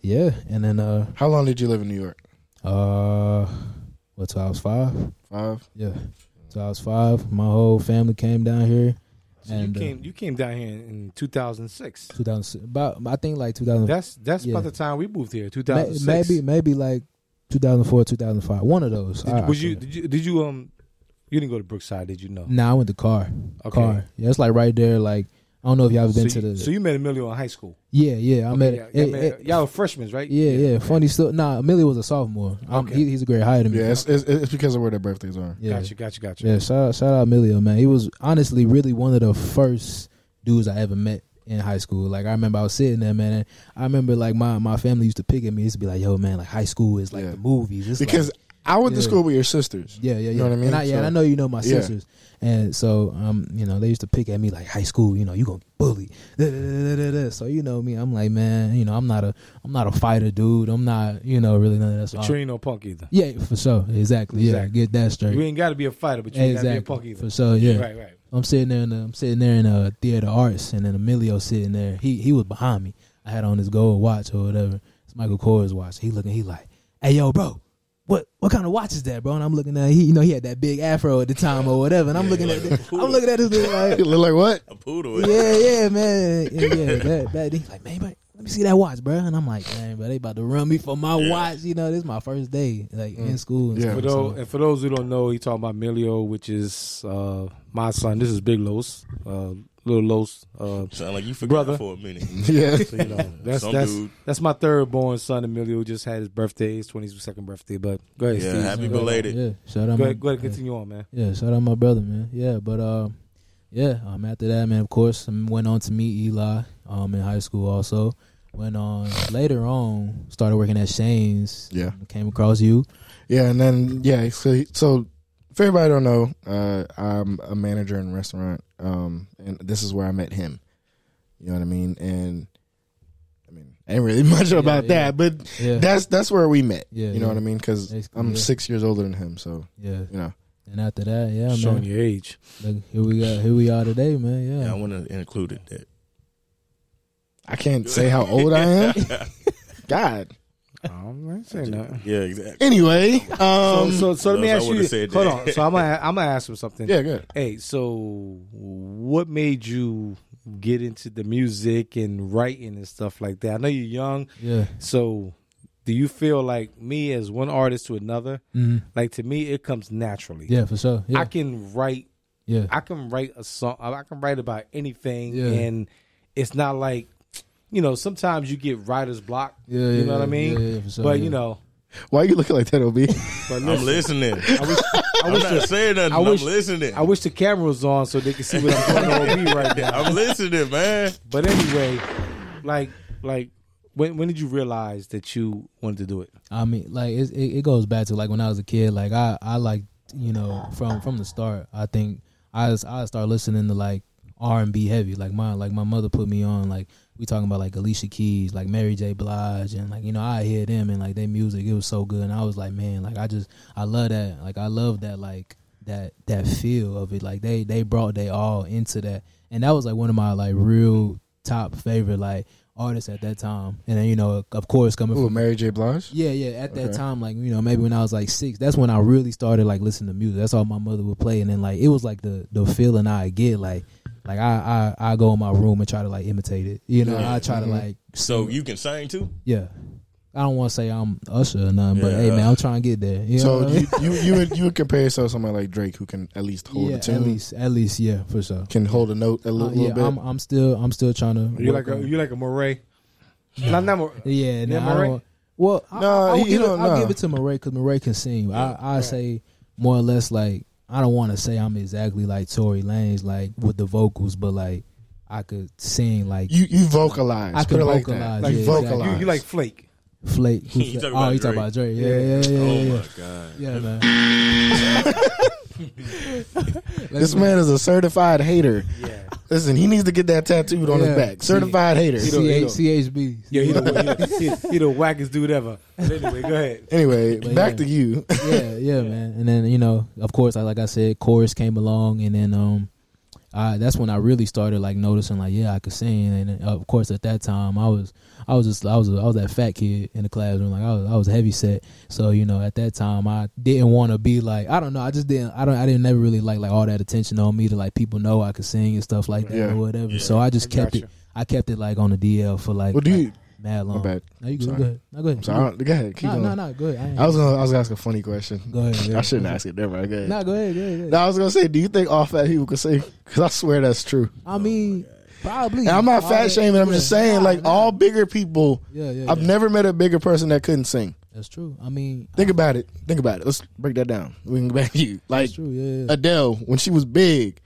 Speaker 5: yeah, and then uh,
Speaker 3: How long did you live in New York?
Speaker 5: uh, what? Till I was five.
Speaker 3: Five.
Speaker 5: Yeah. So I was five. My whole family came down here.
Speaker 2: So
Speaker 5: and
Speaker 2: you
Speaker 5: uh,
Speaker 2: came you came down here in 2006.
Speaker 5: 2000, about I think like 2000,
Speaker 2: That's that's
Speaker 5: Yeah.
Speaker 2: about the time we moved here.
Speaker 5: ma-
Speaker 2: 2006.
Speaker 5: maybe maybe like 2004, 2005. One of those.
Speaker 2: Did,
Speaker 5: I- I
Speaker 2: was you
Speaker 5: forget.
Speaker 2: did you did you um you didn't go to Brookside? Did you know?
Speaker 5: Nah, I went to Car.
Speaker 2: Okay.
Speaker 5: Car. Yeah, it's like right there. Like I don't know if y'all ever
Speaker 2: So
Speaker 5: been
Speaker 2: you,
Speaker 5: to the.
Speaker 2: so you met Emilio in high school.
Speaker 5: yeah, yeah. I met.
Speaker 2: yeah,
Speaker 5: it-
Speaker 2: yeah,
Speaker 5: it-
Speaker 2: man.
Speaker 5: it-
Speaker 2: y'all were freshmen, right?
Speaker 5: yeah, yeah. Funny stuff. Nah, Amelia was a sophomore. Um,
Speaker 2: Okay.
Speaker 5: he, he's a grade higher than me.
Speaker 3: Yeah, it's, it's, it's because of where their birthdays are.
Speaker 5: yeah.
Speaker 2: Gotcha, gotcha, gotcha.
Speaker 5: Yeah, shout out, shout out Emilio, man. He was honestly really one of the first dudes I ever met in high school. Like I remember I was sitting there, man, and I remember like my, my family used to pick at me, used to be like, yo man, like high school is like
Speaker 3: Yeah.
Speaker 5: the movies. It's
Speaker 3: Because
Speaker 5: like-
Speaker 3: I went to
Speaker 5: Yeah.
Speaker 3: school with your sisters.
Speaker 5: Yeah, yeah, yeah.
Speaker 3: You know what I mean?
Speaker 5: And I, yeah, and
Speaker 3: So-
Speaker 5: I know you know my
Speaker 3: Yeah.
Speaker 5: sisters, and so um, you know, they used to pick at me like high school. You know, you gonna bully. da, da, da, da, da, da. So you know me, I'm like, man, you know, I'm not a, I'm not a fighter, dude. I'm not, you know, really none of that. So I-
Speaker 2: Sure ain't no punk either.
Speaker 5: yeah, for sure, exactly. Yeah,
Speaker 2: Exactly.
Speaker 5: get that straight.
Speaker 2: You ain't got to be a fighter, but you ain't got to be a punk
Speaker 5: Exactly,
Speaker 2: either.
Speaker 5: for sure. Yeah,
Speaker 2: Right, right.
Speaker 5: I'm sitting there in the, I'm sitting there in uh theater arts, and then Emilio sitting there. He he was behind me. I had on his gold watch or whatever. It's Michael Kors watch. He looking. He like, hey yo, bro, what what kind of watch is that, bro? And I'm looking at he. You know he had that big afro at the time or whatever. And I'm looking at this, I'm looking at this dude like,
Speaker 3: You look like what?
Speaker 1: A poodle.
Speaker 5: yeah, yeah, man, yeah, yeah, that, that. He's like, man, but let me see that watch, bro. And I'm like, man, but they about to run me for my
Speaker 1: Yeah.
Speaker 5: watch. You know, this is my first day like in school. And
Speaker 3: Yeah.
Speaker 2: Mm.
Speaker 5: stuff,
Speaker 2: For
Speaker 5: so-
Speaker 2: those, and for those who don't know, he talking about Melio, which is uh, my son. This is Big Los, uh, little Los. Uh,
Speaker 1: Sound like you forgot
Speaker 2: Brother.
Speaker 1: for a minute.
Speaker 3: Yeah.
Speaker 2: so, you know, that's
Speaker 1: Some
Speaker 2: that's
Speaker 1: dude.
Speaker 2: that's my third born son, Emilio. who Just had his birthday, his twenty second birthday. But go ahead,
Speaker 1: Yeah,
Speaker 2: Steve.
Speaker 1: happy
Speaker 2: go, ahead.
Speaker 1: belated.
Speaker 5: Yeah, shout out.
Speaker 2: Go
Speaker 5: my-
Speaker 2: ahead, go ahead,
Speaker 5: yeah.
Speaker 2: continue on, man.
Speaker 5: Yeah, shout out my brother, man. Yeah, but uh, yeah. Um, after that, man, of course, I went on to meet Eli. Um, in high school, also went on later on. Started working at Shane's.
Speaker 3: Yeah.
Speaker 5: Came across you.
Speaker 3: Yeah, and then yeah, so, so if everybody don't know, uh, I'm a manager in a restaurant, um, and this is where I met him. You know what I mean? And I mean, ain't really much about
Speaker 5: yeah.
Speaker 3: that, but
Speaker 5: Yeah,
Speaker 3: that's that's where we met.
Speaker 5: Yeah,
Speaker 3: you know
Speaker 5: yeah.
Speaker 3: what I mean? Because
Speaker 5: Basically,
Speaker 3: I'm
Speaker 5: yeah.
Speaker 3: six years older than him, so
Speaker 5: yeah.
Speaker 3: you know.
Speaker 5: And after that, yeah,
Speaker 2: Showing
Speaker 5: man.
Speaker 2: your age.
Speaker 5: Look, here we got. Here we are today, man.
Speaker 1: Yeah, I
Speaker 5: Yeah.
Speaker 1: wouldn't have included that.
Speaker 3: I can't say how old I am. God.
Speaker 2: I'm not saying that.
Speaker 1: Yeah, exactly.
Speaker 3: Anyway,
Speaker 2: so,
Speaker 3: um,
Speaker 2: so, so let me
Speaker 1: Los, I
Speaker 2: ask
Speaker 1: would've
Speaker 2: you.
Speaker 1: said
Speaker 2: Hold
Speaker 1: that.
Speaker 2: on. So I'm gonna I'm gonna ask him something.
Speaker 3: yeah, good.
Speaker 2: Hey, so what made you get into the music and writing and stuff like that? I know you're young,
Speaker 5: Yeah.
Speaker 2: so do you feel like me as one artist to another?
Speaker 5: hmm
Speaker 2: Like to me, it comes naturally.
Speaker 5: Yeah, for sure. Yeah.
Speaker 2: I can write.
Speaker 5: yeah.
Speaker 2: I can write a song. I can write about anything,
Speaker 5: Yeah.
Speaker 2: and it's not like you know. Sometimes you get writer's block.
Speaker 5: yeah.
Speaker 2: you
Speaker 5: yeah,
Speaker 2: know what I
Speaker 5: yeah,
Speaker 2: mean?
Speaker 5: Yeah, yeah, for sure,
Speaker 2: but
Speaker 5: yeah.
Speaker 2: you know,
Speaker 3: Why you looking like that, Ob?
Speaker 2: but
Speaker 1: I'm
Speaker 2: listen,
Speaker 1: listening.
Speaker 2: I wish, I
Speaker 1: I'm
Speaker 2: wish
Speaker 1: not saying nothing.
Speaker 2: I wish-
Speaker 1: I'm listening.
Speaker 2: I wish the camera was on so they could see what I'm going on with right now.
Speaker 1: I'm listening, man.
Speaker 2: But anyway, like like when when did you realize that you wanted to do it?
Speaker 5: I mean, like it, it, it goes back to like when I was a kid. Like I, I like you know from from the start. I think I was, I started listening to like R and B heavy. Like my like my mother put me on. Like we talking about like Alicia Keys, like Mary J. Blige, and like you know I hear them and like their music. It was so good, and I was like, man, like I just I love that. Like I love that like that that feel of it. Like they they brought they all into that, and that was like one of my like real top favorite like artists at that time. And then you know of course coming
Speaker 3: Ooh,
Speaker 5: from
Speaker 3: Mary J. Blige.
Speaker 5: yeah, yeah. At that
Speaker 3: Okay.
Speaker 5: time, like you know, maybe when I was like six, that's when I really started like listening to music. That's all my mother would play, and then like it was like the the feeling I get like like I I, I go in my room and try to like imitate it. You know,
Speaker 1: Yeah.
Speaker 5: I try
Speaker 3: Mhm.
Speaker 5: to like
Speaker 1: So you can sing too?
Speaker 5: yeah. I don't want to say I'm Usher or nothing, but hey
Speaker 1: Yeah.
Speaker 5: man, I'm trying to get there. You know
Speaker 3: so
Speaker 5: what I mean?
Speaker 3: you, you you would you would compare yourself to somebody like Drake who can at least hold
Speaker 5: yeah,
Speaker 3: a tune,
Speaker 5: at least at least yeah for sure.
Speaker 3: can hold a note a
Speaker 5: Uh,
Speaker 3: little,
Speaker 5: yeah,
Speaker 3: little bit.
Speaker 5: I'm I'm still I'm still trying to.
Speaker 2: You
Speaker 5: work
Speaker 2: like a
Speaker 5: on-
Speaker 2: you like a Moray? Not not Moray.
Speaker 5: Yeah,
Speaker 2: Yeah,
Speaker 5: nah, I
Speaker 2: Murray?
Speaker 5: don't- Well, I-
Speaker 3: No,
Speaker 5: I,
Speaker 3: he-
Speaker 5: I, would
Speaker 3: he
Speaker 5: give it,
Speaker 3: don't-
Speaker 5: I'll
Speaker 3: no.
Speaker 5: give it to Murray because Murray can sing. I, I say more or less like I don't want to say I'm exactly like Tory Lanez like with the vocals, but like I could sing like
Speaker 3: you you vocalize.
Speaker 5: I
Speaker 3: Put
Speaker 5: can
Speaker 3: it like
Speaker 5: vocalize,
Speaker 3: that.
Speaker 5: yeah,
Speaker 3: you
Speaker 5: exactly.
Speaker 3: vocalize.
Speaker 2: You, you like Flake?
Speaker 5: Flake. who's
Speaker 1: You
Speaker 5: Flake?
Speaker 1: talking
Speaker 5: oh,
Speaker 1: about
Speaker 5: you
Speaker 1: Drake?
Speaker 5: talking about Drake? Yeah, yeah, yeah, yeah.
Speaker 1: Oh
Speaker 5: yeah,
Speaker 1: my god.
Speaker 5: yeah man.
Speaker 3: this man is a certified hater.
Speaker 2: Yeah.
Speaker 3: Listen, he needs to get that tattooed on
Speaker 5: Yeah.
Speaker 3: his back. Certified hater.
Speaker 2: You know-
Speaker 5: CH, CHB.
Speaker 2: Yeah, he the, he, the, he the wackest dude ever. But anyway, go ahead.
Speaker 3: Anyway,
Speaker 5: But
Speaker 3: back
Speaker 5: yeah.
Speaker 3: to you.
Speaker 5: yeah, yeah, man. And then you know, of course, I like I said, chorus came along, and then um, I that's when I really started like noticing like, yeah, I could sing. And then, of course, at that time, I was I was just I was I was that fat kid in the classroom, like I was I was heavy set. So you know, at that time, I didn't want to be like I don't know, I just didn't I don't I didn't never really like like all that attention on me to like people know I could sing and stuff like that
Speaker 3: Yeah.
Speaker 5: or whatever. So I just
Speaker 2: I
Speaker 5: kept
Speaker 2: gotcha.
Speaker 5: it I kept it like on the DL for like,
Speaker 3: well, do
Speaker 5: like,
Speaker 3: you?
Speaker 5: mad
Speaker 3: My
Speaker 5: long.
Speaker 3: bad.
Speaker 5: No, you good,
Speaker 3: Sorry.
Speaker 5: go ahead. No, go ahead.
Speaker 3: So I don't, go ahead. Keep
Speaker 5: no,
Speaker 3: going.
Speaker 5: no, no, go ahead. ain't-
Speaker 3: I was gonna I was gonna ask a funny question.
Speaker 5: Go ahead, go
Speaker 3: I
Speaker 5: ahead.
Speaker 3: shouldn't ask it. Never mind. Go ahead.
Speaker 5: No, go ahead, go ahead. Go ahead.
Speaker 3: No, I was gonna say, do you think all fat people can sing? Because I swear that's true.
Speaker 5: I
Speaker 1: Oh,
Speaker 5: mean, probably.
Speaker 3: And I'm not fat shaming. I'm just saying, like all bigger people.
Speaker 5: Yeah, yeah,
Speaker 3: I've
Speaker 5: yeah.
Speaker 3: never met a bigger person that couldn't sing.
Speaker 5: That's true. I mean,
Speaker 3: Think about it. Think about it. Let's break that down. We can go back to you. Like
Speaker 5: that's true. Yeah, yeah.
Speaker 3: Adele, when she was big,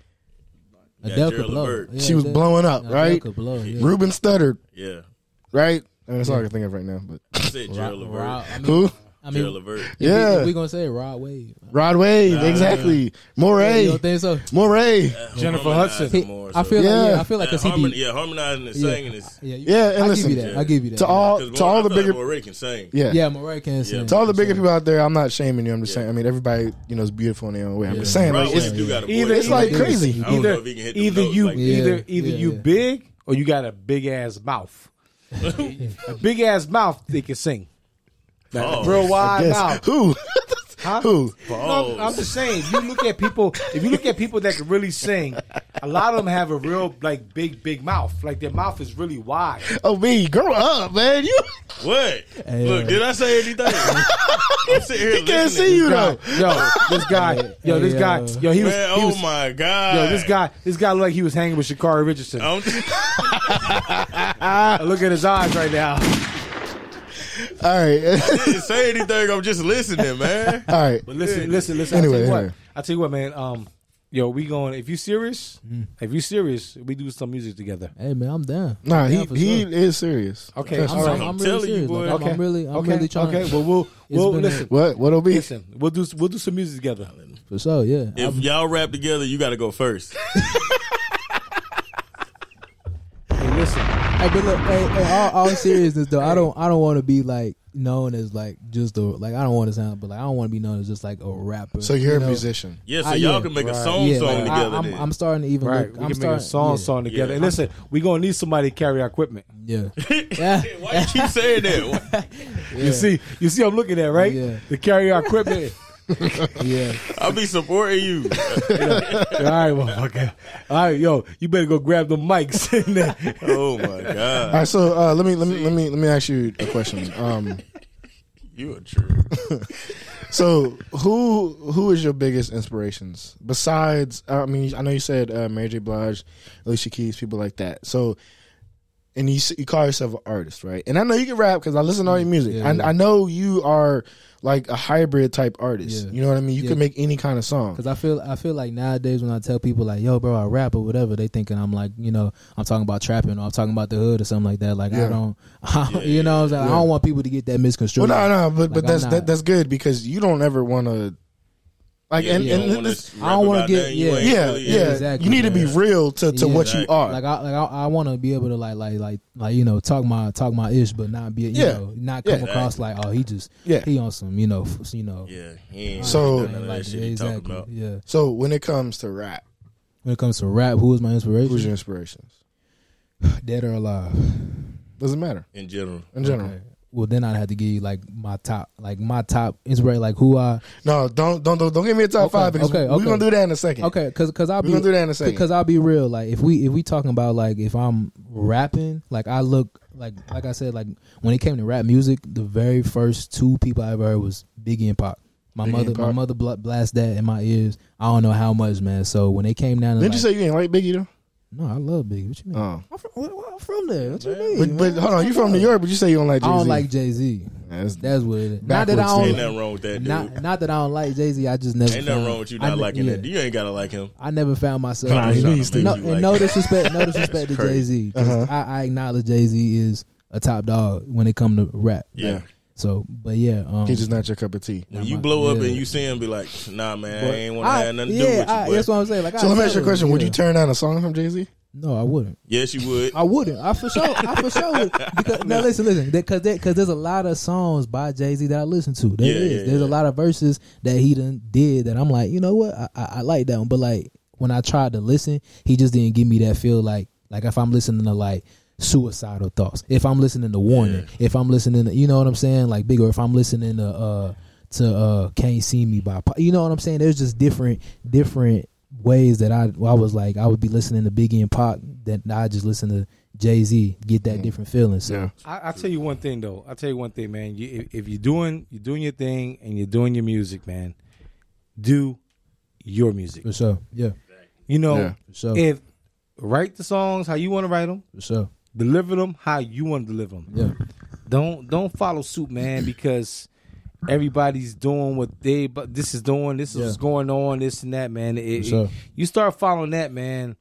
Speaker 5: Adele could
Speaker 1: Gerald
Speaker 5: blow.
Speaker 1: Levert.
Speaker 5: Yeah,
Speaker 3: she was
Speaker 5: Adele-
Speaker 3: blowing up,
Speaker 5: Adele
Speaker 3: right?
Speaker 5: could blow, yeah.
Speaker 3: Ruben stuttered,
Speaker 1: Yeah.
Speaker 3: right? I mean, that's all I can think of right now. But
Speaker 1: I said Gerald
Speaker 5: Ra-
Speaker 1: Levert.
Speaker 5: I mean,
Speaker 3: who?
Speaker 5: I
Speaker 1: Gerald
Speaker 5: mean,
Speaker 1: Levert.
Speaker 5: yeah,
Speaker 3: Yeah.
Speaker 5: we, are gonna say Rod Wave.
Speaker 3: Rod Wave, exactly.
Speaker 5: You
Speaker 3: Moray,
Speaker 5: don't think so?
Speaker 3: Moray.
Speaker 2: Jennifer
Speaker 1: Harmonizing
Speaker 2: Hudson.
Speaker 1: More, so.
Speaker 5: I feel like yeah,
Speaker 3: Yeah.
Speaker 5: I feel like
Speaker 1: yeah,
Speaker 5: because he
Speaker 1: harmon-
Speaker 5: be-
Speaker 1: yeah, harmonizing and
Speaker 5: yeah,
Speaker 1: singing is
Speaker 5: yeah, you-
Speaker 3: Yeah, and
Speaker 5: I
Speaker 3: listen.
Speaker 5: give you that. I give you that.
Speaker 3: To all,
Speaker 1: because
Speaker 3: to all the bigger,
Speaker 1: Moray can sing.
Speaker 3: yeah.
Speaker 5: yeah, Mariah can sing.
Speaker 3: To all the bigger
Speaker 5: So-
Speaker 3: people out there, I'm not shaming you. I'm just
Speaker 1: Yeah.
Speaker 3: saying. I mean, everybody, you know, is beautiful in their own way. I'm
Speaker 5: Yeah.
Speaker 3: just saying,
Speaker 1: Rod
Speaker 3: like, it's,
Speaker 1: Wave do got a
Speaker 3: either
Speaker 1: voice.
Speaker 3: it's like
Speaker 5: Yeah.
Speaker 3: crazy.
Speaker 1: I don't
Speaker 2: Either
Speaker 1: know if he can hit them
Speaker 2: either
Speaker 1: notes
Speaker 2: you
Speaker 1: like that.
Speaker 2: either
Speaker 5: Yeah,
Speaker 2: either
Speaker 5: yeah,
Speaker 2: you
Speaker 5: yeah.
Speaker 2: big or you got a big ass mouth. a big ass mouth they can sing. Like a
Speaker 1: Oh.
Speaker 2: real wide
Speaker 3: Yes.
Speaker 2: mouth.
Speaker 3: Who?
Speaker 2: Huh?
Speaker 3: Who?
Speaker 2: No, I'm,
Speaker 1: Oh.
Speaker 2: I'm just saying, if you look at people, if you look at people that can really sing, a lot of them have a real like big, big mouth. Like their mouth is really wide.
Speaker 3: Oh, me. Grow up, man. You
Speaker 1: What?
Speaker 5: Hey,
Speaker 1: Look,
Speaker 5: yo.
Speaker 1: did I say anything? I'm sitting here
Speaker 3: can't
Speaker 1: listening.
Speaker 3: see you though.
Speaker 2: Yo, yo, this guy, yo, this guy, yo, he was,
Speaker 1: Man,
Speaker 2: he
Speaker 1: oh
Speaker 2: was
Speaker 1: my god!
Speaker 2: yo, this guy, this guy looked like he was hanging with Shakari Richardson.
Speaker 1: I'm-
Speaker 2: I look at his eyes right now.
Speaker 3: All right,
Speaker 1: I didn't say anything. I'm just listening, man.
Speaker 3: all right.
Speaker 2: But listen, listen, listen. I
Speaker 3: Anyway,
Speaker 2: tell you
Speaker 3: anyway.
Speaker 2: what, I tell you what, man. Um, yo, we going. If you serious,
Speaker 5: Mm-hmm.
Speaker 2: if you serious, we do some music together.
Speaker 5: Hey man, I'm down.
Speaker 3: Nah,
Speaker 5: I'm
Speaker 3: he
Speaker 5: down for
Speaker 3: he
Speaker 5: sure.
Speaker 3: is serious.
Speaker 2: Okay,
Speaker 3: Trust
Speaker 5: I'm,
Speaker 3: me.
Speaker 1: sorry.
Speaker 5: I'm,
Speaker 1: I'm
Speaker 5: really
Speaker 1: telling you,
Speaker 5: serious.
Speaker 1: boy.
Speaker 5: Like, I'm,
Speaker 2: Okay.
Speaker 5: I'm really, I'm
Speaker 2: okay.
Speaker 5: really trying.
Speaker 2: Okay,
Speaker 5: to,
Speaker 2: well, we'll, we'll
Speaker 5: been a-
Speaker 2: listen.
Speaker 3: What? What'll be?
Speaker 2: Listen, we'll do we'll do some music together.
Speaker 5: for sure. Yeah,
Speaker 1: If y'all rap together, you got to go first.
Speaker 2: Hey, listen,
Speaker 5: Hey, but look, hey, hey, all, all seriousness though, I don't, I don't want to be like known as like just a like I don't want to sound, but like I don't want to be known as just like a rapper.
Speaker 3: So you're
Speaker 5: you
Speaker 3: a
Speaker 5: know?
Speaker 3: musician.
Speaker 1: Yeah, so
Speaker 5: Ah,
Speaker 1: y'all
Speaker 5: yeah,
Speaker 1: can make a
Speaker 2: right.
Speaker 1: song
Speaker 5: Yeah,
Speaker 1: song
Speaker 5: like,
Speaker 1: together.
Speaker 5: I, I'm,
Speaker 1: then.
Speaker 5: I'm starting to even.
Speaker 2: right?
Speaker 5: look,
Speaker 2: We
Speaker 5: I'm
Speaker 2: can make
Speaker 5: starting
Speaker 2: a song
Speaker 5: yeah,
Speaker 2: song together.
Speaker 1: Yeah.
Speaker 2: And listen, we gonna need somebody to carry our equipment.
Speaker 5: Yeah,
Speaker 1: Why you keep saying that?
Speaker 5: Yeah.
Speaker 2: You see, you see, I'm looking at right
Speaker 5: Yeah.
Speaker 2: to carry our equipment.
Speaker 5: yeah.
Speaker 1: I'll be supporting you.
Speaker 2: All right, motherfucker. All right, yo, you better go grab the mics. In there.
Speaker 1: Oh my
Speaker 3: All
Speaker 1: god,
Speaker 3: right, so uh, let me let me let me let me ask you a question. Um,
Speaker 1: you a true.
Speaker 3: so who who is your biggest inspirations besides? I mean, I know you said uh, Mary J. Blige, Alicia Keys, people like that. So, and you s- you call yourself an artist, right? And I know you can rap because I listen to all your music.
Speaker 5: Mm, Yeah,
Speaker 3: I,
Speaker 5: yeah.
Speaker 3: I know you are like a hybrid type artist.
Speaker 5: Yeah.
Speaker 3: You know what I mean? You
Speaker 5: Yeah.
Speaker 3: can make any kind of song.
Speaker 5: Cause I feel I feel like nowadays when I tell people like yo bro I rap or whatever they thinking I'm like you know I'm talking about trapping or I'm talking about the hood or something like that like I
Speaker 3: Yeah.
Speaker 5: don't you know what I'm saying? I don't want people to get that
Speaker 3: Well,
Speaker 5: misconstrued.
Speaker 3: no, no, but but
Speaker 5: I'm
Speaker 3: that's that,
Speaker 5: not-
Speaker 3: that's good because you don't ever want to. Like
Speaker 1: Yeah,
Speaker 3: and,
Speaker 1: you don't
Speaker 3: and
Speaker 1: wanna
Speaker 3: this,
Speaker 1: rap
Speaker 5: I don't wanna
Speaker 1: about
Speaker 5: get-
Speaker 1: nothing you
Speaker 5: yeah.
Speaker 1: ain't
Speaker 3: yeah,
Speaker 1: really
Speaker 3: yeah,
Speaker 1: in.
Speaker 5: Exactly.
Speaker 3: you need to be
Speaker 1: Yeah.
Speaker 3: real to, to
Speaker 5: Yeah.
Speaker 3: what you
Speaker 1: Exactly.
Speaker 3: are.
Speaker 5: Like I like I, I want to be able to like like like like you know talk my talk my ish, but not be you
Speaker 3: Yeah.
Speaker 5: know not
Speaker 3: Yeah.
Speaker 5: come across like oh he just
Speaker 3: Yeah.
Speaker 5: he on some you know f- you know
Speaker 1: Yeah, he ain't
Speaker 3: So-
Speaker 1: none of that shit you talking about.
Speaker 5: yeah.
Speaker 3: so when it comes to rap,
Speaker 5: When it comes to rap, who is my inspiration?
Speaker 3: who's your inspirations?
Speaker 5: Dead or alive?
Speaker 3: Doesn't matter
Speaker 1: In general,
Speaker 3: in general.
Speaker 5: Okay. Well, then I'd have to give you like my top like my top inspiration like who I
Speaker 3: No, don't don't don't, don't give me a top
Speaker 5: Okay,
Speaker 3: five because
Speaker 5: okay,
Speaker 3: we're
Speaker 5: okay.
Speaker 3: gonna do that in a second.
Speaker 5: Okay, because cause I'll
Speaker 3: We're
Speaker 5: be
Speaker 3: gonna do that in a second.
Speaker 5: Because I'll be real. Like if we if we talking about like if I'm rapping, like I look like like I said like when it came to rap music, the very first two people I ever heard was Biggie and Pop. My
Speaker 3: Biggie
Speaker 5: mother,
Speaker 3: and
Speaker 5: my
Speaker 3: Pac.
Speaker 5: mother bla- blast that in my ears. I don't know how much, man. So when they came down, and
Speaker 3: Didn't you
Speaker 5: like-
Speaker 3: say you ain't like Biggie though?
Speaker 5: no? I love Biggie. What you mean?
Speaker 3: Oh.
Speaker 5: I'm, from, where- I'm from there. What you mean?
Speaker 3: But, but
Speaker 5: man?
Speaker 3: hold on, you from New York, but you say you don't like Jay
Speaker 5: I don't like Jay Z.
Speaker 3: That's,
Speaker 5: That's what it is. Not that I
Speaker 3: Backwards,
Speaker 5: don't.
Speaker 1: ain't nothing wrong with that dude.
Speaker 5: Not, not that I don't like Jay Z. I just never.
Speaker 1: ain't nothing
Speaker 5: found-
Speaker 1: wrong with you
Speaker 5: I
Speaker 1: not
Speaker 5: ne-
Speaker 1: liking
Speaker 5: yeah.
Speaker 1: that. You ain't gotta like him.
Speaker 5: I never found myself.
Speaker 1: Nah,
Speaker 3: he needs to.
Speaker 5: no,
Speaker 1: You
Speaker 5: and
Speaker 1: like
Speaker 5: no
Speaker 1: it.
Speaker 5: disrespect, no disrespect to
Speaker 1: crazy.
Speaker 5: Jay Z.
Speaker 3: Uh-huh.
Speaker 5: I, I acknowledge Jay Z is a top dog when it come to rap.
Speaker 1: Yeah.
Speaker 5: So, but yeah, um,
Speaker 3: He's just not your cup of tea.
Speaker 1: When you
Speaker 5: my-
Speaker 1: blow up
Speaker 5: yeah.
Speaker 1: and you see him, be like, Nah, man, I ain't want to
Speaker 5: I-
Speaker 1: have nothing to
Speaker 5: yeah,
Speaker 1: do with you.
Speaker 5: I,
Speaker 1: but-
Speaker 5: that's what I'm saying. Like,
Speaker 3: So
Speaker 5: I
Speaker 3: let me ask you a
Speaker 5: tell
Speaker 3: question.
Speaker 5: him,
Speaker 3: Would you
Speaker 5: yeah.
Speaker 3: turn down a song from Jay Z?
Speaker 5: No, I wouldn't.
Speaker 1: yes, you would.
Speaker 5: I wouldn't. I for sure. I for sure would. Because no, listen, listen. Because because there's a lot of songs by Jay Z that I listen to. There
Speaker 1: Yeah,
Speaker 5: is.
Speaker 1: yeah,
Speaker 5: there's
Speaker 1: yeah.
Speaker 5: a lot of verses that he done did that I'm like, you know what? I, I, I like that one. But like when I tried to listen, he just didn't give me that feel. Like like if I'm listening to like suicidal thoughts, if I'm listening to Warning, if I'm listening, to, you know what I'm saying? Like bigger. If I'm listening to uh to uh Can't See Me by, Pa- you know what I'm saying? There's just different different ways that I I was like I would be listening to Biggie and Pac that I just listen to Jay Z get that different feeling. So
Speaker 3: Yeah.
Speaker 2: I, I tell you one thing though. I tell you one thing, man. You, if, if you're doing you're doing your thing and you're doing your music, man, do your music.
Speaker 5: for sure, yeah,
Speaker 2: You know,
Speaker 3: Yeah.
Speaker 5: for sure,
Speaker 2: if write the songs how you want to write them,
Speaker 5: for sure,
Speaker 2: deliver them how you want to deliver them.
Speaker 5: yeah,
Speaker 2: Don't don't follow suit, man, because everybody's doing what they but this is doing, this is
Speaker 5: Yeah.
Speaker 2: what's going on, this and that, man. It-
Speaker 5: For sure.
Speaker 2: it- you start following that, man.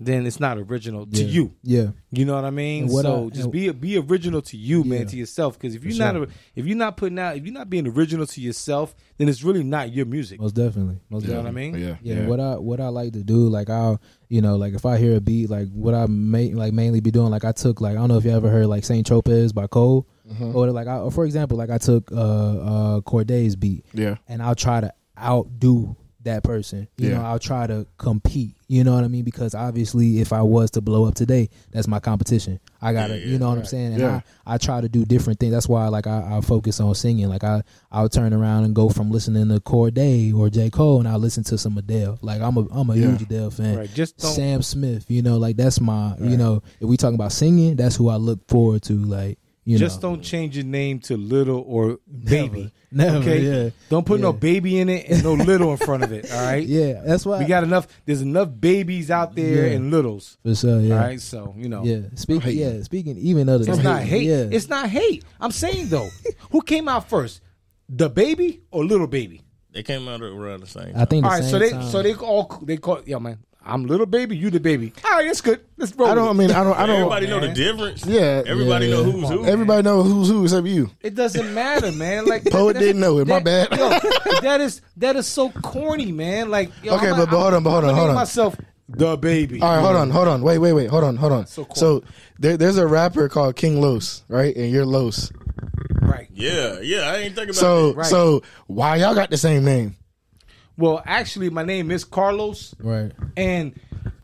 Speaker 2: then it's not original to
Speaker 5: Yeah.
Speaker 2: you.
Speaker 5: Yeah.
Speaker 2: You know what I mean?
Speaker 5: And what
Speaker 2: so
Speaker 5: I-
Speaker 2: just be be original to you, man,
Speaker 5: Yeah.
Speaker 2: to yourself. Because if you're
Speaker 5: For
Speaker 2: not a- if you're not putting out, if you're not being original to yourself, then it's really not your music.
Speaker 5: Most definitely. Most
Speaker 2: You know
Speaker 5: definitely.
Speaker 2: what I mean?
Speaker 3: Yeah.
Speaker 5: Yeah, what I what I like to do, like I'll you know, like if I hear a beat, like what I may like mainly be doing, like I took like I don't know if you ever heard like Saint Tropez by Cole, or like I, or for example, like I took uh uh Corday's beat,
Speaker 3: Yeah.
Speaker 5: and I'll try to outdo that person. You
Speaker 3: Yeah.
Speaker 5: know, I'll try to compete. You know what I mean? Because obviously, if I was to blow up today, that's my competition. I gotta,
Speaker 1: Yeah,
Speaker 5: you know what I'm saying? And
Speaker 3: Yeah.
Speaker 5: I, I try to do different things. That's why, like, I, I focus on singing. Like, I I'll turn around and go from listening to Corday or J Cole, and I will listen to some Adele. Like, I'm a I'm a
Speaker 3: Yeah.
Speaker 5: huge Adele fan.
Speaker 2: Right. Just don't
Speaker 5: Sam Smith, you know, like that's my, you know, if we talking about singing, that's who I look forward to. Like, you
Speaker 2: just
Speaker 5: know,
Speaker 2: don't change your name to little or baby.
Speaker 5: never,
Speaker 2: okay.
Speaker 5: yeah.
Speaker 2: Don't put no
Speaker 5: Yeah.
Speaker 2: baby in it and no little in front of it. All right.
Speaker 5: Yeah, that's why
Speaker 2: We got enough. There's enough babies out there
Speaker 5: Yeah.
Speaker 2: and littles.
Speaker 5: for sure. Yeah,
Speaker 2: All right. So you know.
Speaker 5: Yeah, speaking.
Speaker 3: Hating.
Speaker 5: Yeah, speaking. Even other.
Speaker 2: It's
Speaker 5: than
Speaker 2: not hate.
Speaker 5: hating, Yeah,
Speaker 2: It's not hate. I'm saying though, who came out first, the baby or little baby?
Speaker 1: They came out around the same.
Speaker 5: I think. The
Speaker 2: All right,
Speaker 5: same
Speaker 2: so they
Speaker 5: time.
Speaker 2: so they all they call yo man. I'm little baby, you the baby. All right, that's good. Let's roll.
Speaker 3: I don't. I
Speaker 2: with
Speaker 3: mean, I don't. I don't.
Speaker 1: Everybody know the difference.
Speaker 3: Yeah.
Speaker 1: Everybody
Speaker 5: Yeah,
Speaker 1: know
Speaker 5: yeah.
Speaker 1: who's who.
Speaker 3: Everybody know who's who except you.
Speaker 2: it. It doesn't matter, man. Like
Speaker 3: Poet
Speaker 2: that's-
Speaker 3: didn't know it. My
Speaker 2: that-
Speaker 3: bad.
Speaker 2: yo, that is that is so corny, man. Like yo,
Speaker 3: Okay,
Speaker 2: I'm
Speaker 3: but-
Speaker 2: not-
Speaker 3: but hold on, but hold
Speaker 2: I'm
Speaker 3: on, hold
Speaker 2: naming
Speaker 3: on.
Speaker 2: Myself the baby.
Speaker 3: All right, hold on, hold on. Wait, wait, wait. Hold on, hold on. So,
Speaker 2: cool.
Speaker 3: there, there's a rapper called King Los, right? And you're Los.
Speaker 2: right.
Speaker 1: Yeah, yeah. I ain't thinking about
Speaker 3: So,
Speaker 1: that.
Speaker 2: Right.
Speaker 3: so why y'all got the same name?
Speaker 2: Well, actually, my name is Carlos,
Speaker 5: right.
Speaker 2: and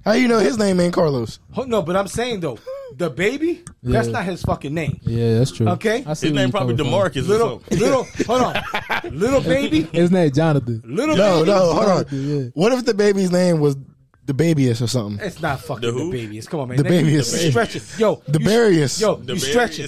Speaker 3: How you know his name ain't Carlos?
Speaker 2: oh, no, but I'm saying though, the baby. That's
Speaker 5: Yeah.
Speaker 2: not his fucking name.
Speaker 5: Yeah, that's true.
Speaker 2: Okay.
Speaker 5: I see
Speaker 1: His
Speaker 5: where
Speaker 1: name
Speaker 5: you
Speaker 1: probably
Speaker 5: coming from.
Speaker 1: Demarcus.
Speaker 2: Little,
Speaker 1: Little,
Speaker 2: little, hold on, little baby,
Speaker 5: His name Jonathan.
Speaker 2: little
Speaker 3: No,
Speaker 2: baby.
Speaker 3: no, hold on.
Speaker 5: Yeah.
Speaker 3: What if the baby's name was the babyist or something?
Speaker 2: It's not fucking
Speaker 1: The
Speaker 2: the,
Speaker 1: who?
Speaker 2: babiest. Come on, man.
Speaker 3: The
Speaker 2: That- you-
Speaker 3: babiest.
Speaker 2: You stretching. Yo.
Speaker 3: The
Speaker 2: you-
Speaker 3: barriest.
Speaker 2: Yo,
Speaker 1: The
Speaker 2: you
Speaker 1: barriest.
Speaker 2: stretching.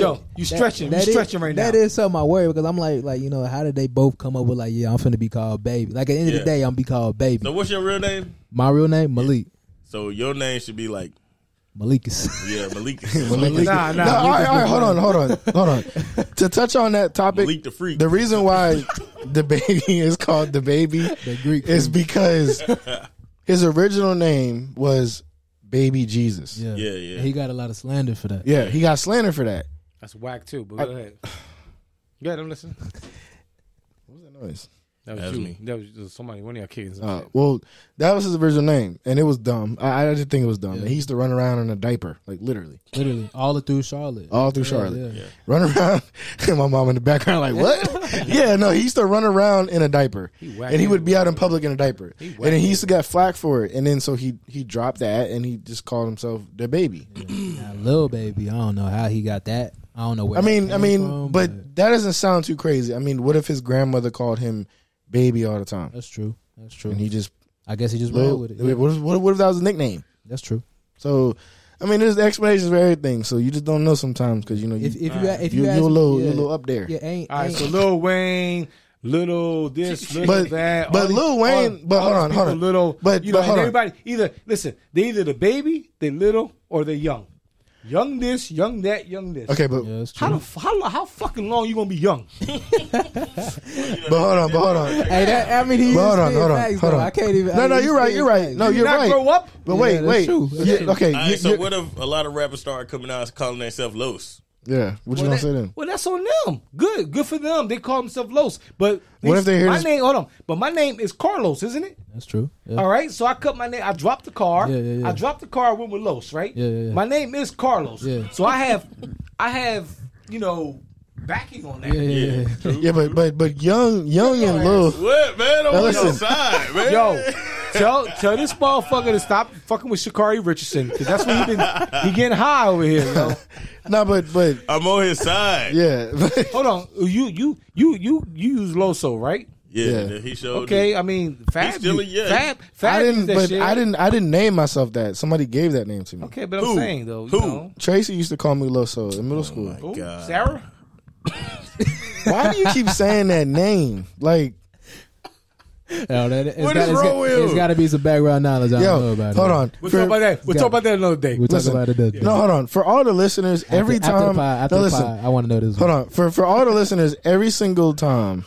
Speaker 2: Yo, you stretching.
Speaker 5: that
Speaker 2: you
Speaker 5: is-
Speaker 2: stretching right now.
Speaker 5: That is something I worry because I'm like, like you know, how did they both come up with like, yeah, I'm finna be called baby. Like at the end of
Speaker 1: Yeah.
Speaker 5: the day, I'm be called baby.
Speaker 1: so what's your real name?
Speaker 5: My real name Malik.
Speaker 1: So your name should be like
Speaker 5: Malikis.
Speaker 1: yeah, Malik.
Speaker 3: Malik.
Speaker 2: Nah, nah.
Speaker 3: No, all right, all right, hold on, hold on, hold on. to touch on that topic,
Speaker 1: Malik the freak.
Speaker 3: the reason why the baby is called the baby
Speaker 5: Greek
Speaker 3: is because his original name was Baby Jesus. Yeah,
Speaker 5: yeah,
Speaker 1: Yeah, yeah.
Speaker 5: And he got a lot of slander for that.
Speaker 3: he got slandered for that.
Speaker 2: That's whack too. But go ahead. Go ahead. I'm listening.
Speaker 3: What was that noise?
Speaker 2: That was
Speaker 1: That's
Speaker 2: you.
Speaker 1: me.
Speaker 2: That was that was somebody. One of y'all kids.
Speaker 3: Uh, well, that was his original name, and it was dumb. I, I just think it was dumb. And he used to run around in a diaper, like literally,
Speaker 5: Literally, all the through Charlotte.
Speaker 3: all through
Speaker 5: Yeah,
Speaker 3: Charlotte.
Speaker 5: yeah.
Speaker 3: Run around, and my mom in the background, like what? yeah, no, he used to run around in a diaper,
Speaker 2: wacky.
Speaker 3: and he would be out in public in a diaper, and then
Speaker 2: wacky.
Speaker 3: he used to get flack for it, and then so he he dropped that, and he just called himself the baby.
Speaker 5: Now, Lil baby, I don't know how he got that. I don't know where.
Speaker 3: I mean, I
Speaker 5: that came
Speaker 3: mean,
Speaker 5: from,
Speaker 3: but that doesn't sound too crazy. I mean, what if his grandmother called him baby all the time,
Speaker 5: that's true. That's true.
Speaker 3: and he just
Speaker 5: I guess he just ran
Speaker 3: little,
Speaker 5: with it.
Speaker 3: what,
Speaker 5: Yeah.
Speaker 3: if- what if- what if that was a nickname?
Speaker 5: That's true.
Speaker 3: So, I mean, there's explanations for everything. So you just don't know sometimes because you know you
Speaker 5: If if you if
Speaker 3: Mm. you,
Speaker 5: you,
Speaker 3: you,
Speaker 5: ask,
Speaker 3: are a little
Speaker 5: yeah,
Speaker 3: you a little up there.
Speaker 5: yeah, ain't,
Speaker 2: All right.
Speaker 5: ain't-
Speaker 2: So Lil Wayne, little this, little
Speaker 3: But-
Speaker 2: that.
Speaker 3: but
Speaker 2: all these-
Speaker 3: Lil Wayne-
Speaker 2: all-
Speaker 3: but
Speaker 2: all
Speaker 3: hold
Speaker 2: these
Speaker 3: on, hold
Speaker 2: people
Speaker 3: on.
Speaker 2: Little,
Speaker 3: But-
Speaker 2: you know,
Speaker 3: but hold
Speaker 2: and
Speaker 3: on.
Speaker 2: everybody either listen. They either the baby, they little, or they young. Young this, young that, young this.
Speaker 3: Okay, but
Speaker 5: yeah, that's true.
Speaker 2: How the f- how lo- how fucking long you gonna be young?
Speaker 3: but hold on, but hold on.
Speaker 5: Hey, that, I mean, he
Speaker 3: But hold
Speaker 5: is
Speaker 3: on,
Speaker 5: spitting
Speaker 3: hold on,
Speaker 5: facts,
Speaker 3: hold
Speaker 5: though.
Speaker 3: on.
Speaker 5: I can't even.
Speaker 3: No,
Speaker 5: I
Speaker 3: no,
Speaker 5: mean,
Speaker 3: you're right,
Speaker 5: he's
Speaker 3: you're right.
Speaker 5: spitting
Speaker 3: No,
Speaker 5: facts.
Speaker 3: Oh, you're
Speaker 2: not
Speaker 3: right.
Speaker 2: grow up?
Speaker 3: But wait,
Speaker 5: Yeah, that's
Speaker 3: wait.
Speaker 5: true, that's
Speaker 3: Yeah,
Speaker 5: true.
Speaker 3: okay,
Speaker 1: All
Speaker 3: you-
Speaker 1: right, so
Speaker 3: you-
Speaker 1: what if a lot of rappers started coming out calling themselves Los?
Speaker 3: yeah. What you gonna say then?
Speaker 2: Well, that's on them. Good, good for them. They call themselves Los, but
Speaker 3: What
Speaker 2: these-
Speaker 3: if they hear
Speaker 2: my
Speaker 3: this-
Speaker 2: name? Hold on, but my name is Carlos, isn't it?
Speaker 5: That's true. Yeah.
Speaker 2: All right, so I cut my name. I dropped the car.
Speaker 5: Yeah, yeah, yeah.
Speaker 2: I dropped the car. I went with Los, right?
Speaker 5: Yeah, yeah, yeah.
Speaker 2: My name is Carlos.
Speaker 5: Yeah.
Speaker 2: So I have, I have, you know, backing on that.
Speaker 5: Yeah, yeah, yeah.
Speaker 3: Yeah, but but but young, young and little.
Speaker 1: What man? I'm on your
Speaker 3: listen.
Speaker 1: side, man.
Speaker 2: Yo, tell tell this motherfucker to stop fucking with Shakari Richardson because that's what he been he getting high over here. Yo.
Speaker 3: No, but but
Speaker 1: I'm on his side. Yeah,
Speaker 3: yeah, but,
Speaker 2: Hold on, you you you you you use Loso, right?
Speaker 3: Yeah.
Speaker 1: he showed.
Speaker 2: Okay, I mean Fab,
Speaker 1: still a
Speaker 2: you-
Speaker 1: yeah.
Speaker 2: Fab, Fab
Speaker 3: I
Speaker 2: is
Speaker 3: didn't.
Speaker 2: that
Speaker 3: But
Speaker 2: shit.
Speaker 3: I didn't. I didn't name myself that. Somebody gave that name to me.
Speaker 2: Okay, but I'm
Speaker 1: Who?
Speaker 2: saying though, you
Speaker 1: Who?
Speaker 2: know,
Speaker 3: Tracy used to call me Loso in middle school.
Speaker 1: my
Speaker 2: Ooh,
Speaker 1: God.
Speaker 2: Sarah.
Speaker 3: Why do you keep saying that name? Like,
Speaker 5: Oh, that, it's
Speaker 1: What
Speaker 5: got-
Speaker 1: is
Speaker 5: it's
Speaker 1: wrong
Speaker 5: got-
Speaker 1: with you?
Speaker 5: It's got to be some background knowledge. I don't know
Speaker 3: yo,
Speaker 5: about
Speaker 3: hold
Speaker 5: it.
Speaker 3: on.
Speaker 2: We'll
Speaker 3: For-
Speaker 2: talk about that. We'll
Speaker 5: got-
Speaker 2: talk about that another day.
Speaker 5: We'll talk
Speaker 3: Listen,
Speaker 5: about it. Then.
Speaker 3: No, hold on. For all the listeners, every
Speaker 5: after, after
Speaker 3: time.
Speaker 5: the pie, after
Speaker 3: no,
Speaker 5: the
Speaker 3: listen.
Speaker 5: pie, I want to know this.
Speaker 3: Hold on. For for all the listeners, every single time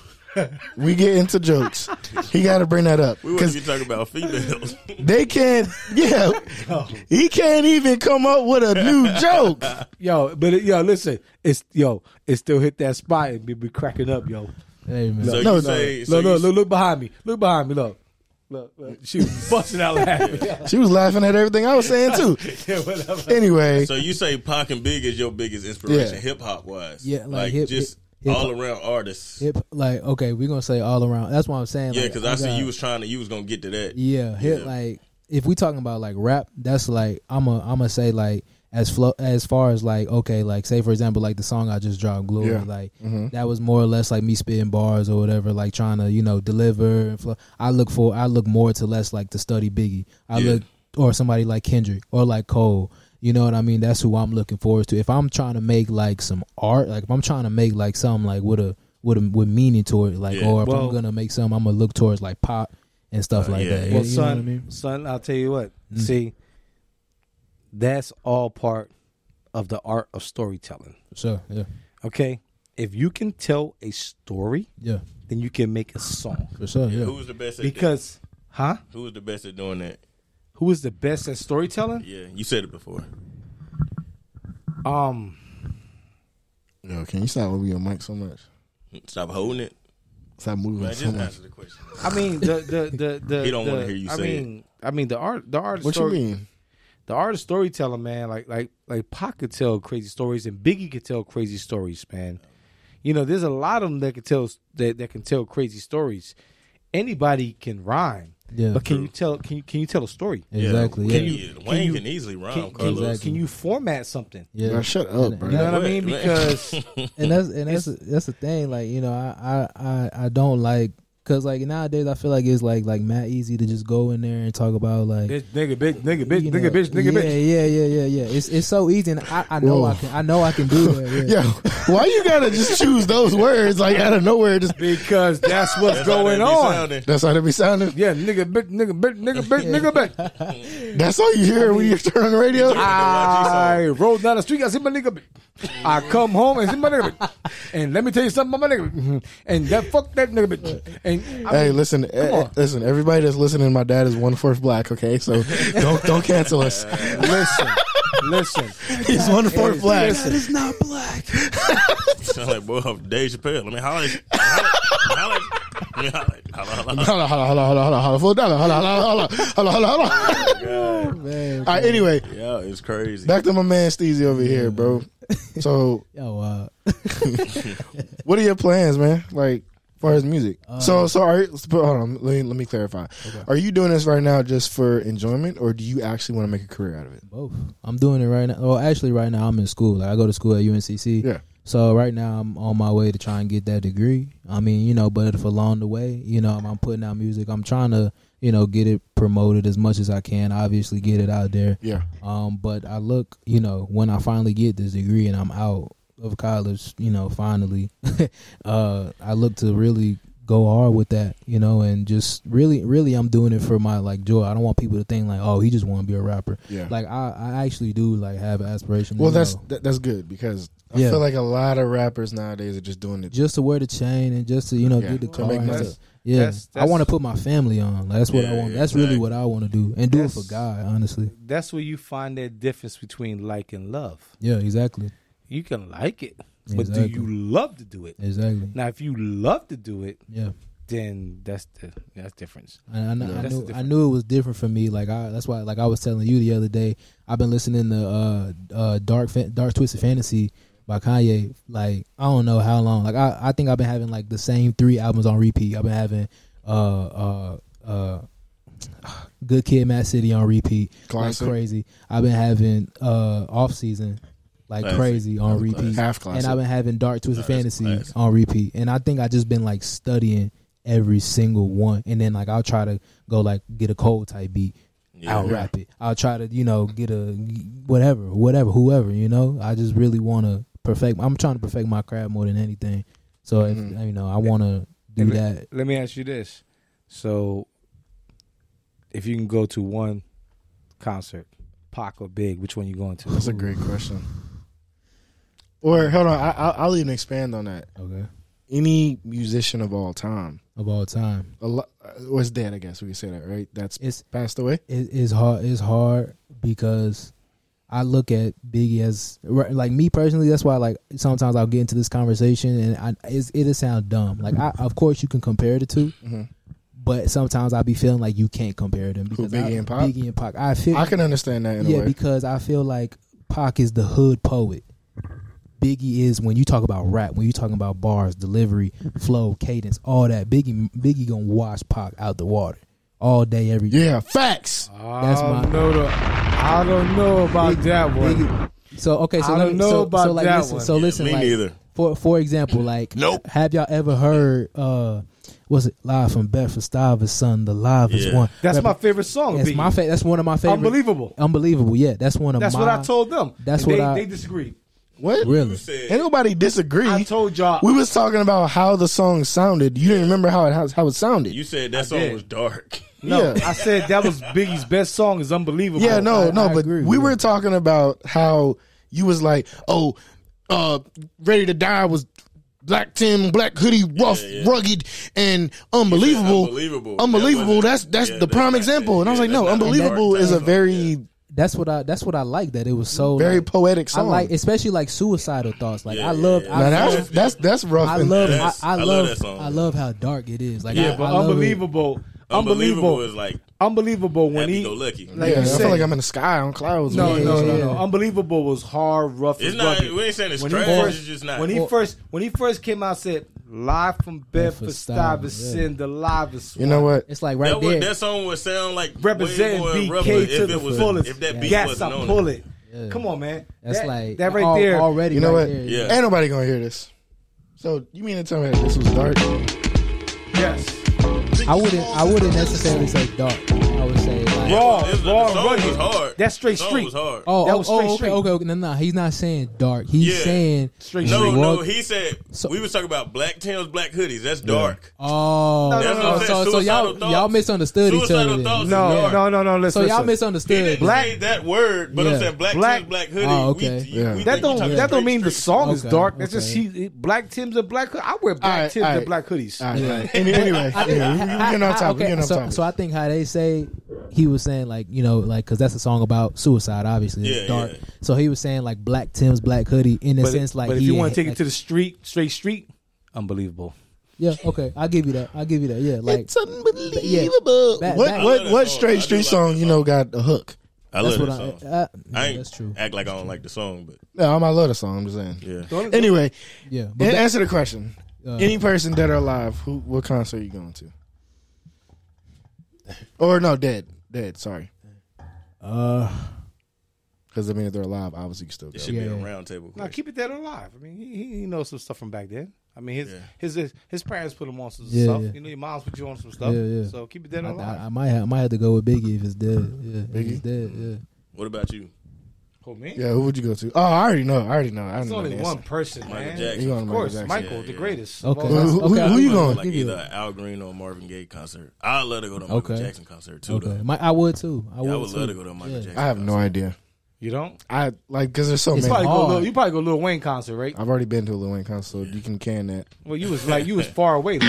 Speaker 3: we get into jokes. He got to bring that up
Speaker 1: We wouldn't
Speaker 3: because
Speaker 1: be talking about females.
Speaker 3: they can't. Yeah,
Speaker 2: Oh.
Speaker 3: he can't even come up with a new joke.
Speaker 2: Yo, but it, yo, listen, it's yo, it still hit that spot and be, be cracking up, yo.
Speaker 5: Hey man,
Speaker 1: so you
Speaker 3: No, no.
Speaker 1: say, so
Speaker 2: look,
Speaker 1: you
Speaker 2: look, look, look behind me. Look behind me. Look, look, look. she was busting out laughing.
Speaker 3: She was laughing at everything I was saying too.
Speaker 2: yeah, whatever.
Speaker 3: Anyway,
Speaker 1: So you say Pac and Big is your biggest inspiration,
Speaker 3: Yeah.
Speaker 1: hip hop wise?
Speaker 5: Yeah, like hip-
Speaker 1: just
Speaker 5: hip- hip-
Speaker 1: all around artists.
Speaker 5: hip like okay, we're gonna say all around. That's what I'm saying.
Speaker 1: yeah,
Speaker 5: like,
Speaker 1: because I, see
Speaker 5: got-
Speaker 1: you was trying to, you was gonna get to that.
Speaker 5: Yeah, hip
Speaker 1: Yeah.
Speaker 5: like if we talking about like rap, that's like I'm a I'm gonna say like as flow as far as like okay, like say for example like the song I just dropped, Glory,
Speaker 3: Yeah.
Speaker 5: like
Speaker 1: Mm-hmm.
Speaker 3: Mhm.
Speaker 5: that was more or less like me spitting bars or whatever, like trying to you know deliver and flow. I look for I look more to less like to study Biggie. I
Speaker 1: Yeah.
Speaker 5: look or somebody like Kendrick or like Cole. You know what I mean? That's who I'm looking forward to. If I'm trying to make like some art, like if I'm trying to make like something like with a with a with meaning to it, like
Speaker 1: Yeah.
Speaker 5: or if
Speaker 2: Well-
Speaker 5: I'm gonna make something, I'm gonna look towards like pop and stuff
Speaker 1: Uh,
Speaker 5: like
Speaker 1: yeah.
Speaker 5: that.
Speaker 1: Well,
Speaker 5: You-
Speaker 2: Well,
Speaker 5: you know
Speaker 2: son,
Speaker 5: what I mean? Mm.
Speaker 2: son, I'll tell you what. See, that's all part of the art of storytelling.
Speaker 5: Sure. Yeah.
Speaker 2: Okay, if you can tell a story,
Speaker 5: Yeah.
Speaker 2: then you can make a song.
Speaker 5: For sure. Yeah.
Speaker 1: Who was the best at
Speaker 2: Because, huh?
Speaker 1: that? Who was the best at doing that?
Speaker 2: Who is the best at storytelling?
Speaker 1: Yeah, you said it before.
Speaker 2: Um,
Speaker 3: yo, can you stop moving your mic so much?
Speaker 1: Stop holding it.
Speaker 3: Stop moving
Speaker 1: Man,
Speaker 3: so
Speaker 1: just
Speaker 3: much.
Speaker 1: answer the question.
Speaker 2: I mean the the the, the
Speaker 1: He don't
Speaker 2: the-
Speaker 1: wanna hear you
Speaker 2: I
Speaker 1: say it.
Speaker 2: mean, I mean the art the art. of
Speaker 3: What you
Speaker 2: story-
Speaker 3: mean?
Speaker 2: the art of storytelling, man, like like like Pac could tell crazy stories and Biggie could tell crazy stories, man. You know, there's a lot of them that can tell that, that can tell crazy stories. Anybody can rhyme,
Speaker 5: Yeah.
Speaker 2: but can you tell can you can you tell a story?
Speaker 5: Exactly.
Speaker 1: Yeah.
Speaker 5: Yeah.
Speaker 1: Can you, Wayne
Speaker 2: you-
Speaker 1: can easily rhyme.
Speaker 2: Can, can,
Speaker 1: Carlos.
Speaker 5: Exactly.
Speaker 2: can you format something?
Speaker 5: yeah.
Speaker 3: Bro, shut up, bro.
Speaker 2: You know what I
Speaker 1: Wait,
Speaker 2: mean?
Speaker 1: man.
Speaker 2: Because
Speaker 5: and that's and that's that's the thing. Like you know, I I I, I don't like because like nowadays I feel like it's like like mad easy to just go in there and talk about like.
Speaker 2: bitch, nigga, bitch, nigga,
Speaker 5: you know, yeah, yeah, yeah, yeah, yeah. It's it's so easy, and I, I know
Speaker 3: Whoa.
Speaker 5: I can, I know I can do that. Yeah.
Speaker 3: Yo, why you gotta just choose those words like out of nowhere? Just
Speaker 2: Because that's what's
Speaker 1: That's how
Speaker 2: going
Speaker 1: that be
Speaker 2: on.
Speaker 1: sounding.
Speaker 3: that's how they be sounding.
Speaker 2: Yeah, nigga, bitch, nigga, bitch, nigga, bitch, nigga, bitch.
Speaker 3: That's all you hear when you turn on the radio.
Speaker 2: I rode down the street. I see my nigga. bitch. I come home and see my nigga. bitch. And let me tell you something about my nigga. bitch. And that fuck that nigga. bitch. And I
Speaker 3: hey,
Speaker 2: mean,
Speaker 3: listen, eh,
Speaker 2: on.
Speaker 3: listen. Everybody that's listening, my dad is one fourth black. Okay, so don't don't cancel us.
Speaker 2: listen, listen.
Speaker 3: He's one fourth black.
Speaker 5: is not black.
Speaker 1: Sound like boy off Dave Chappelle. I mean, holla, holla, holla, I mean, holla, holla, holla.
Speaker 3: Holla, holla, holla, holla, holla, holla, full dollar, holla, holla, holla, holla, holla, holla.
Speaker 5: Man,
Speaker 3: All right, anyway,
Speaker 1: Yeah, it's crazy.
Speaker 3: back to my man Steezy over here, bro. So,
Speaker 5: yo, uh,
Speaker 3: what are your plans, man? Like, as far as music.
Speaker 5: Uh,
Speaker 3: so, so are you, but hold on. Let me, let me clarify. Are you doing this right now just for enjoyment, or do you actually want to make a career out of it?
Speaker 5: both. I'm doing it right now. Well, actually, right now I'm in school. Like I go to school at UNCC.
Speaker 3: Yeah.
Speaker 5: So right now I'm on my way to try and get that degree. I mean, you know, but if along the way, you know, I'm, I'm putting out music. I'm trying to, you know, get it promoted as much as I can. Obviously, get it out there.
Speaker 3: Yeah.
Speaker 5: Um, but I look, you know, when I finally get this degree and I'm out of college, you know, finally, uh, I look to really go hard with that, you know, and just really, really, I'm doing it for my like joy. I don't want people to think like, oh, he just want to be a rapper.
Speaker 3: Yeah.
Speaker 5: Like I, I actually do like have aspirations.
Speaker 3: Well,
Speaker 5: you
Speaker 3: that's
Speaker 5: know,
Speaker 3: that, that's good because I
Speaker 5: Yeah.
Speaker 3: feel like a lot of rappers nowadays are just doing it.
Speaker 5: just to wear the chain and just to you know
Speaker 3: Yeah,
Speaker 5: get the
Speaker 3: to
Speaker 5: car.
Speaker 3: make
Speaker 5: and
Speaker 3: money.
Speaker 5: stuff. yeah,
Speaker 2: That's-
Speaker 5: I
Speaker 2: that's-
Speaker 5: want to put my family on. Like, that's what I
Speaker 1: Yeah,
Speaker 5: want. That's really
Speaker 1: exactly.
Speaker 5: what I want to do, and do it for
Speaker 2: That's-
Speaker 5: God, honestly.
Speaker 2: That's where you find that difference between like and love.
Speaker 5: Yeah, exactly,
Speaker 2: You can like it, but
Speaker 5: Exactly.
Speaker 2: do you love to do it?
Speaker 5: exactly.
Speaker 2: Now, if you love to do it,
Speaker 5: Yeah.
Speaker 2: then that's the that's difference.
Speaker 5: I, I, kn- I
Speaker 2: That's the
Speaker 5: knew I
Speaker 2: difference.
Speaker 5: knew it was different for me. Like I, that's why. Like I was telling you the other day, I've been listening to uh, uh, Dark Fan- Dark Twisted Fantasy by Kanye. Like I don't know how long. Like I, I think I've been having like the same three albums on repeat. I've been having uh uh uh Good Kid, Mad City on repeat.
Speaker 3: Classic.
Speaker 5: Like crazy. I've been having uh off season like
Speaker 1: Classic.
Speaker 5: crazy on repeat.
Speaker 3: uh, Half classic.
Speaker 5: And I've been having Dark Twisted
Speaker 1: Nice,
Speaker 5: Fantasy
Speaker 1: nice.
Speaker 5: on repeat. And I think I just been like studying every single one. And then like I'll try to go like get a cold type beat.
Speaker 1: Yeah.
Speaker 5: I'll rap it. I'll try to, you know, get a whatever, whatever, whoever, you know. I just really wanna perfect I'm trying to perfect my craft more than anything. So if,
Speaker 3: Mhm.
Speaker 5: you know, I wanna do
Speaker 2: And-
Speaker 5: that.
Speaker 2: Let me ask you this: so, if you can go to one concert, Pac or Big, which one you going to?
Speaker 3: That's a great question. Or hold on, I, I'll, I'll even expand on that.
Speaker 5: Okay.
Speaker 3: any musician of all time.
Speaker 5: of all time.
Speaker 3: A lot was dead, I guess we could say that, right? That's
Speaker 5: It's
Speaker 3: passed away.
Speaker 5: it, it's hard. It's hard because I look at Biggie as right, like me personally. That's why like sometimes I'll get into this conversation and I it's, it'll sound dumb. Like I, of course you can compare the 2
Speaker 3: Mhm.
Speaker 5: but sometimes I'll be feeling like you can't compare them because I,
Speaker 3: Biggie and Pac?
Speaker 5: Biggie and Pac. I feel
Speaker 3: I can understand that in
Speaker 5: yeah
Speaker 3: a way.
Speaker 5: because I feel like Pac is the hood poet. Biggie is when you talk about rap, when you talking about bars, delivery, flow, cadence, all that. Biggie, Biggie gonna wash Pac out the water all day, every
Speaker 3: Yeah, facts.
Speaker 5: That's
Speaker 2: I
Speaker 5: my-
Speaker 2: don't know, the, I don't know about
Speaker 5: Big-
Speaker 2: that one.
Speaker 5: Biggie. So okay, so
Speaker 2: I
Speaker 5: let
Speaker 2: don't
Speaker 5: me-
Speaker 2: know
Speaker 5: so,
Speaker 2: about
Speaker 5: so, like,
Speaker 2: that
Speaker 5: listen,
Speaker 2: one.
Speaker 5: So
Speaker 1: Yeah,
Speaker 5: listen,
Speaker 1: me
Speaker 5: like,
Speaker 1: neither.
Speaker 5: For for example, like
Speaker 1: Nope.
Speaker 5: Have y'all ever heard? uh Was it live from Bedford Stuyvesant? Son, the live is
Speaker 1: Yeah.
Speaker 5: one.
Speaker 2: That's
Speaker 5: Rep-
Speaker 2: my favorite song.
Speaker 5: That's
Speaker 2: Biggie.
Speaker 5: my fa- That's one of my favorite.
Speaker 2: Unbelievable.
Speaker 5: Unbelievable. Yeah, that's one of
Speaker 2: That's
Speaker 5: my.
Speaker 2: what I told them.
Speaker 5: That's
Speaker 2: And
Speaker 5: what
Speaker 2: they,
Speaker 5: I-
Speaker 2: they disagreed.
Speaker 3: What?
Speaker 5: Really?
Speaker 1: Said,
Speaker 3: Ain't nobody disagree.
Speaker 2: I told y'all.
Speaker 3: we was talking about how the song sounded. You didn't remember how it how, how it sounded.
Speaker 1: you said that
Speaker 2: did.
Speaker 1: song was dark.
Speaker 2: no,
Speaker 3: yeah.
Speaker 2: I said that was Biggie's best song. Is unbelievable.
Speaker 3: Yeah, no,
Speaker 5: I-
Speaker 3: no,
Speaker 5: I
Speaker 3: but
Speaker 5: agree with
Speaker 3: we
Speaker 5: you.
Speaker 3: were talking about how you was like, oh, uh, Ready to Die was black Tim, black hoodie, rough, rugged, and unbelievable.
Speaker 1: unbelievable.
Speaker 3: Unbelievable.
Speaker 1: That wasn't-
Speaker 3: that's that's
Speaker 1: yeah,
Speaker 3: the
Speaker 1: that's
Speaker 3: prime
Speaker 1: not-
Speaker 3: example. And I was
Speaker 1: yeah,
Speaker 3: like, no,
Speaker 1: that's not a
Speaker 3: unbelievable
Speaker 1: dark
Speaker 3: is a
Speaker 1: time,
Speaker 3: very
Speaker 5: That's what I. That's what I like. That it was so
Speaker 3: very
Speaker 5: like,
Speaker 3: poetic
Speaker 5: I
Speaker 3: song.
Speaker 5: like, especially like suicidal thoughts. Like
Speaker 1: Yeah,
Speaker 5: I love.
Speaker 1: yeah,
Speaker 5: I
Speaker 1: yeah.
Speaker 3: now
Speaker 5: love.
Speaker 3: that's that's that's rough.
Speaker 5: I
Speaker 3: and-
Speaker 5: love,
Speaker 1: Yes,
Speaker 5: I, I
Speaker 1: I love
Speaker 5: love,
Speaker 1: that song.
Speaker 5: I love how dark it is. Like,
Speaker 2: yeah,
Speaker 5: I,
Speaker 2: but
Speaker 5: I love it.
Speaker 2: unbelievable,
Speaker 1: Unbelievable
Speaker 2: unbelievable,
Speaker 1: is like
Speaker 2: unbelievable when
Speaker 1: happy
Speaker 2: he.
Speaker 1: go lucky.
Speaker 2: like
Speaker 3: yeah,
Speaker 2: you
Speaker 3: I
Speaker 2: said.
Speaker 3: feel like I'm in the sky on clouds.
Speaker 2: No,
Speaker 3: man.
Speaker 2: no, no,
Speaker 5: yeah.
Speaker 2: no. Unbelievable was hard, rough.
Speaker 1: It's
Speaker 2: and
Speaker 1: not.
Speaker 2: rugged.
Speaker 1: We ain't saying it's
Speaker 2: When he
Speaker 1: trash.
Speaker 2: first-
Speaker 1: It's just not.
Speaker 2: when he first when he first came out, said live from Bedford
Speaker 5: Bedford Stuyvesant,
Speaker 2: Stuyvesant, the livest.
Speaker 3: You know what?
Speaker 5: It's like
Speaker 1: that,
Speaker 5: right
Speaker 1: would-
Speaker 5: there.
Speaker 1: that song would sound like
Speaker 2: Representing
Speaker 1: way more
Speaker 2: BK
Speaker 1: rubber
Speaker 2: to
Speaker 1: if
Speaker 2: the
Speaker 1: it was
Speaker 2: fullest.
Speaker 1: if that
Speaker 2: Yeah.
Speaker 1: beat
Speaker 2: yes,
Speaker 1: wasn't
Speaker 2: I
Speaker 1: on
Speaker 2: pull
Speaker 1: it.
Speaker 2: it. Come on, man.
Speaker 5: that's
Speaker 2: That-
Speaker 5: like
Speaker 2: that right
Speaker 5: al-
Speaker 2: there.
Speaker 5: Already,
Speaker 3: You know what?
Speaker 5: right There,
Speaker 1: Yeah.
Speaker 3: Ain't nobody gonna hear this. So you mean to tell me that this was dark?
Speaker 2: Yes,
Speaker 5: I wouldn't. I wouldn't necessarily say dark. I would say like.
Speaker 2: raw,
Speaker 1: It's- the
Speaker 2: raw,
Speaker 1: song was
Speaker 2: rugged.
Speaker 1: hard.
Speaker 2: That's straight
Speaker 1: The song
Speaker 2: street.
Speaker 1: was hard.
Speaker 5: Oh,
Speaker 2: That
Speaker 5: oh,
Speaker 2: was
Speaker 5: oh,
Speaker 2: straight
Speaker 5: okay,
Speaker 2: street.
Speaker 5: okay, okay. No, no, he's not saying dark. He's
Speaker 1: Yeah.
Speaker 5: saying
Speaker 2: Straight
Speaker 5: Just
Speaker 1: No,
Speaker 2: street.
Speaker 5: walk-
Speaker 1: no, he said
Speaker 5: So-
Speaker 1: we was talking about black tails, black hoodies. That's dark.
Speaker 5: Oh,
Speaker 2: no, no, no,
Speaker 5: so- so,
Speaker 1: no.
Speaker 5: so y'all
Speaker 1: Suicidal
Speaker 5: y'all
Speaker 1: thoughts.
Speaker 5: misunderstood each
Speaker 1: Suicidal
Speaker 5: other. then.
Speaker 1: thoughts.
Speaker 2: no,
Speaker 1: Dark.
Speaker 2: no, no, no. Listen,
Speaker 5: So y'all
Speaker 2: listen.
Speaker 1: He
Speaker 5: misunderstood.
Speaker 1: didn't
Speaker 5: then.
Speaker 2: Black-
Speaker 1: say that word, but
Speaker 5: Yeah.
Speaker 1: I'm saying black,
Speaker 2: Black-
Speaker 1: black tails, black hoodie.
Speaker 5: Oh,
Speaker 1: we-
Speaker 5: okay.
Speaker 1: you-
Speaker 3: Yeah.
Speaker 2: That
Speaker 1: we think you
Speaker 2: don't
Speaker 1: talking
Speaker 2: that don't
Speaker 1: straight
Speaker 2: mean the
Speaker 1: street.
Speaker 2: song is
Speaker 5: Okay,
Speaker 2: dark. That's just
Speaker 5: okay.
Speaker 2: he, black Tims and black. hood- I wear black
Speaker 3: Alright,
Speaker 2: Tims and
Speaker 3: alright.
Speaker 2: black hoodies.
Speaker 3: All right, all right. Any- Anyway, yeah, we, we getting off topic. We
Speaker 5: Okay,
Speaker 3: getting off
Speaker 5: so,
Speaker 3: topic.
Speaker 5: so I think how they say he was saying like you know like because that's a song about suicide, obviously. It's
Speaker 1: Yeah,
Speaker 5: dark.
Speaker 1: yeah.
Speaker 5: So he was saying like black Tim's black hoodie in the
Speaker 2: But,
Speaker 5: sense like
Speaker 2: but if
Speaker 5: he
Speaker 2: you want
Speaker 5: had-
Speaker 2: to take it
Speaker 5: like-
Speaker 2: to the street, straight street, unbelievable.
Speaker 5: yeah, okay, I'll give you that. I'll give you that. Yeah, like
Speaker 3: it's unbelievable.
Speaker 5: Back-
Speaker 3: what
Speaker 5: back-
Speaker 1: I
Speaker 3: what
Speaker 1: love
Speaker 3: what
Speaker 1: that song.
Speaker 3: straight
Speaker 1: I
Speaker 3: street
Speaker 1: do like
Speaker 3: song
Speaker 1: that
Speaker 3: you know got a hook?
Speaker 1: I
Speaker 5: that's
Speaker 1: love
Speaker 5: what
Speaker 1: that
Speaker 5: I.
Speaker 1: song.
Speaker 5: uh,
Speaker 1: I
Speaker 5: yeah,
Speaker 1: ain't
Speaker 5: that's true.
Speaker 1: act like I don't like the song, but
Speaker 3: No, I'm, I love the song. I'm just saying.
Speaker 1: yeah.
Speaker 3: Anyway,
Speaker 5: Yeah,
Speaker 3: a-
Speaker 5: but back-
Speaker 3: answer the question.
Speaker 5: uh,
Speaker 3: Any person dead or alive, who what concert are you going to? Or no, dead, dead. Sorry,
Speaker 5: uh,
Speaker 3: because I mean, if they're alive, obviously you still
Speaker 1: It
Speaker 3: go.
Speaker 1: should be
Speaker 5: Yeah.
Speaker 1: a round table.
Speaker 2: Now keep it dead or alive. I mean, he, he knows some stuff from back then. I mean, his
Speaker 1: Yeah.
Speaker 2: his, his his parents put him on some
Speaker 5: Yeah,
Speaker 2: stuff.
Speaker 5: yeah.
Speaker 2: You know, your mom's put you on some stuff.
Speaker 5: Yeah, yeah.
Speaker 2: So keep it dead
Speaker 5: I,
Speaker 2: or
Speaker 5: I,
Speaker 2: alive.
Speaker 5: I might have, I might have to go with Biggie if it's dead. Yeah, if
Speaker 3: Biggie?
Speaker 5: it's dead. Yeah.
Speaker 1: What about you,
Speaker 2: Who, me?
Speaker 3: Yeah, who would you go to? Oh, I already know. I already know. I already
Speaker 2: It's
Speaker 3: know
Speaker 2: only
Speaker 3: the
Speaker 2: one
Speaker 3: answer.
Speaker 2: person,
Speaker 1: Michael
Speaker 2: man.
Speaker 1: Jackson?
Speaker 3: You going
Speaker 2: Of
Speaker 3: to
Speaker 2: course,
Speaker 3: Michael Jackson?
Speaker 2: Michael,
Speaker 1: yeah,
Speaker 2: the
Speaker 1: yeah.
Speaker 2: greatest.
Speaker 5: Okay.
Speaker 3: Who,
Speaker 5: That's-
Speaker 3: who,
Speaker 5: okay,
Speaker 3: who
Speaker 5: I'm
Speaker 3: you
Speaker 5: gonna
Speaker 3: going?
Speaker 1: Like
Speaker 5: give you
Speaker 1: either
Speaker 5: that.
Speaker 1: an Al Green or a Marvin Gaye concert. I would love to go to a Michael
Speaker 5: Okay.
Speaker 1: Jackson concert too.
Speaker 5: Okay.
Speaker 1: Though.
Speaker 5: My, I would too. I would,
Speaker 1: Yeah, I would
Speaker 5: too.
Speaker 1: love to go to a Michael
Speaker 5: Yeah.
Speaker 1: Jackson.
Speaker 3: I have no
Speaker 1: concert.
Speaker 3: idea.
Speaker 2: You don't?
Speaker 3: I like because there's so
Speaker 5: It's
Speaker 2: You
Speaker 3: many.
Speaker 2: probably, go
Speaker 5: hard.
Speaker 2: Lil, you probably go Lil Wayne concert, right?
Speaker 3: I've already been to a Lil Wayne concert, so you can can that.
Speaker 2: Well, you was like you was far away. Though.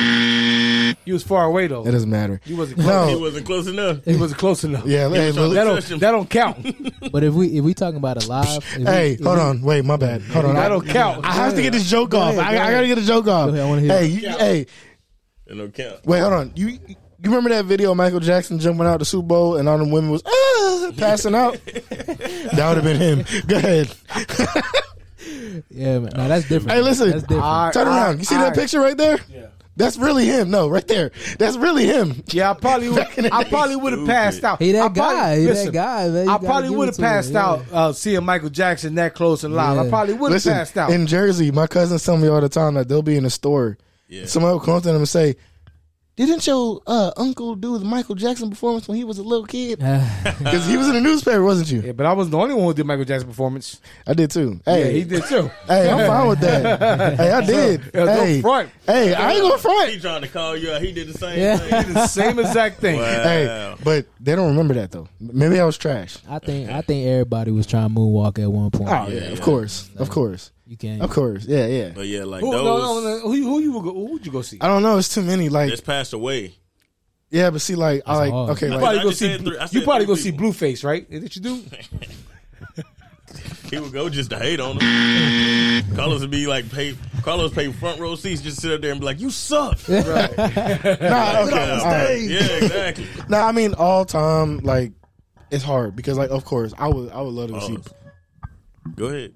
Speaker 2: You was far away though.
Speaker 3: It doesn't matter.
Speaker 2: You wasn't
Speaker 3: No.
Speaker 2: close.
Speaker 1: He wasn't close enough.
Speaker 2: You wasn't close enough.
Speaker 3: Yeah, hey, Lil-
Speaker 2: That
Speaker 1: Touch
Speaker 2: don't
Speaker 1: him.
Speaker 2: that don't count.
Speaker 5: But if we if we talking about alive, if we-
Speaker 3: hey,
Speaker 5: if
Speaker 3: hold
Speaker 5: we-
Speaker 3: on, wait, my bad. Hold on,
Speaker 2: that
Speaker 3: I,
Speaker 2: don't count.
Speaker 3: I have to get this joke
Speaker 5: Go
Speaker 3: off.
Speaker 5: ahead, go
Speaker 3: I, I
Speaker 5: ahead.
Speaker 3: gotta get a joke off.
Speaker 5: Go ahead, I wanna hear
Speaker 3: hey,
Speaker 5: it.
Speaker 3: you, hey,
Speaker 1: It don't count.
Speaker 3: wait, hold on. You you remember that video of Michael Jackson jumping out the Super Bowl and all them women was ah, passing out? that would have been him. Go ahead.
Speaker 5: Yeah, man. Nah, that's different.
Speaker 3: Hey, listen.
Speaker 5: that's different.
Speaker 2: I-
Speaker 3: Turn
Speaker 2: I-
Speaker 3: around. You see
Speaker 2: I-
Speaker 3: that picture right there? Yeah. That's really him. No, right there. That's really him.
Speaker 2: Yeah, I probably would.
Speaker 3: in the
Speaker 2: I probably would have passed out.
Speaker 5: He that
Speaker 2: I probably-
Speaker 5: guy. He that
Speaker 2: listen,
Speaker 5: guy, man. You
Speaker 2: I
Speaker 5: gotta
Speaker 2: probably
Speaker 5: give it
Speaker 2: would have
Speaker 5: to him,
Speaker 2: passed
Speaker 5: yeah.
Speaker 2: out uh, seeing Michael Jackson that close and live. I
Speaker 5: Yeah.
Speaker 2: probably would have
Speaker 3: Listen,
Speaker 2: passed out.
Speaker 3: in Jersey, my cousins tell me all the time that they'll be in a store.
Speaker 1: Yeah.
Speaker 3: Somebody will come up to them and say, "Didn't your uh, uncle do the Michael Jackson performance when he was a little kid?" Because he was in the newspaper, wasn't you?
Speaker 2: yeah, but I was the only one who did Michael Jackson performance.
Speaker 3: I did too. Hey,
Speaker 2: Yeah, he did too.
Speaker 3: Hey, I'm fine with that. hey, I did.
Speaker 2: Yeah, no
Speaker 3: hey,
Speaker 2: front.
Speaker 3: hey, I ain't gonna
Speaker 1: He
Speaker 3: front.
Speaker 1: trying to call you out. He did the same
Speaker 5: Yeah.
Speaker 1: thing.
Speaker 2: The same exact thing.
Speaker 1: Wow.
Speaker 3: Hey, but they don't remember that though. Maybe I was trash.
Speaker 2: Oh,
Speaker 5: I think I think everybody was trying to moonwalk at one point.
Speaker 3: Oh yeah, of course, of course.
Speaker 5: You can't.
Speaker 3: Of course, yeah, yeah.
Speaker 1: But yeah, like
Speaker 2: Who,
Speaker 1: those
Speaker 2: no, no, no, who, you- who you would go? Who would you go see?
Speaker 3: I don't know. It's too many. Like,
Speaker 1: that's passed away.
Speaker 3: yeah, but see, like, I
Speaker 5: That's
Speaker 3: like.
Speaker 5: hard.
Speaker 3: Okay,
Speaker 1: I
Speaker 3: like,
Speaker 2: probably
Speaker 1: I
Speaker 2: go
Speaker 1: just
Speaker 2: see.
Speaker 1: said three- I
Speaker 2: you
Speaker 1: said
Speaker 2: probably
Speaker 1: three
Speaker 2: go see
Speaker 1: people.
Speaker 2: Blueface, right? Is that you do?
Speaker 1: He would go just to hate on him. Carlos would be like, pay, Carlos pay front row seats, just sit up there and be like, "You suck."
Speaker 3: nah, okay,
Speaker 1: Yeah,
Speaker 3: all right.
Speaker 1: yeah, exactly.
Speaker 3: Nah, I mean, all time, like, it's hard because, like, of course, I would, I would love to see.
Speaker 1: Pause. Oh. Go ahead.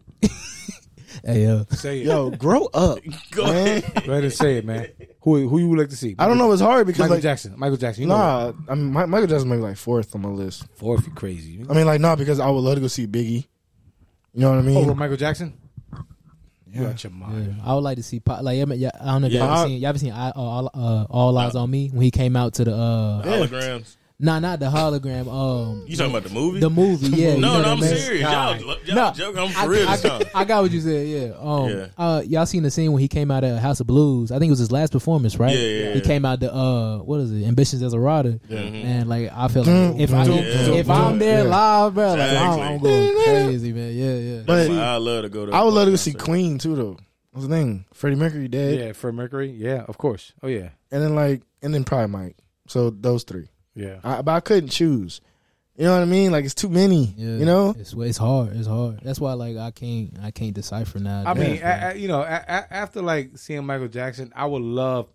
Speaker 5: Hey, uh, yo.
Speaker 2: Say it.
Speaker 3: Yo, grow up,
Speaker 1: Oh. Go
Speaker 3: man.
Speaker 1: ahead.
Speaker 2: Go ahead and say it, man. Who who you would like to see?
Speaker 3: I don't know. It's hard because,
Speaker 2: Michael
Speaker 3: like,
Speaker 2: Jackson. Michael Jackson. You know
Speaker 3: nah, I mean, Mi- Michael Jackson might be like fourth on my list.
Speaker 2: Four if you crazy.
Speaker 3: I mean, like, nah, because I would love to go see Biggie. You know what I mean?
Speaker 2: Over Oh, Michael Jackson. You out your mind.
Speaker 5: Yeah. I would like to see Pac. Like, I, mean, yeah, I don't know if
Speaker 1: Yeah.
Speaker 5: y'all ever seen. Y'all ever seen I, uh, all, uh, all Eyes on Me when he came out to the uh,
Speaker 1: Holograms.
Speaker 5: nah, not the hologram. Um,
Speaker 1: You talking about the movie?
Speaker 5: the movie. Yeah. you
Speaker 1: no,
Speaker 5: know
Speaker 1: no,
Speaker 5: what
Speaker 1: I'm
Speaker 5: I mean?
Speaker 1: serious. Y'all, y'all
Speaker 5: No,
Speaker 1: joke. I'm for
Speaker 5: I,
Speaker 1: real
Speaker 5: I,
Speaker 1: this time.
Speaker 5: I got what you said. Yeah. Um.
Speaker 1: Yeah.
Speaker 5: Uh. Y'all seen the scene when he came out of House of Blues? I think it was his last performance, right?
Speaker 1: Yeah, yeah,
Speaker 5: He
Speaker 1: yeah.
Speaker 5: came out the uh. What is it? Ambitions as a Rider. And like I feel like if I
Speaker 3: Yeah.
Speaker 5: if I'm there
Speaker 3: Yeah.
Speaker 5: live, bro, like I'm,
Speaker 1: Exactly.
Speaker 5: I'm going crazy, man. Yeah, yeah.
Speaker 3: but
Speaker 1: I love to go to.
Speaker 3: I would love to go see Queen too, though. That's the thing. Freddie Mercury dead,
Speaker 2: Yeah, Fred Mercury. Yeah, of course. Oh yeah,
Speaker 3: and then like, and then probably Mike. So those three.
Speaker 2: yeah.
Speaker 3: I, but I couldn't choose. You know what I mean? Like it's too many.
Speaker 5: Yeah.
Speaker 3: You know?
Speaker 5: it's it's hard. It's hard. That's why like I can't I can't decipher now.
Speaker 2: I mean, a- a- you know, a- a- after like seeing Michael Jackson, I would love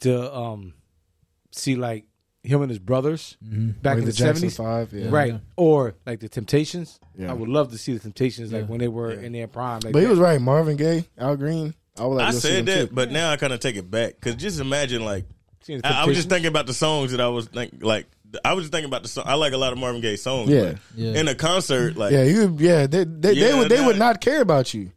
Speaker 2: to um see like him and his brothers back
Speaker 3: Like
Speaker 2: in
Speaker 3: the
Speaker 2: the
Speaker 3: Jackson
Speaker 2: seventies,
Speaker 3: Five. Yeah.
Speaker 2: right?
Speaker 5: Yeah.
Speaker 2: Or like the Temptations.
Speaker 3: Yeah.
Speaker 2: I would love to see the Temptations like
Speaker 5: Yeah.
Speaker 2: when they were in their prime. Like
Speaker 3: But he
Speaker 2: that.
Speaker 3: was right. Marvin Gaye, Al Green. I would like.
Speaker 1: I
Speaker 3: to go see
Speaker 1: said
Speaker 3: them,
Speaker 1: that,
Speaker 3: too.
Speaker 1: but now I kind of take it back because just imagine like
Speaker 2: Seeing the
Speaker 1: I, I was
Speaker 2: Temptations.
Speaker 1: just thinking about the songs that I was think like I was just thinking about the song. I like a lot of Marvin Gaye songs.
Speaker 3: Yeah.
Speaker 1: but
Speaker 5: Yeah.
Speaker 1: In a concert, like
Speaker 3: Yeah,
Speaker 1: yeah,
Speaker 3: you. Yeah, they they, they
Speaker 1: Yeah,
Speaker 3: would they would
Speaker 1: nah.
Speaker 3: not care about you.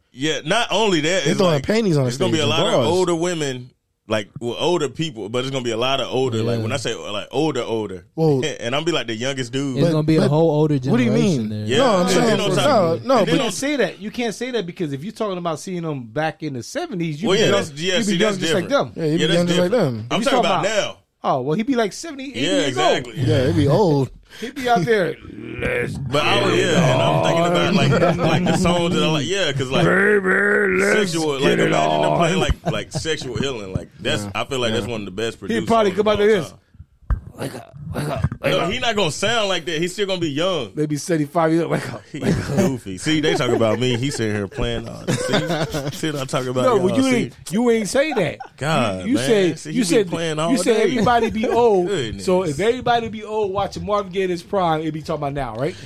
Speaker 1: not only that,
Speaker 3: They
Speaker 1: it's
Speaker 3: throwing
Speaker 1: like,
Speaker 3: panties on the
Speaker 1: It's gonna be
Speaker 3: stage
Speaker 1: a
Speaker 3: and
Speaker 1: lot
Speaker 3: bras.
Speaker 1: of older women, like well, older people, but it's gonna be a lot of older. Like
Speaker 5: Yeah.
Speaker 1: when I say like older, older,
Speaker 3: Well-
Speaker 1: and I'm be like the youngest dude.
Speaker 5: it's gonna be a
Speaker 3: but-
Speaker 5: whole older generation.
Speaker 3: What do you mean?
Speaker 5: There.
Speaker 1: Yeah.
Speaker 3: No, I'm
Speaker 1: Yeah.
Speaker 3: saying
Speaker 1: You know what I'm
Speaker 3: no,
Speaker 1: saying?
Speaker 3: no.
Speaker 1: And
Speaker 2: You
Speaker 1: then
Speaker 3: But
Speaker 1: on-
Speaker 2: can't say that. You can't say that because if you're talking about seeing them back in the seventies, you
Speaker 1: Well,
Speaker 2: be
Speaker 1: yeah,
Speaker 2: young-
Speaker 1: that's- yeah,
Speaker 2: you
Speaker 1: see,
Speaker 2: be
Speaker 1: that's
Speaker 2: young just like
Speaker 1: different.
Speaker 2: them.
Speaker 3: yeah, you be
Speaker 1: that's
Speaker 3: young just like
Speaker 1: different.
Speaker 3: them.
Speaker 1: I'm
Speaker 2: You
Speaker 1: talking
Speaker 2: talking
Speaker 1: about, now.
Speaker 2: Oh well, he'd be like 70, 80
Speaker 1: Yeah,
Speaker 2: years
Speaker 1: exactly.
Speaker 2: old.
Speaker 3: Yeah, it'd be old.
Speaker 2: He'd be out there.
Speaker 1: But I was, yeah, and I'm thinking about
Speaker 2: Oh.
Speaker 1: like like the songs that I like, yeah, because like sexual, like imagine them playing like like sexual healing, like that's I feel like that's one of the best producers.
Speaker 2: probably
Speaker 1: come
Speaker 2: come out
Speaker 1: like
Speaker 2: like this.
Speaker 1: No, he's not gonna sound like that. He's still gonna be young.
Speaker 2: Maybe seventy five years. old. Wake up.
Speaker 1: He goofy. See, they talk about me. He's sitting here playing. Uh, see, see, I talk about
Speaker 2: No,
Speaker 1: y'all,
Speaker 2: well, you
Speaker 1: see?
Speaker 2: ain't you ain't say that.
Speaker 1: God,
Speaker 2: You
Speaker 1: man.
Speaker 2: said
Speaker 1: See, he
Speaker 2: you
Speaker 1: be
Speaker 2: said
Speaker 1: playing all
Speaker 2: you said
Speaker 1: day.
Speaker 2: everybody be old.
Speaker 1: Goodness.
Speaker 2: so if everybody be old watching Marvin Gaye in his prime, it be talking about now, right?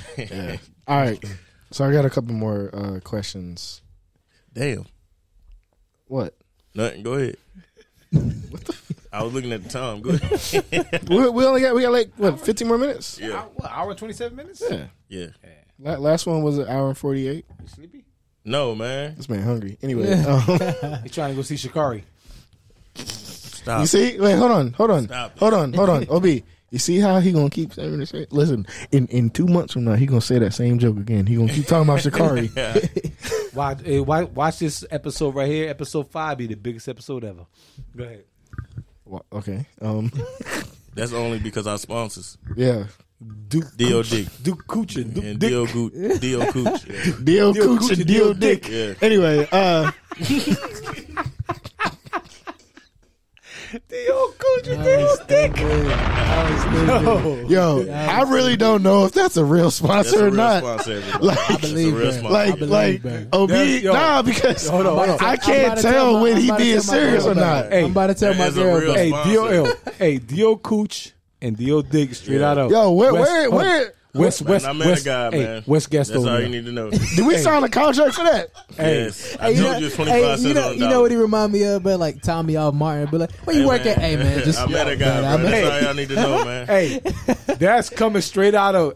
Speaker 3: All right. So I got a couple more uh, questions.
Speaker 1: Damn.
Speaker 3: What?
Speaker 1: Nothing. Go ahead. I was looking at the time. Go ahead.
Speaker 3: we, we only got we got like what 15 more minutes.
Speaker 1: Yeah.
Speaker 2: Hour- what, hour and twenty seven minutes.
Speaker 3: Yeah.
Speaker 1: Yeah.
Speaker 3: La- last one was an hour and 48.
Speaker 2: You sleepy?
Speaker 1: No, man.
Speaker 3: This man hungry. Anyway, um,
Speaker 2: You trying to go see Shikari?
Speaker 1: Stop.
Speaker 3: you see? Wait, hold on, hold on,
Speaker 1: Stop it.
Speaker 3: hold on, hold on. Ob, you see how he gonna keep saying this shit? Listen, in in two months from now, he gonna say that same joke again. He gonna keep talking about Shikari.
Speaker 1: Yeah.
Speaker 2: Watch, eh, wa- watch this episode right here. Episode five be the biggest episode ever. Go ahead.
Speaker 3: Wha- okay. Um.
Speaker 1: That's only because our sponsors.
Speaker 3: Yeah.
Speaker 2: Duke
Speaker 1: DOD.
Speaker 2: Duke Coochie. Duke
Speaker 1: And
Speaker 2: Dick.
Speaker 1: Dio Gooch. Dio Cooch. Yeah.
Speaker 2: Deal
Speaker 3: Deal cooch and
Speaker 2: coochie, deal
Speaker 3: deal dick.
Speaker 1: dick.
Speaker 3: Anyway, uh,
Speaker 2: Dio Coochie. Dio Dick.
Speaker 5: I
Speaker 3: yo, I really don't know if that's a real sponsor
Speaker 1: That's a
Speaker 3: or
Speaker 1: real
Speaker 3: not.
Speaker 1: sponsor. everybody.
Speaker 3: Like-
Speaker 1: That's a
Speaker 5: believe
Speaker 1: real
Speaker 5: that.
Speaker 1: sponsor.
Speaker 3: like
Speaker 5: believe
Speaker 3: like
Speaker 5: that.
Speaker 3: Ob,
Speaker 2: That's- yo.
Speaker 3: nah, because
Speaker 2: Hold on, hold on.
Speaker 3: I can't tell when he being serious or not.
Speaker 2: Hey,
Speaker 5: I'm about to tell
Speaker 1: that
Speaker 5: my
Speaker 1: is a
Speaker 5: girl.
Speaker 1: real
Speaker 5: about-
Speaker 2: Hey,
Speaker 1: sponsor.
Speaker 2: DOL. hey, DO Cooch and DO Dig straight out of.
Speaker 3: Yo, where-
Speaker 2: West-
Speaker 3: where-
Speaker 2: hold on.
Speaker 3: where-
Speaker 2: West,
Speaker 1: Man,
Speaker 2: West,
Speaker 1: I met
Speaker 2: West,
Speaker 1: a guy,
Speaker 2: hey,
Speaker 1: man.
Speaker 2: West
Speaker 1: That's all
Speaker 2: Gaston.
Speaker 1: you
Speaker 2: man.
Speaker 1: need to know.
Speaker 3: Did we sign a contract for that?
Speaker 2: Hey,
Speaker 1: yes. I
Speaker 5: Hey,
Speaker 1: told
Speaker 5: know-
Speaker 1: you it's 25
Speaker 5: hey,
Speaker 1: cents
Speaker 5: you know,
Speaker 1: on the
Speaker 5: you know
Speaker 1: dollar.
Speaker 5: what he remind me of, but like Tommy off Martin, but like where you
Speaker 1: Hey,
Speaker 5: work
Speaker 1: man.
Speaker 5: at? Hey man, just
Speaker 1: I met a guy,
Speaker 5: man, I
Speaker 1: bro.
Speaker 5: met-
Speaker 1: That's all y'all need to know, man.
Speaker 2: hey, that's coming straight out of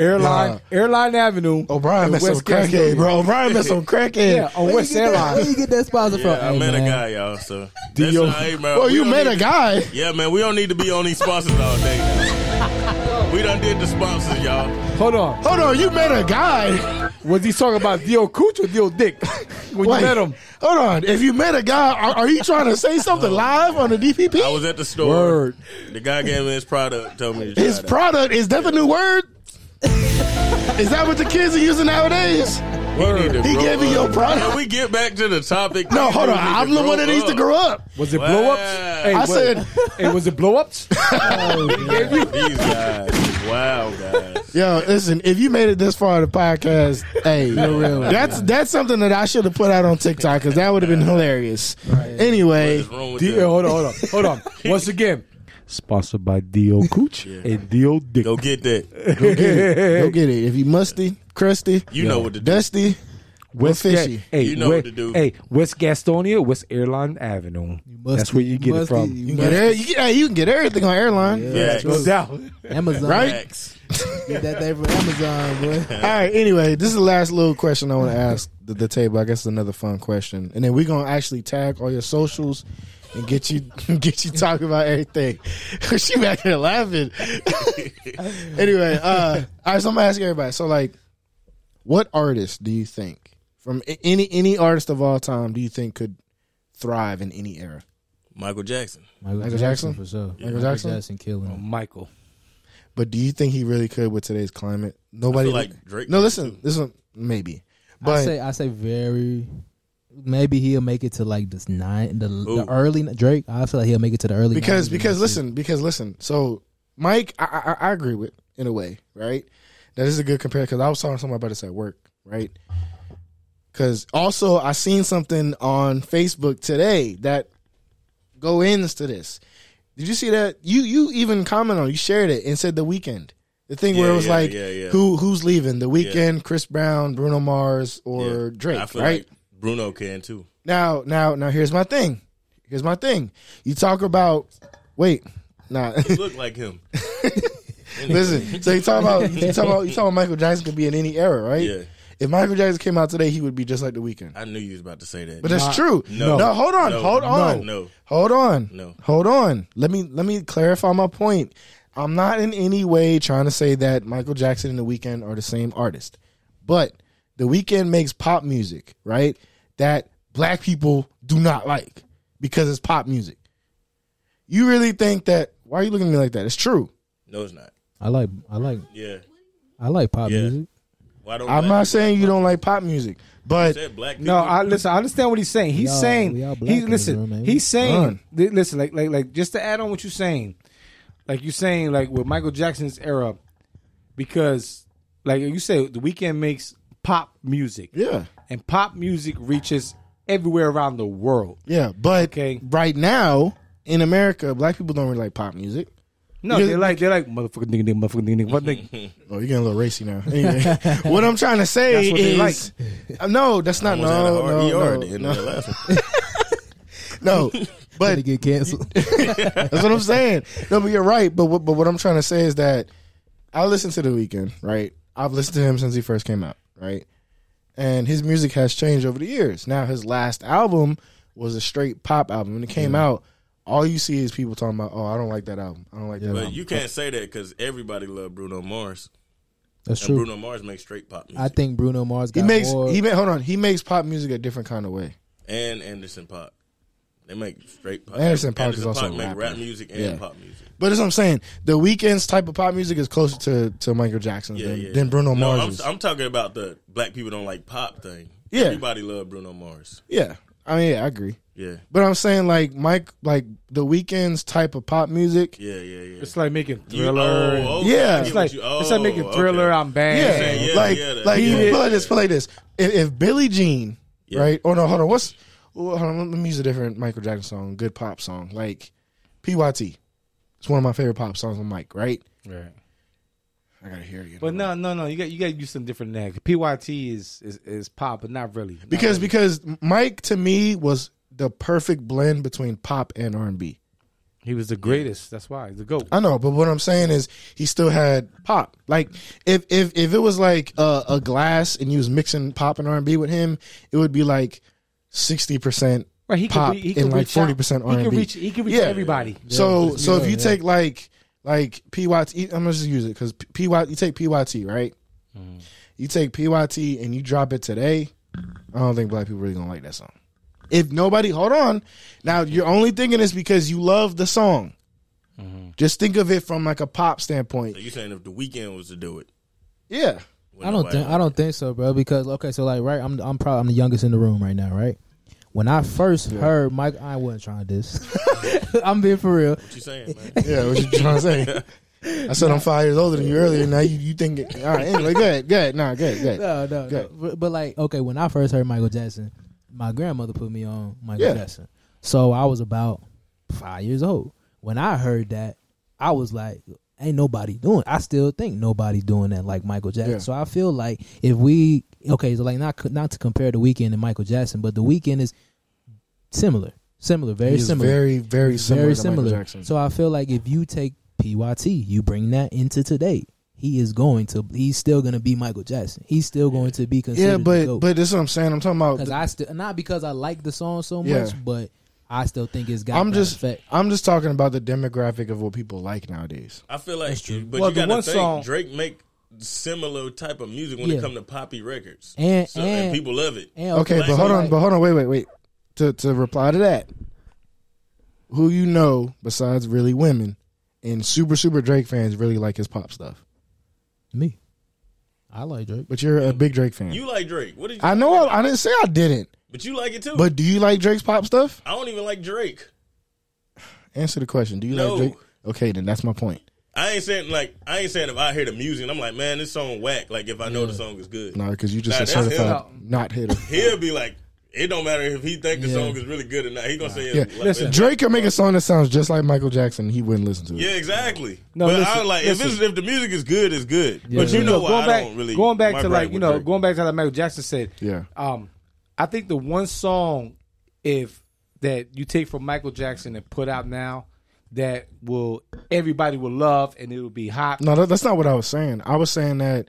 Speaker 2: Airline Airline Avenue.
Speaker 3: O'Brien
Speaker 2: and
Speaker 3: met some
Speaker 2: Gaston.
Speaker 3: crackhead, bro. O'Brien met some crackhead.
Speaker 2: Yeah, on
Speaker 5: where
Speaker 2: West
Speaker 5: you get that- Where
Speaker 2: Airline.
Speaker 5: you get that sponsor
Speaker 1: yeah,
Speaker 5: from?
Speaker 1: I
Speaker 5: Hey,
Speaker 1: met
Speaker 5: man. Oh,
Speaker 1: a guy, y'all. So that's
Speaker 2: Dio.
Speaker 1: all, hey, man.
Speaker 3: Well,
Speaker 1: we
Speaker 3: Oh, you
Speaker 1: don't
Speaker 3: met
Speaker 1: need
Speaker 3: a guy.
Speaker 1: To, yeah, man. We don't need to be on these sponsors all day. we done did the sponsors, y'all.
Speaker 2: Hold on,
Speaker 3: Hold on, you met a guy.
Speaker 2: was he talking about Dio Cooch or Dio Dick when
Speaker 3: Wait,
Speaker 2: you met him?
Speaker 3: Hold on. If you met a guy, are, are you trying to say something live on the DPP?
Speaker 1: I was at the store.
Speaker 2: Word.
Speaker 1: The guy gave me his product. Told me to try
Speaker 3: His
Speaker 1: it out.
Speaker 3: product is that the new word? is that what the kids are using nowadays?
Speaker 1: We need to
Speaker 3: He
Speaker 1: grow
Speaker 3: gave
Speaker 1: up.
Speaker 3: me your product.
Speaker 1: Can we get back to the topic?
Speaker 3: No,
Speaker 1: We
Speaker 3: hold on.
Speaker 1: need to
Speaker 3: I'm the
Speaker 1: grow
Speaker 3: one that needs to
Speaker 1: up.
Speaker 3: grow up.
Speaker 6: Was it
Speaker 1: Wow.
Speaker 6: blow ups?
Speaker 1: I
Speaker 3: I said,
Speaker 6: hey, was it blow ups?
Speaker 1: These guys. Wow, guys.
Speaker 3: yo, listen, if you made it this far in the podcast, hey, that's that's something that I should have put out on TikTok because that would have been hilarious. Anyway,
Speaker 1: What's wrong with
Speaker 6: D-
Speaker 1: them?
Speaker 6: hold on, hold on, hold on. Once again,
Speaker 2: Sponsored by Dio Cooch and Dio Dick.
Speaker 1: Go get that.
Speaker 3: go get it. Go get it. If you musty, crusty,
Speaker 1: You know what to do.
Speaker 3: dusty, we're fishy.
Speaker 2: Hey,
Speaker 1: You know
Speaker 2: West,
Speaker 1: what to do.
Speaker 2: Hey, West Gastonia, West Airline Avenue.
Speaker 5: must
Speaker 2: That's where
Speaker 5: be-
Speaker 2: you get it
Speaker 5: must
Speaker 2: from.
Speaker 5: be-
Speaker 3: You can, get every- you, can- hey, you can get everything on airline.
Speaker 1: Facts.
Speaker 5: true.
Speaker 2: doubt.
Speaker 5: Amazon,
Speaker 3: Right?
Speaker 1: Facts.
Speaker 5: Get that thing from Amazon, boy.
Speaker 3: All right. Anyway, this is the last little question I want to ask the, the table. I guess it's another fun question, and then we're gonna actually tag all your socials and get you get you talking about everything. she back here laughing. anyway, uh, all right. So I'm gonna ask everybody. So like, what artist do you think from a- any any artist of all time do you think could thrive in any era?
Speaker 1: Michael Jackson.
Speaker 5: Michael,
Speaker 3: Michael Jackson?
Speaker 5: Jackson, for sure. Michael
Speaker 3: Jackson?
Speaker 5: killing him.
Speaker 2: Michael.
Speaker 3: But do you think he really could with today's climate?
Speaker 1: I
Speaker 3: Nobody
Speaker 1: feel like Drake.
Speaker 3: No,
Speaker 1: could,
Speaker 3: listen,
Speaker 1: too.
Speaker 3: listen, maybe.
Speaker 5: I
Speaker 3: But
Speaker 5: say I say very. Maybe he'll make it to like this nine, the,
Speaker 1: Ooh.
Speaker 5: the early Drake. I feel like he'll make it to the early
Speaker 3: because
Speaker 5: 90s.
Speaker 3: because listen because listen so mike i i, I agree with in a way right that is a good compare because i was talking to somebody about this at work right because also i seen something on facebook today that go into this did you see that you you even comment on it. you shared it and said the weekend the thing where
Speaker 1: Yeah,
Speaker 3: it was
Speaker 1: yeah,
Speaker 3: like
Speaker 1: yeah, yeah.
Speaker 3: who who's leaving the weekend chris brown bruno mars or
Speaker 1: Yeah. I
Speaker 3: drake
Speaker 1: feel
Speaker 3: right
Speaker 1: like Bruno can too.
Speaker 3: now, now, now. Here's my thing. Here's my thing. You talk about. Wait, nah.
Speaker 1: Look like him.
Speaker 3: Listen. So you talk about you talk about you talk about Michael Jackson could be in any era, right?
Speaker 1: Yeah.
Speaker 3: If Michael Jackson came out today, he would be just like The Weeknd.
Speaker 1: I knew you was about to say that.
Speaker 3: But that's true.
Speaker 1: No.
Speaker 3: no. Hold on.
Speaker 1: No.
Speaker 3: hold
Speaker 1: No.
Speaker 3: on.
Speaker 1: No.
Speaker 3: Hold on.
Speaker 1: No.
Speaker 3: Hold on. Let me let me clarify my point. I'm not in any way trying to say that Michael Jackson and The Weeknd are the same artist, but The Weeknd makes pop music, right? That black people do not like because it's pop music. You really think that? Why are you looking at me like that? It's true.
Speaker 1: no, it's not.
Speaker 5: I like I like
Speaker 1: Yeah.
Speaker 5: I like pop
Speaker 1: Yeah.
Speaker 5: music.
Speaker 1: Why don't
Speaker 3: I'm
Speaker 1: black
Speaker 3: not
Speaker 1: people-
Speaker 3: saying you don't like pop music,
Speaker 1: You
Speaker 3: but
Speaker 1: said black people.
Speaker 2: No, I listen. I understand what he's saying. He's
Speaker 5: We all-
Speaker 2: saying
Speaker 5: we all black
Speaker 2: he
Speaker 5: in this
Speaker 2: listen.
Speaker 5: room, ain't we?
Speaker 2: he's saying
Speaker 3: Run.
Speaker 2: li- listen. Like like like just to add on what you're saying, like you're saying like with Michael Jackson's era, because like you say, the weekend makes pop music,
Speaker 3: yeah,
Speaker 2: and pop music reaches everywhere around the world.
Speaker 3: yeah. But
Speaker 2: Okay.
Speaker 3: right now in America, black people don't really like pop music.
Speaker 2: No,
Speaker 3: Yeah.
Speaker 2: they're like they're like motherfucking nigga, nigga, motherfucking nigga, nigga, motherfucking nigga.
Speaker 3: Oh, you're getting a little racy now. Anyway, what I'm trying to say
Speaker 2: That's what they
Speaker 3: is, Uh, no, that's not
Speaker 1: Almost had a
Speaker 3: no,
Speaker 1: hard
Speaker 2: E
Speaker 1: ER
Speaker 3: no,
Speaker 1: at the end
Speaker 3: no,
Speaker 1: of that last one.
Speaker 3: no, no. But
Speaker 5: They get canceled.
Speaker 3: that's what I'm saying. No, but you're right. But what, but what I'm trying to say is that I listened to The Weeknd, right? I've listened to him since he first came out, right? And his music has changed over the years. Now his last album was a straight pop album. When it came out, all you see is people talking about, "Oh, I don't like that album. I don't like that."
Speaker 1: But
Speaker 3: album.
Speaker 1: you can't say that because everybody loved Bruno Mars,
Speaker 5: That's
Speaker 1: and
Speaker 5: true.
Speaker 1: Bruno Mars makes straight pop music
Speaker 5: I think Bruno Mars
Speaker 3: He
Speaker 5: got
Speaker 3: makes
Speaker 5: more.
Speaker 3: he ma- hold on. He makes pop music a different kind of way.
Speaker 1: and Anderson pop. They make straight pop.
Speaker 3: Anderson Paak is also a
Speaker 1: make
Speaker 3: rapper.
Speaker 1: rap music and
Speaker 3: Yeah.
Speaker 1: pop music.
Speaker 3: But that's what I'm saying. The weekend's type of pop music is closer to, to Michael Jackson
Speaker 1: Yeah,
Speaker 3: than,
Speaker 1: yeah.
Speaker 3: than Bruno
Speaker 1: No,
Speaker 3: Mars.
Speaker 1: I'm,
Speaker 3: is.
Speaker 1: I'm talking about the black people don't like pop thing.
Speaker 3: Yeah.
Speaker 1: everybody loved Bruno Mars.
Speaker 3: yeah, I mean, yeah, I agree.
Speaker 1: Yeah,
Speaker 3: But I'm saying like Mike, like the weekend's type of pop music.
Speaker 1: yeah, yeah, yeah.
Speaker 2: It's like making
Speaker 1: You-
Speaker 2: thriller.
Speaker 1: oh,
Speaker 2: and-
Speaker 1: okay,
Speaker 3: Yeah.
Speaker 1: I get
Speaker 2: It's
Speaker 1: what
Speaker 2: like
Speaker 1: you- oh,
Speaker 2: it's like making
Speaker 1: okay.
Speaker 2: thriller. I'm bad.
Speaker 3: Yeah,
Speaker 1: saying, yeah,
Speaker 3: like
Speaker 1: yeah, that-
Speaker 3: like
Speaker 1: yeah.
Speaker 3: play this, play this. If, if Billie Jean,
Speaker 1: Yeah.
Speaker 3: right? Oh no, hold on. What's oh, hold on? Let me use a different Michael Jackson song, good pop song, like PYT. It's one of my favorite pop songs on Mike. Right?
Speaker 2: Right.
Speaker 3: I gotta hear you.
Speaker 2: But no, no, no. You got you got to use something different than that. PYT is is, is pop, but not really. Not
Speaker 3: because
Speaker 2: really.
Speaker 3: because Mike to me was the perfect blend between pop and R and B.
Speaker 2: he was the greatest. That's why he's the goat.
Speaker 3: I know, but what I'm saying is he still had pop. Like if if if it was like a, a glass and you was mixing pop and R and B with him, it would be like sixty percent.
Speaker 2: Right, he can,
Speaker 3: pop
Speaker 2: re- he
Speaker 3: and
Speaker 2: can
Speaker 3: like
Speaker 2: reach out.
Speaker 3: 40%
Speaker 2: He
Speaker 3: R&B.
Speaker 2: can reach, he can reach
Speaker 3: Yeah.
Speaker 2: everybody.
Speaker 3: So so if
Speaker 5: yeah,
Speaker 3: you
Speaker 5: yeah.
Speaker 3: take like like PYT, I'm gonna just use it because PY you take PYT right. You take PYT and you drop it today. I don't think black people really gonna like that song. If nobody, hold on. Now you're only thinking this because you love the song. Mm-hmm. Just think of it from like a pop standpoint.
Speaker 1: So you saying if the weekend was to do it,
Speaker 3: Yeah.
Speaker 1: When
Speaker 5: I don't
Speaker 1: nobody
Speaker 5: think I
Speaker 1: wanted
Speaker 5: don't think so, bro. Because okay, so like right, I'm I'm probably I'm the youngest in the room right now, right? When I first heard Mike, I wasn't trying this. I'm being for real.
Speaker 1: it. What you saying, man?
Speaker 3: Yeah, what you trying to say? I said I'm five years older than you earlier. Now you you think all right? Anyway, go ahead, go ahead. Nah, go ahead, go ahead.
Speaker 5: No, no,
Speaker 3: Okay.
Speaker 5: no. But, but like, okay, when I first heard Michael Jackson, my grandmother put me on Michael
Speaker 3: Yeah.
Speaker 5: Jackson. So I was about five years old. When I heard that, I was like, ain't nobody doing. I still think nobody doing that like Michael Jackson.
Speaker 3: Yeah.
Speaker 5: So I feel like if we okay, so like not not to compare the weekend and Michael Jackson, but the weekend is similar, similar, very
Speaker 3: He's
Speaker 5: similar,
Speaker 3: very, very similar.
Speaker 5: very
Speaker 3: to
Speaker 5: similar.
Speaker 3: Michael Jackson.
Speaker 5: So I feel like if you take PYT, you bring that into today, he is going to he's still going to be Michael Jackson. He's still going to be considered.
Speaker 3: yeah,
Speaker 5: the
Speaker 3: but
Speaker 5: GOAT.
Speaker 3: but this is what I'm saying. I'm talking about.
Speaker 5: because I still not because I like the song so much,
Speaker 3: Yeah.
Speaker 5: but I still think it's got.
Speaker 3: I'm
Speaker 5: that
Speaker 3: just
Speaker 5: effect.
Speaker 3: I'm just talking about the demographic of what people like nowadays.
Speaker 1: I feel like, but
Speaker 2: Well,
Speaker 1: you
Speaker 2: the
Speaker 1: gotta
Speaker 2: one
Speaker 1: think
Speaker 2: song-
Speaker 1: Drake make similar type of music when
Speaker 5: Yeah.
Speaker 1: it come to poppy records,
Speaker 5: And-
Speaker 1: so, and,
Speaker 5: and-
Speaker 1: people love it.
Speaker 5: And,
Speaker 3: Okay, but
Speaker 5: so,
Speaker 3: hold on,
Speaker 5: Oh, like,
Speaker 3: but hold on, wait, wait, wait. To to reply to that, who you know besides really women and super super Drake fans really like his pop stuff,
Speaker 5: me, I like Drake.
Speaker 3: but you're a big Drake fan.
Speaker 1: You like Drake? What did you?
Speaker 3: I know I, I didn't say I didn't,
Speaker 1: but you like it too.
Speaker 3: but do you like Drake's pop stuff?
Speaker 1: I don't even like Drake.
Speaker 3: Answer the question. Do you
Speaker 1: No.
Speaker 3: like Drake? Okay, then that's my point.
Speaker 1: I ain't saying like I ain't saying if I hear the music, and I'm like, man, this song whack. Like if I know the song is good,
Speaker 3: No, because you just
Speaker 1: Nah,
Speaker 3: a
Speaker 1: that's him.
Speaker 3: certified not hitter.
Speaker 1: he'll be like, it don't matter if he think the
Speaker 5: Yeah.
Speaker 1: song is really good or not. He gonna say,
Speaker 3: Yeah,
Speaker 1: like,
Speaker 3: listen.
Speaker 1: man,
Speaker 3: Drake could make a song that sounds just like Michael Jackson. He wouldn't listen to it.
Speaker 1: Yeah, exactly.
Speaker 2: No,
Speaker 1: but I
Speaker 2: listen,
Speaker 1: was like, if it's, if the music is good, it's good. But you
Speaker 2: You
Speaker 1: know,
Speaker 2: know,
Speaker 1: why
Speaker 2: going
Speaker 1: I
Speaker 2: back,
Speaker 1: don't really
Speaker 2: going back
Speaker 1: my
Speaker 2: to
Speaker 1: gripe
Speaker 2: like you
Speaker 1: with
Speaker 2: know,
Speaker 1: Drake.
Speaker 2: going back to like Michael Jackson said.
Speaker 3: Yeah.
Speaker 2: Um, I think the one song, if that you take from Michael Jackson and put out now, that will everybody will love and it'll be hot.
Speaker 3: No, that, that's not what I was saying. I was saying that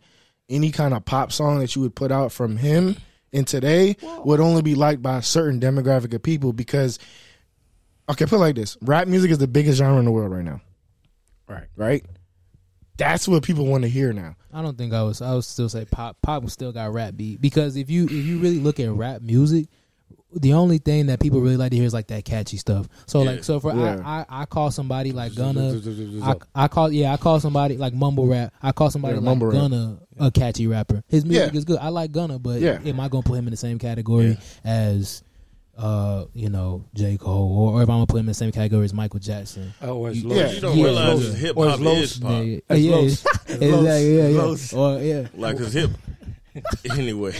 Speaker 3: any kind of pop song that you would put out from him in today would only be liked by a certain demographic of people because, okay, put it like this rap music is the biggest genre in the world right now.
Speaker 2: Right.
Speaker 3: Right? That's what people want to hear now.
Speaker 5: I don't think I was. I would still say pop. Pop still got rap beat because if you if you really look at rap music, the only thing that people really like to hear is like that catchy stuff. So like so for
Speaker 3: Yeah.
Speaker 5: I, I I call somebody like Gunna. I, I call yeah I call somebody like mumble rap. I call somebody
Speaker 3: Yeah,
Speaker 5: like
Speaker 3: mumble rap.
Speaker 5: Gunna a catchy rapper. His music
Speaker 3: Yeah.
Speaker 5: is good. I like Gunna, but
Speaker 3: Yeah.
Speaker 5: am I gonna put him in the same category as? Uh, you know, J. Cole, or, or if I'm gonna put him in the same category as Michael Jackson,
Speaker 2: Oh, it's
Speaker 3: low.
Speaker 1: you don't
Speaker 5: Yeah.
Speaker 1: realize it's hip
Speaker 2: Or it's
Speaker 1: hop
Speaker 2: low.
Speaker 1: is pop.
Speaker 5: yeah, yeah,
Speaker 2: That's
Speaker 5: yeah,
Speaker 2: close.
Speaker 5: yeah, Exactly, yeah, yeah.
Speaker 2: Close.
Speaker 5: or yeah,
Speaker 1: Like it's hip. anyway,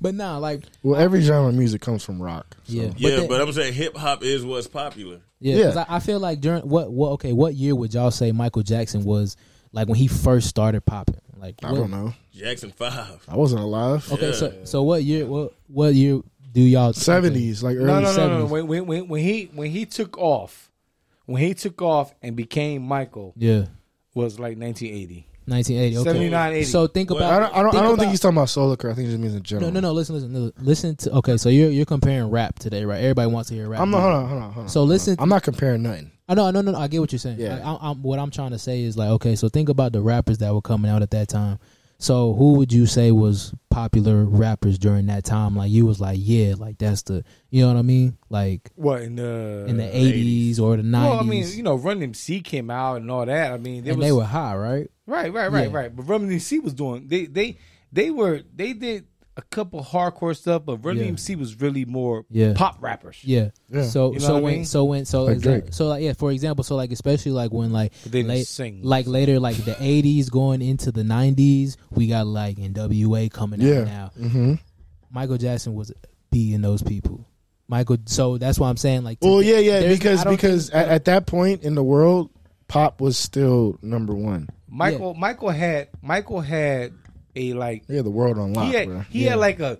Speaker 5: but nah, like
Speaker 3: Well, every genre of music comes from rock. So.
Speaker 5: yeah,
Speaker 1: yeah,
Speaker 5: that-
Speaker 1: but I'm saying hip hop is what's popular.
Speaker 5: Yeah,
Speaker 3: Yeah.
Speaker 5: 'cause I, I feel like during what what okay, what year would y'all say Michael Jackson was like when he first started popping? Like
Speaker 3: I
Speaker 5: what-
Speaker 3: don't know.
Speaker 1: Jackson Five.
Speaker 3: I wasn't alive.
Speaker 5: Oh, Okay, so so what year what what year do y'all okay.
Speaker 3: 70s, like early
Speaker 2: No, no, no, no, no.
Speaker 5: 70s.
Speaker 2: When, when, when, when he when he took off, when he took off and became Michael
Speaker 5: Yeah,
Speaker 2: was like 1980,
Speaker 5: nineteen eighty. Okay,
Speaker 2: 79, 80.
Speaker 5: So think
Speaker 1: Well,
Speaker 5: about.
Speaker 3: I don't. I don't, I don't
Speaker 5: about-
Speaker 3: think he's talking about solo career. I think he just means in
Speaker 5: No,
Speaker 3: general.
Speaker 5: no, no. Listen, listen, listen to. Okay, so you're you're comparing rap today, right? Everybody wants to hear rap.
Speaker 3: I'm not.
Speaker 5: music.
Speaker 3: Hold on. Hold on. Hold on.
Speaker 5: So listen,
Speaker 3: I'm not comparing nothing.
Speaker 5: I know, I know, no, no. I get what you're saying.
Speaker 3: Yeah.
Speaker 5: Like, I, I'm, what I'm trying to say is like, okay, so think about the rappers that were coming out at that time. So who would you say was popular rappers during that time? Like you was like, yeah, like that's the, you know what I mean? Like
Speaker 2: what in the
Speaker 5: in the 80s, or the 90s,
Speaker 2: Well, I mean, you know, Run DMC came out and all that. I mean, there
Speaker 5: and
Speaker 2: was
Speaker 5: they were high, right?
Speaker 2: right, right, right,
Speaker 5: Yeah.
Speaker 2: right. But Run DMC was doing they they they were they did a couple hardcore stuff, but Run
Speaker 5: Yeah.
Speaker 2: DMC was really more
Speaker 5: Yeah.
Speaker 2: pop rappers.
Speaker 5: Yeah.
Speaker 3: Yeah.
Speaker 5: So
Speaker 2: You know
Speaker 5: so
Speaker 2: what I
Speaker 5: when
Speaker 2: mean?
Speaker 5: so when so
Speaker 3: Like
Speaker 5: exact-
Speaker 3: Drake.
Speaker 5: so like yeah, for example, so like especially like when like
Speaker 2: But they didn't
Speaker 5: late-
Speaker 2: sing.
Speaker 5: like later like the 80s going into the 90s, we got like NWA coming
Speaker 3: Yeah.
Speaker 5: out now.
Speaker 3: Mm-hmm.
Speaker 5: Michael Jackson was being those people. Michael, so that's why I'm saying like.
Speaker 3: Well, yeah, yeah,
Speaker 5: there's- I
Speaker 3: because
Speaker 5: don't
Speaker 3: because
Speaker 5: think-
Speaker 3: at, at that point in the world, pop was still number one.
Speaker 2: Michael Michael had Michael had a like
Speaker 3: Yeah, the world on lock,
Speaker 2: he had
Speaker 3: bro.
Speaker 2: he
Speaker 5: Yeah.
Speaker 2: had like a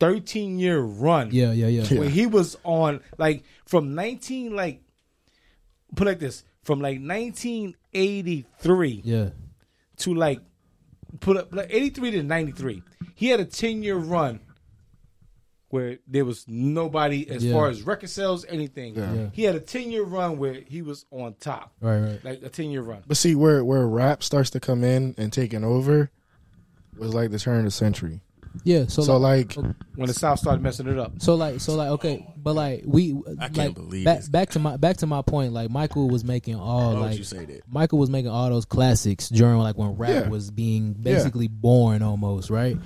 Speaker 2: thirteen year run.
Speaker 5: yeah, yeah, yeah,
Speaker 3: Yeah.
Speaker 2: where he was on like from 19 like put it like this from like 1983
Speaker 5: yeah,
Speaker 2: to like put up like 83 to 93 he had a 10 year run where there was nobody as
Speaker 5: Yeah.
Speaker 2: far as record sales anything
Speaker 5: Yeah.
Speaker 2: he had a 10 year run where he was on top
Speaker 5: Right, right.
Speaker 2: like a 10 year run
Speaker 3: But see, where where rap starts to come in and taking over was like the turn of the century.
Speaker 5: Yeah, so,
Speaker 3: So
Speaker 5: like,
Speaker 3: like,
Speaker 2: when the South started messing it up.
Speaker 5: so like so like okay, but like we
Speaker 1: I can't
Speaker 5: like,
Speaker 1: believe
Speaker 5: back,
Speaker 1: this.
Speaker 5: back to my back to my point. Like Michael was making all
Speaker 1: Why would
Speaker 5: like
Speaker 1: you say that?
Speaker 5: Michael was making all those classics during like when rap
Speaker 3: Yeah.
Speaker 5: was being basically born almost, right?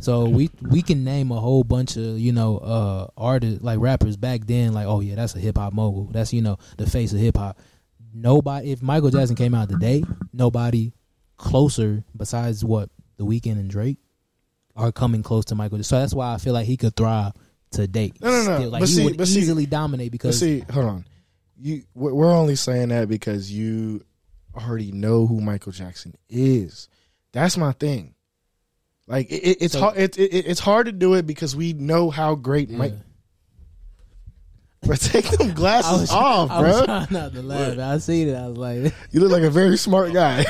Speaker 5: So we we can name a whole bunch of you know uh artists like rappers back then, like oh yeah, that's a hip hop mogul. That's you know the face of hip hop. Nobody, if Michael Jackson came out today, nobody closer besides what the Weekend and Drake are coming close to Michael. So that's why I feel like he could thrive to date.
Speaker 3: No, no, no.
Speaker 5: Still, like
Speaker 3: But
Speaker 5: he
Speaker 3: see-
Speaker 5: would
Speaker 3: but see-
Speaker 5: easily dominate
Speaker 3: but
Speaker 5: because
Speaker 3: see, hold on. You we're we're only saying that because you already know who Michael Jackson is. That's my thing. Like it, it, it's
Speaker 5: So-
Speaker 3: hard. It, it, it's hard to do it because we know how great Mike. Bro, take them
Speaker 5: I
Speaker 3: glasses
Speaker 5: was-
Speaker 3: off,
Speaker 5: I
Speaker 3: bro.
Speaker 5: was trying not to laugh. I seen it. I was like,
Speaker 3: You look like a very smart guy.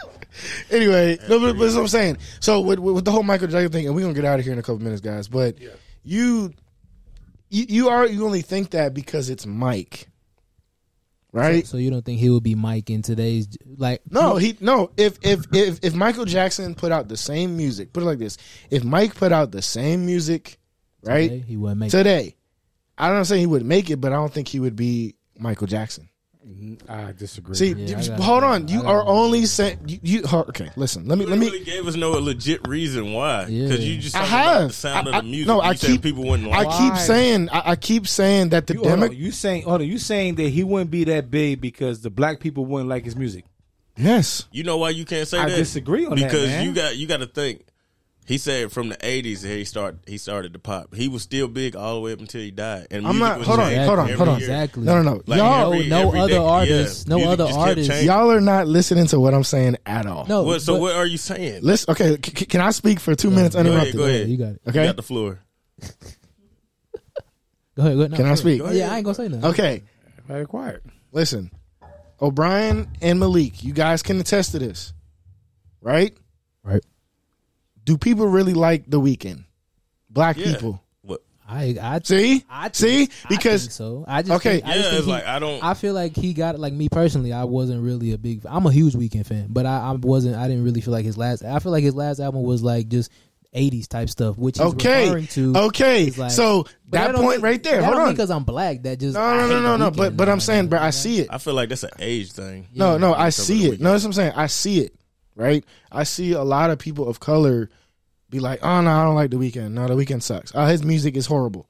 Speaker 3: anyway, no, but, but that's what I'm saying. So with, with with the whole Michael Jackson thing, and we're gonna get out of here in a couple minutes, guys. But you, you, you are you only think that because it's Mike, right?
Speaker 5: so you don't think he would be Mike in today's like?
Speaker 3: No, he no. If if if if Michael Jackson put out the same music, put it like this: if Mike put out the same music, right
Speaker 5: today, he wouldn't make. it.
Speaker 3: today, I don't say he would make it, but I don't think he would be Michael Jackson.
Speaker 2: I disagree.
Speaker 3: See,
Speaker 5: Yeah, I
Speaker 3: you-
Speaker 5: gotta-
Speaker 3: hold on.
Speaker 5: I
Speaker 3: You
Speaker 5: gotta-
Speaker 3: are only saying you, you. hold- Okay, listen. Let me.
Speaker 1: You
Speaker 3: Let me.
Speaker 1: really gave us no legit reason why.
Speaker 5: Yeah.
Speaker 1: Because you just
Speaker 3: I
Speaker 1: talking about
Speaker 3: have.
Speaker 1: the sound
Speaker 3: I- I-
Speaker 1: of the music.
Speaker 3: no,
Speaker 1: you
Speaker 3: I
Speaker 1: said
Speaker 3: keep-
Speaker 1: people wouldn't
Speaker 3: I
Speaker 1: like it.
Speaker 3: keep
Speaker 2: Why?
Speaker 3: saying. I, I keep saying that the
Speaker 2: You, hold on,
Speaker 3: demo.
Speaker 2: you saying, hold on, you saying that he wouldn't be that big because the black people wouldn't like his music?
Speaker 3: Yes.
Speaker 1: You know why you can't say
Speaker 2: I
Speaker 1: that?
Speaker 2: disagree on that,
Speaker 1: because
Speaker 2: man.
Speaker 1: you got you got to think. He said from the eighties he start he started to pop. He was still big all the way up until he died. And
Speaker 3: I'm
Speaker 1: music
Speaker 3: not-
Speaker 1: was
Speaker 3: hold on,
Speaker 1: changing
Speaker 3: hold on,
Speaker 1: every
Speaker 3: hold on.
Speaker 1: year.
Speaker 5: Exactly.
Speaker 3: No, no, no.
Speaker 1: Like
Speaker 3: y'all,
Speaker 1: every-
Speaker 5: no
Speaker 1: every
Speaker 5: other
Speaker 1: decade-
Speaker 5: artists, no
Speaker 1: music
Speaker 5: other
Speaker 1: just kept
Speaker 5: artists.
Speaker 1: changing.
Speaker 3: y'all are not listening to what I'm saying at all.
Speaker 5: no.
Speaker 1: What, so
Speaker 5: but-
Speaker 1: what are you saying?
Speaker 3: Listen. Okay. c- c- can I speak for two minutes
Speaker 1: go ahead,
Speaker 3: uninterrupted?
Speaker 1: go ahead.
Speaker 5: You got it.
Speaker 1: You
Speaker 3: Okay.
Speaker 1: got the floor.
Speaker 5: Go ahead. Go ahead. No,
Speaker 3: Can I
Speaker 5: sure.
Speaker 3: speak?
Speaker 5: Oh, yeah, I ain't gonna say nothing.
Speaker 3: Okay.
Speaker 2: Very quiet.
Speaker 3: Listen, O'Brien and Malik, you guys can attest to this, right?
Speaker 5: Right.
Speaker 3: Do people really like the weekend? Black
Speaker 1: Yeah.
Speaker 3: people.
Speaker 1: What?
Speaker 5: I I
Speaker 3: See.
Speaker 5: I think-
Speaker 3: See.
Speaker 5: I
Speaker 3: Because
Speaker 5: think so I just
Speaker 3: Okay.
Speaker 5: think, I
Speaker 1: yeah,
Speaker 5: just think
Speaker 1: it's
Speaker 5: he-
Speaker 1: like I don't.
Speaker 5: I feel like he got like me personally. I wasn't really a big. I'm a huge Weekend fan, but I, I wasn't. I didn't really feel like his last. I feel like his last album was like just 80s type stuff, which he's referring
Speaker 3: okay.
Speaker 5: to.
Speaker 3: okay.
Speaker 5: is like-
Speaker 3: so
Speaker 5: But
Speaker 3: that
Speaker 5: don't
Speaker 3: point
Speaker 5: mean-
Speaker 3: right there.
Speaker 5: that
Speaker 3: Hold
Speaker 5: don't
Speaker 3: on.
Speaker 5: because I'm black. That just I
Speaker 3: no, no,
Speaker 5: hate
Speaker 3: no,
Speaker 5: The
Speaker 3: no, no.
Speaker 5: Weeknd
Speaker 3: But but
Speaker 5: now,
Speaker 3: I'm saying,
Speaker 5: man.
Speaker 3: bro, I see it.
Speaker 1: I feel like that's an age thing.
Speaker 3: No, no, I
Speaker 1: Cover
Speaker 3: see
Speaker 1: the
Speaker 3: it. No, that's what I'm saying. I see it, right? I see a lot of people of color be like, oh, no, I don't like The weekend. No, The weekend sucks. Oh, his music is horrible.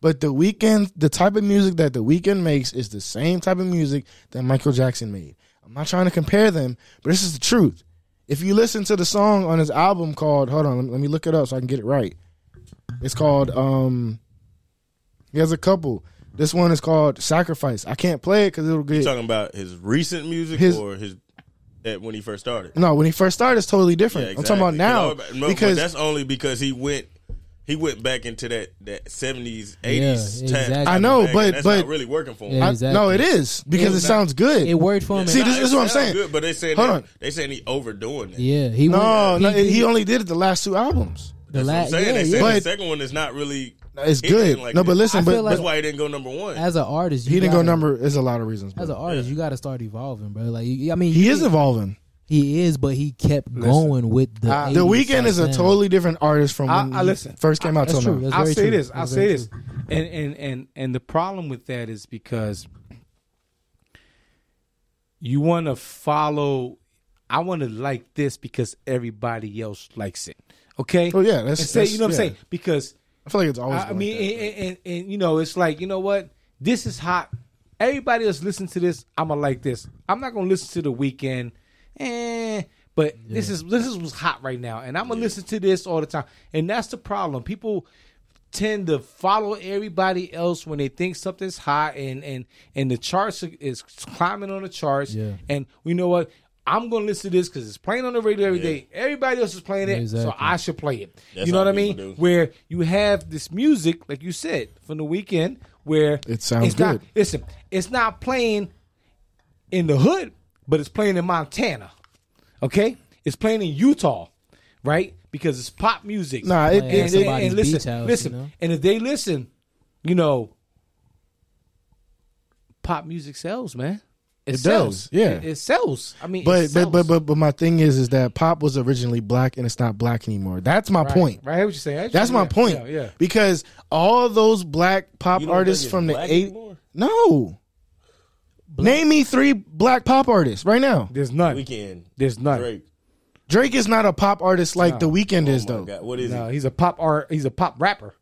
Speaker 3: But The weekend, the type of music that The weekend makes is the same type of music that Michael Jackson made. I'm not trying to compare them, but this is the truth. If you listen to the song on his album called, hold on, let me- let me look it up so I can get it right. It's called, um, he has a couple. This one is called Sacrifice. I can't play it because it'll get.
Speaker 1: You talking about his recent music
Speaker 3: His-
Speaker 1: or his that when he first started?
Speaker 3: No, when he first started, it's totally different.
Speaker 1: Yeah,
Speaker 3: I'm talking about
Speaker 1: exactly. 'Cause
Speaker 3: now
Speaker 1: all- no, but
Speaker 3: because
Speaker 1: that's only because he went he went back into that that seventies eighties.
Speaker 5: Yeah, exactly.
Speaker 3: I know, but-
Speaker 1: that's
Speaker 3: but-
Speaker 1: not really working for him.
Speaker 5: Yeah.
Speaker 3: I-
Speaker 5: Exactly.
Speaker 3: no, it is because it,
Speaker 5: It-
Speaker 3: sounds good.
Speaker 5: it worked for him.
Speaker 3: See,
Speaker 5: and-
Speaker 3: this-
Speaker 1: Nah,
Speaker 3: this is
Speaker 1: it
Speaker 3: what I'm
Speaker 1: sounds
Speaker 3: saying.
Speaker 1: Good, but they saying
Speaker 3: Hold
Speaker 1: that-
Speaker 3: on.
Speaker 1: they saying he overdoing it.
Speaker 5: yeah, he
Speaker 3: no,
Speaker 5: went,
Speaker 3: no,
Speaker 5: he,
Speaker 3: he only did it the last two albums.
Speaker 5: the
Speaker 1: That's what I'm
Speaker 5: last.
Speaker 1: saying.
Speaker 5: yeah,
Speaker 1: they
Speaker 5: yeah.
Speaker 1: saying the
Speaker 3: But-
Speaker 1: second one is not really.
Speaker 3: It's
Speaker 1: hitting
Speaker 3: good.
Speaker 1: like
Speaker 3: no,
Speaker 1: that.
Speaker 3: but listen,
Speaker 5: I
Speaker 3: but,
Speaker 5: feel
Speaker 3: but
Speaker 1: That's why he didn't go number one.
Speaker 5: as an artist, you
Speaker 3: he didn't go
Speaker 5: gotta-
Speaker 3: number. There's a lot of reasons.
Speaker 5: As
Speaker 3: but-
Speaker 5: an artist, you got to start evolving, bro. Like, you- I mean,
Speaker 3: he
Speaker 5: you
Speaker 3: is
Speaker 5: can-
Speaker 3: evolving.
Speaker 5: He is, but he kept going with the.
Speaker 2: I-
Speaker 3: Ah, The
Speaker 5: 80s
Speaker 3: weekend is a
Speaker 5: sound.
Speaker 3: totally different artist from
Speaker 2: I-
Speaker 3: when
Speaker 2: I
Speaker 3: he
Speaker 2: listen.
Speaker 3: first came out
Speaker 5: That's
Speaker 3: till
Speaker 5: true.
Speaker 3: now.
Speaker 5: That's
Speaker 2: I'll
Speaker 5: very
Speaker 2: say
Speaker 5: true.
Speaker 2: this. I'll
Speaker 5: That's
Speaker 2: say
Speaker 5: very
Speaker 2: this.
Speaker 5: true.
Speaker 2: And, and and and the problem with that is because you want to follow. I want to like this because everybody else likes it. Okay.
Speaker 3: Oh, yeah, that's-
Speaker 2: and say,
Speaker 3: that's-
Speaker 2: you know what
Speaker 3: yeah.
Speaker 2: I'm saying because
Speaker 3: I feel like it's always.
Speaker 2: I, I
Speaker 3: been like
Speaker 2: mean,
Speaker 3: that.
Speaker 2: and, and, and, and, you know, it's like you know what? This is hot. Everybody else listen to this. I'm gonna like this. I'm not gonna listen to the weekend. Eh, but this is this is what's hot right now, and I'm gonna listen to this all the time. And that's the problem. People tend to follow everybody else when they think something's hot, and and and the charts are- is climbing on the charts.
Speaker 5: Yeah.
Speaker 2: And you know what? I'm gonna listen to this because it's playing on the radio every day. Everybody else is playing it,
Speaker 5: Exactly.
Speaker 2: so I should play it.
Speaker 1: That's
Speaker 2: you know
Speaker 1: how
Speaker 2: what I
Speaker 1: people
Speaker 2: mean?
Speaker 1: do.
Speaker 2: where you have this music, like you said, from the weekend, where
Speaker 3: It sounds
Speaker 2: it's not-
Speaker 3: good.
Speaker 2: listen, it's not playing in the hood, but it's playing in Montana. Okay, it's playing in Utah, right? Because it's pop music.
Speaker 3: Nah, it,
Speaker 5: Playing
Speaker 3: it, it,
Speaker 5: somebody's
Speaker 2: listen,
Speaker 5: beach house,
Speaker 2: listen,
Speaker 5: you know?
Speaker 2: and if they listen, you know, pop music sells, man.
Speaker 3: It
Speaker 2: sells.
Speaker 3: does, yeah.
Speaker 2: It, it sells. I mean, it
Speaker 3: But, but
Speaker 2: sells.
Speaker 3: but but but my thing is is that pop was originally black and it's not black anymore. That's my
Speaker 2: Right,
Speaker 3: point.
Speaker 2: Right, I hear what you're saying. I hear
Speaker 3: That's
Speaker 2: what
Speaker 3: my
Speaker 2: you're
Speaker 3: point.
Speaker 2: saying. Yeah, yeah.
Speaker 3: Because all those black pop
Speaker 1: You don't
Speaker 3: artists
Speaker 1: think it's
Speaker 3: from the
Speaker 1: black
Speaker 3: eight.
Speaker 1: anymore?
Speaker 3: No. Name me three black pop artists right now.
Speaker 2: There's none.
Speaker 1: Weekend.
Speaker 2: There's none.
Speaker 1: Drake.
Speaker 3: Drake is not a pop artist like The Weeknd
Speaker 1: Oh
Speaker 3: is
Speaker 1: my
Speaker 3: though.
Speaker 1: God, What is
Speaker 2: No,
Speaker 1: it?
Speaker 2: he's a pop art. He's a pop rapper.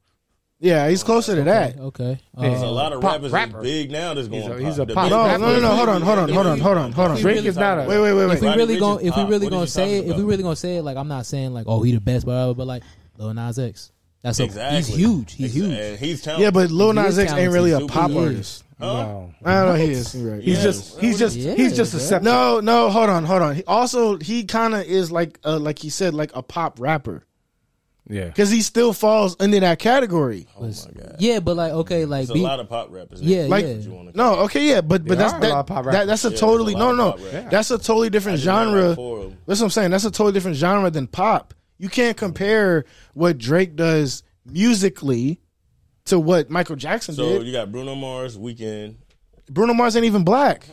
Speaker 3: Yeah, he's closer to that.
Speaker 5: Okay.
Speaker 2: Oh.
Speaker 1: There's a
Speaker 5: Uh,
Speaker 1: lot of
Speaker 2: pop
Speaker 1: rappers
Speaker 2: rapper.
Speaker 1: that's big now that's going
Speaker 2: a-
Speaker 1: pop.
Speaker 2: he's a
Speaker 1: The
Speaker 2: pop
Speaker 1: big
Speaker 3: No,
Speaker 1: rappers.
Speaker 3: no, no, no, hold on, hold on, hold on, hold on, hold on.
Speaker 2: Drake is not a-
Speaker 3: Wait, wait, wait,
Speaker 5: if
Speaker 3: wait.
Speaker 5: we
Speaker 1: Roddy
Speaker 5: really
Speaker 1: Ricch is
Speaker 5: going if we
Speaker 3: ah,
Speaker 1: pop.
Speaker 5: really
Speaker 1: What
Speaker 5: going
Speaker 1: is
Speaker 5: to
Speaker 1: he
Speaker 5: say it,
Speaker 1: talking
Speaker 5: if we
Speaker 1: about?
Speaker 5: really going to say it, like I'm not saying like oh he the best, whatever, but like Lil Nas X. That's a,
Speaker 1: Exactly.
Speaker 5: he's huge. He's
Speaker 1: Exa-
Speaker 5: huge.
Speaker 1: And he's talented.
Speaker 3: Yeah, but Lil
Speaker 5: He is
Speaker 3: Nas X ain't really a
Speaker 1: talented.
Speaker 3: pop
Speaker 1: Super
Speaker 3: artist.
Speaker 1: Huh?
Speaker 2: No.
Speaker 3: I don't know. He is. You're right.
Speaker 1: Yeah.
Speaker 2: He's just he's just he's just
Speaker 5: Yeah,
Speaker 2: accepted.
Speaker 3: No, no, hold on, hold on. He, also, he kind of is like, uh, like he said, like a pop rapper
Speaker 2: Yeah.
Speaker 3: because he still falls under that category.
Speaker 1: Oh my god.
Speaker 5: Yeah, but like okay, like
Speaker 1: There's a
Speaker 5: be-
Speaker 1: lot of pop rappers.
Speaker 5: Yeah,
Speaker 1: That's
Speaker 5: like-
Speaker 1: what you wanna
Speaker 3: No, okay, yeah, but but
Speaker 2: There
Speaker 3: that's
Speaker 2: are a lot
Speaker 3: that,
Speaker 2: of pop
Speaker 3: that that's a
Speaker 1: rappers. Yeah,
Speaker 3: totally
Speaker 1: there's a lot
Speaker 3: no
Speaker 1: of
Speaker 3: no
Speaker 1: pop rappers.
Speaker 3: that's a totally different
Speaker 1: just know
Speaker 3: genre.
Speaker 1: like four of 'em.
Speaker 3: That's what I'm saying. That's a totally different genre than pop. You can't compare what Drake does musically to what Michael Jackson
Speaker 1: So
Speaker 3: did.
Speaker 1: you got Bruno Mars, Weekend.
Speaker 3: Bruno Mars ain't even black.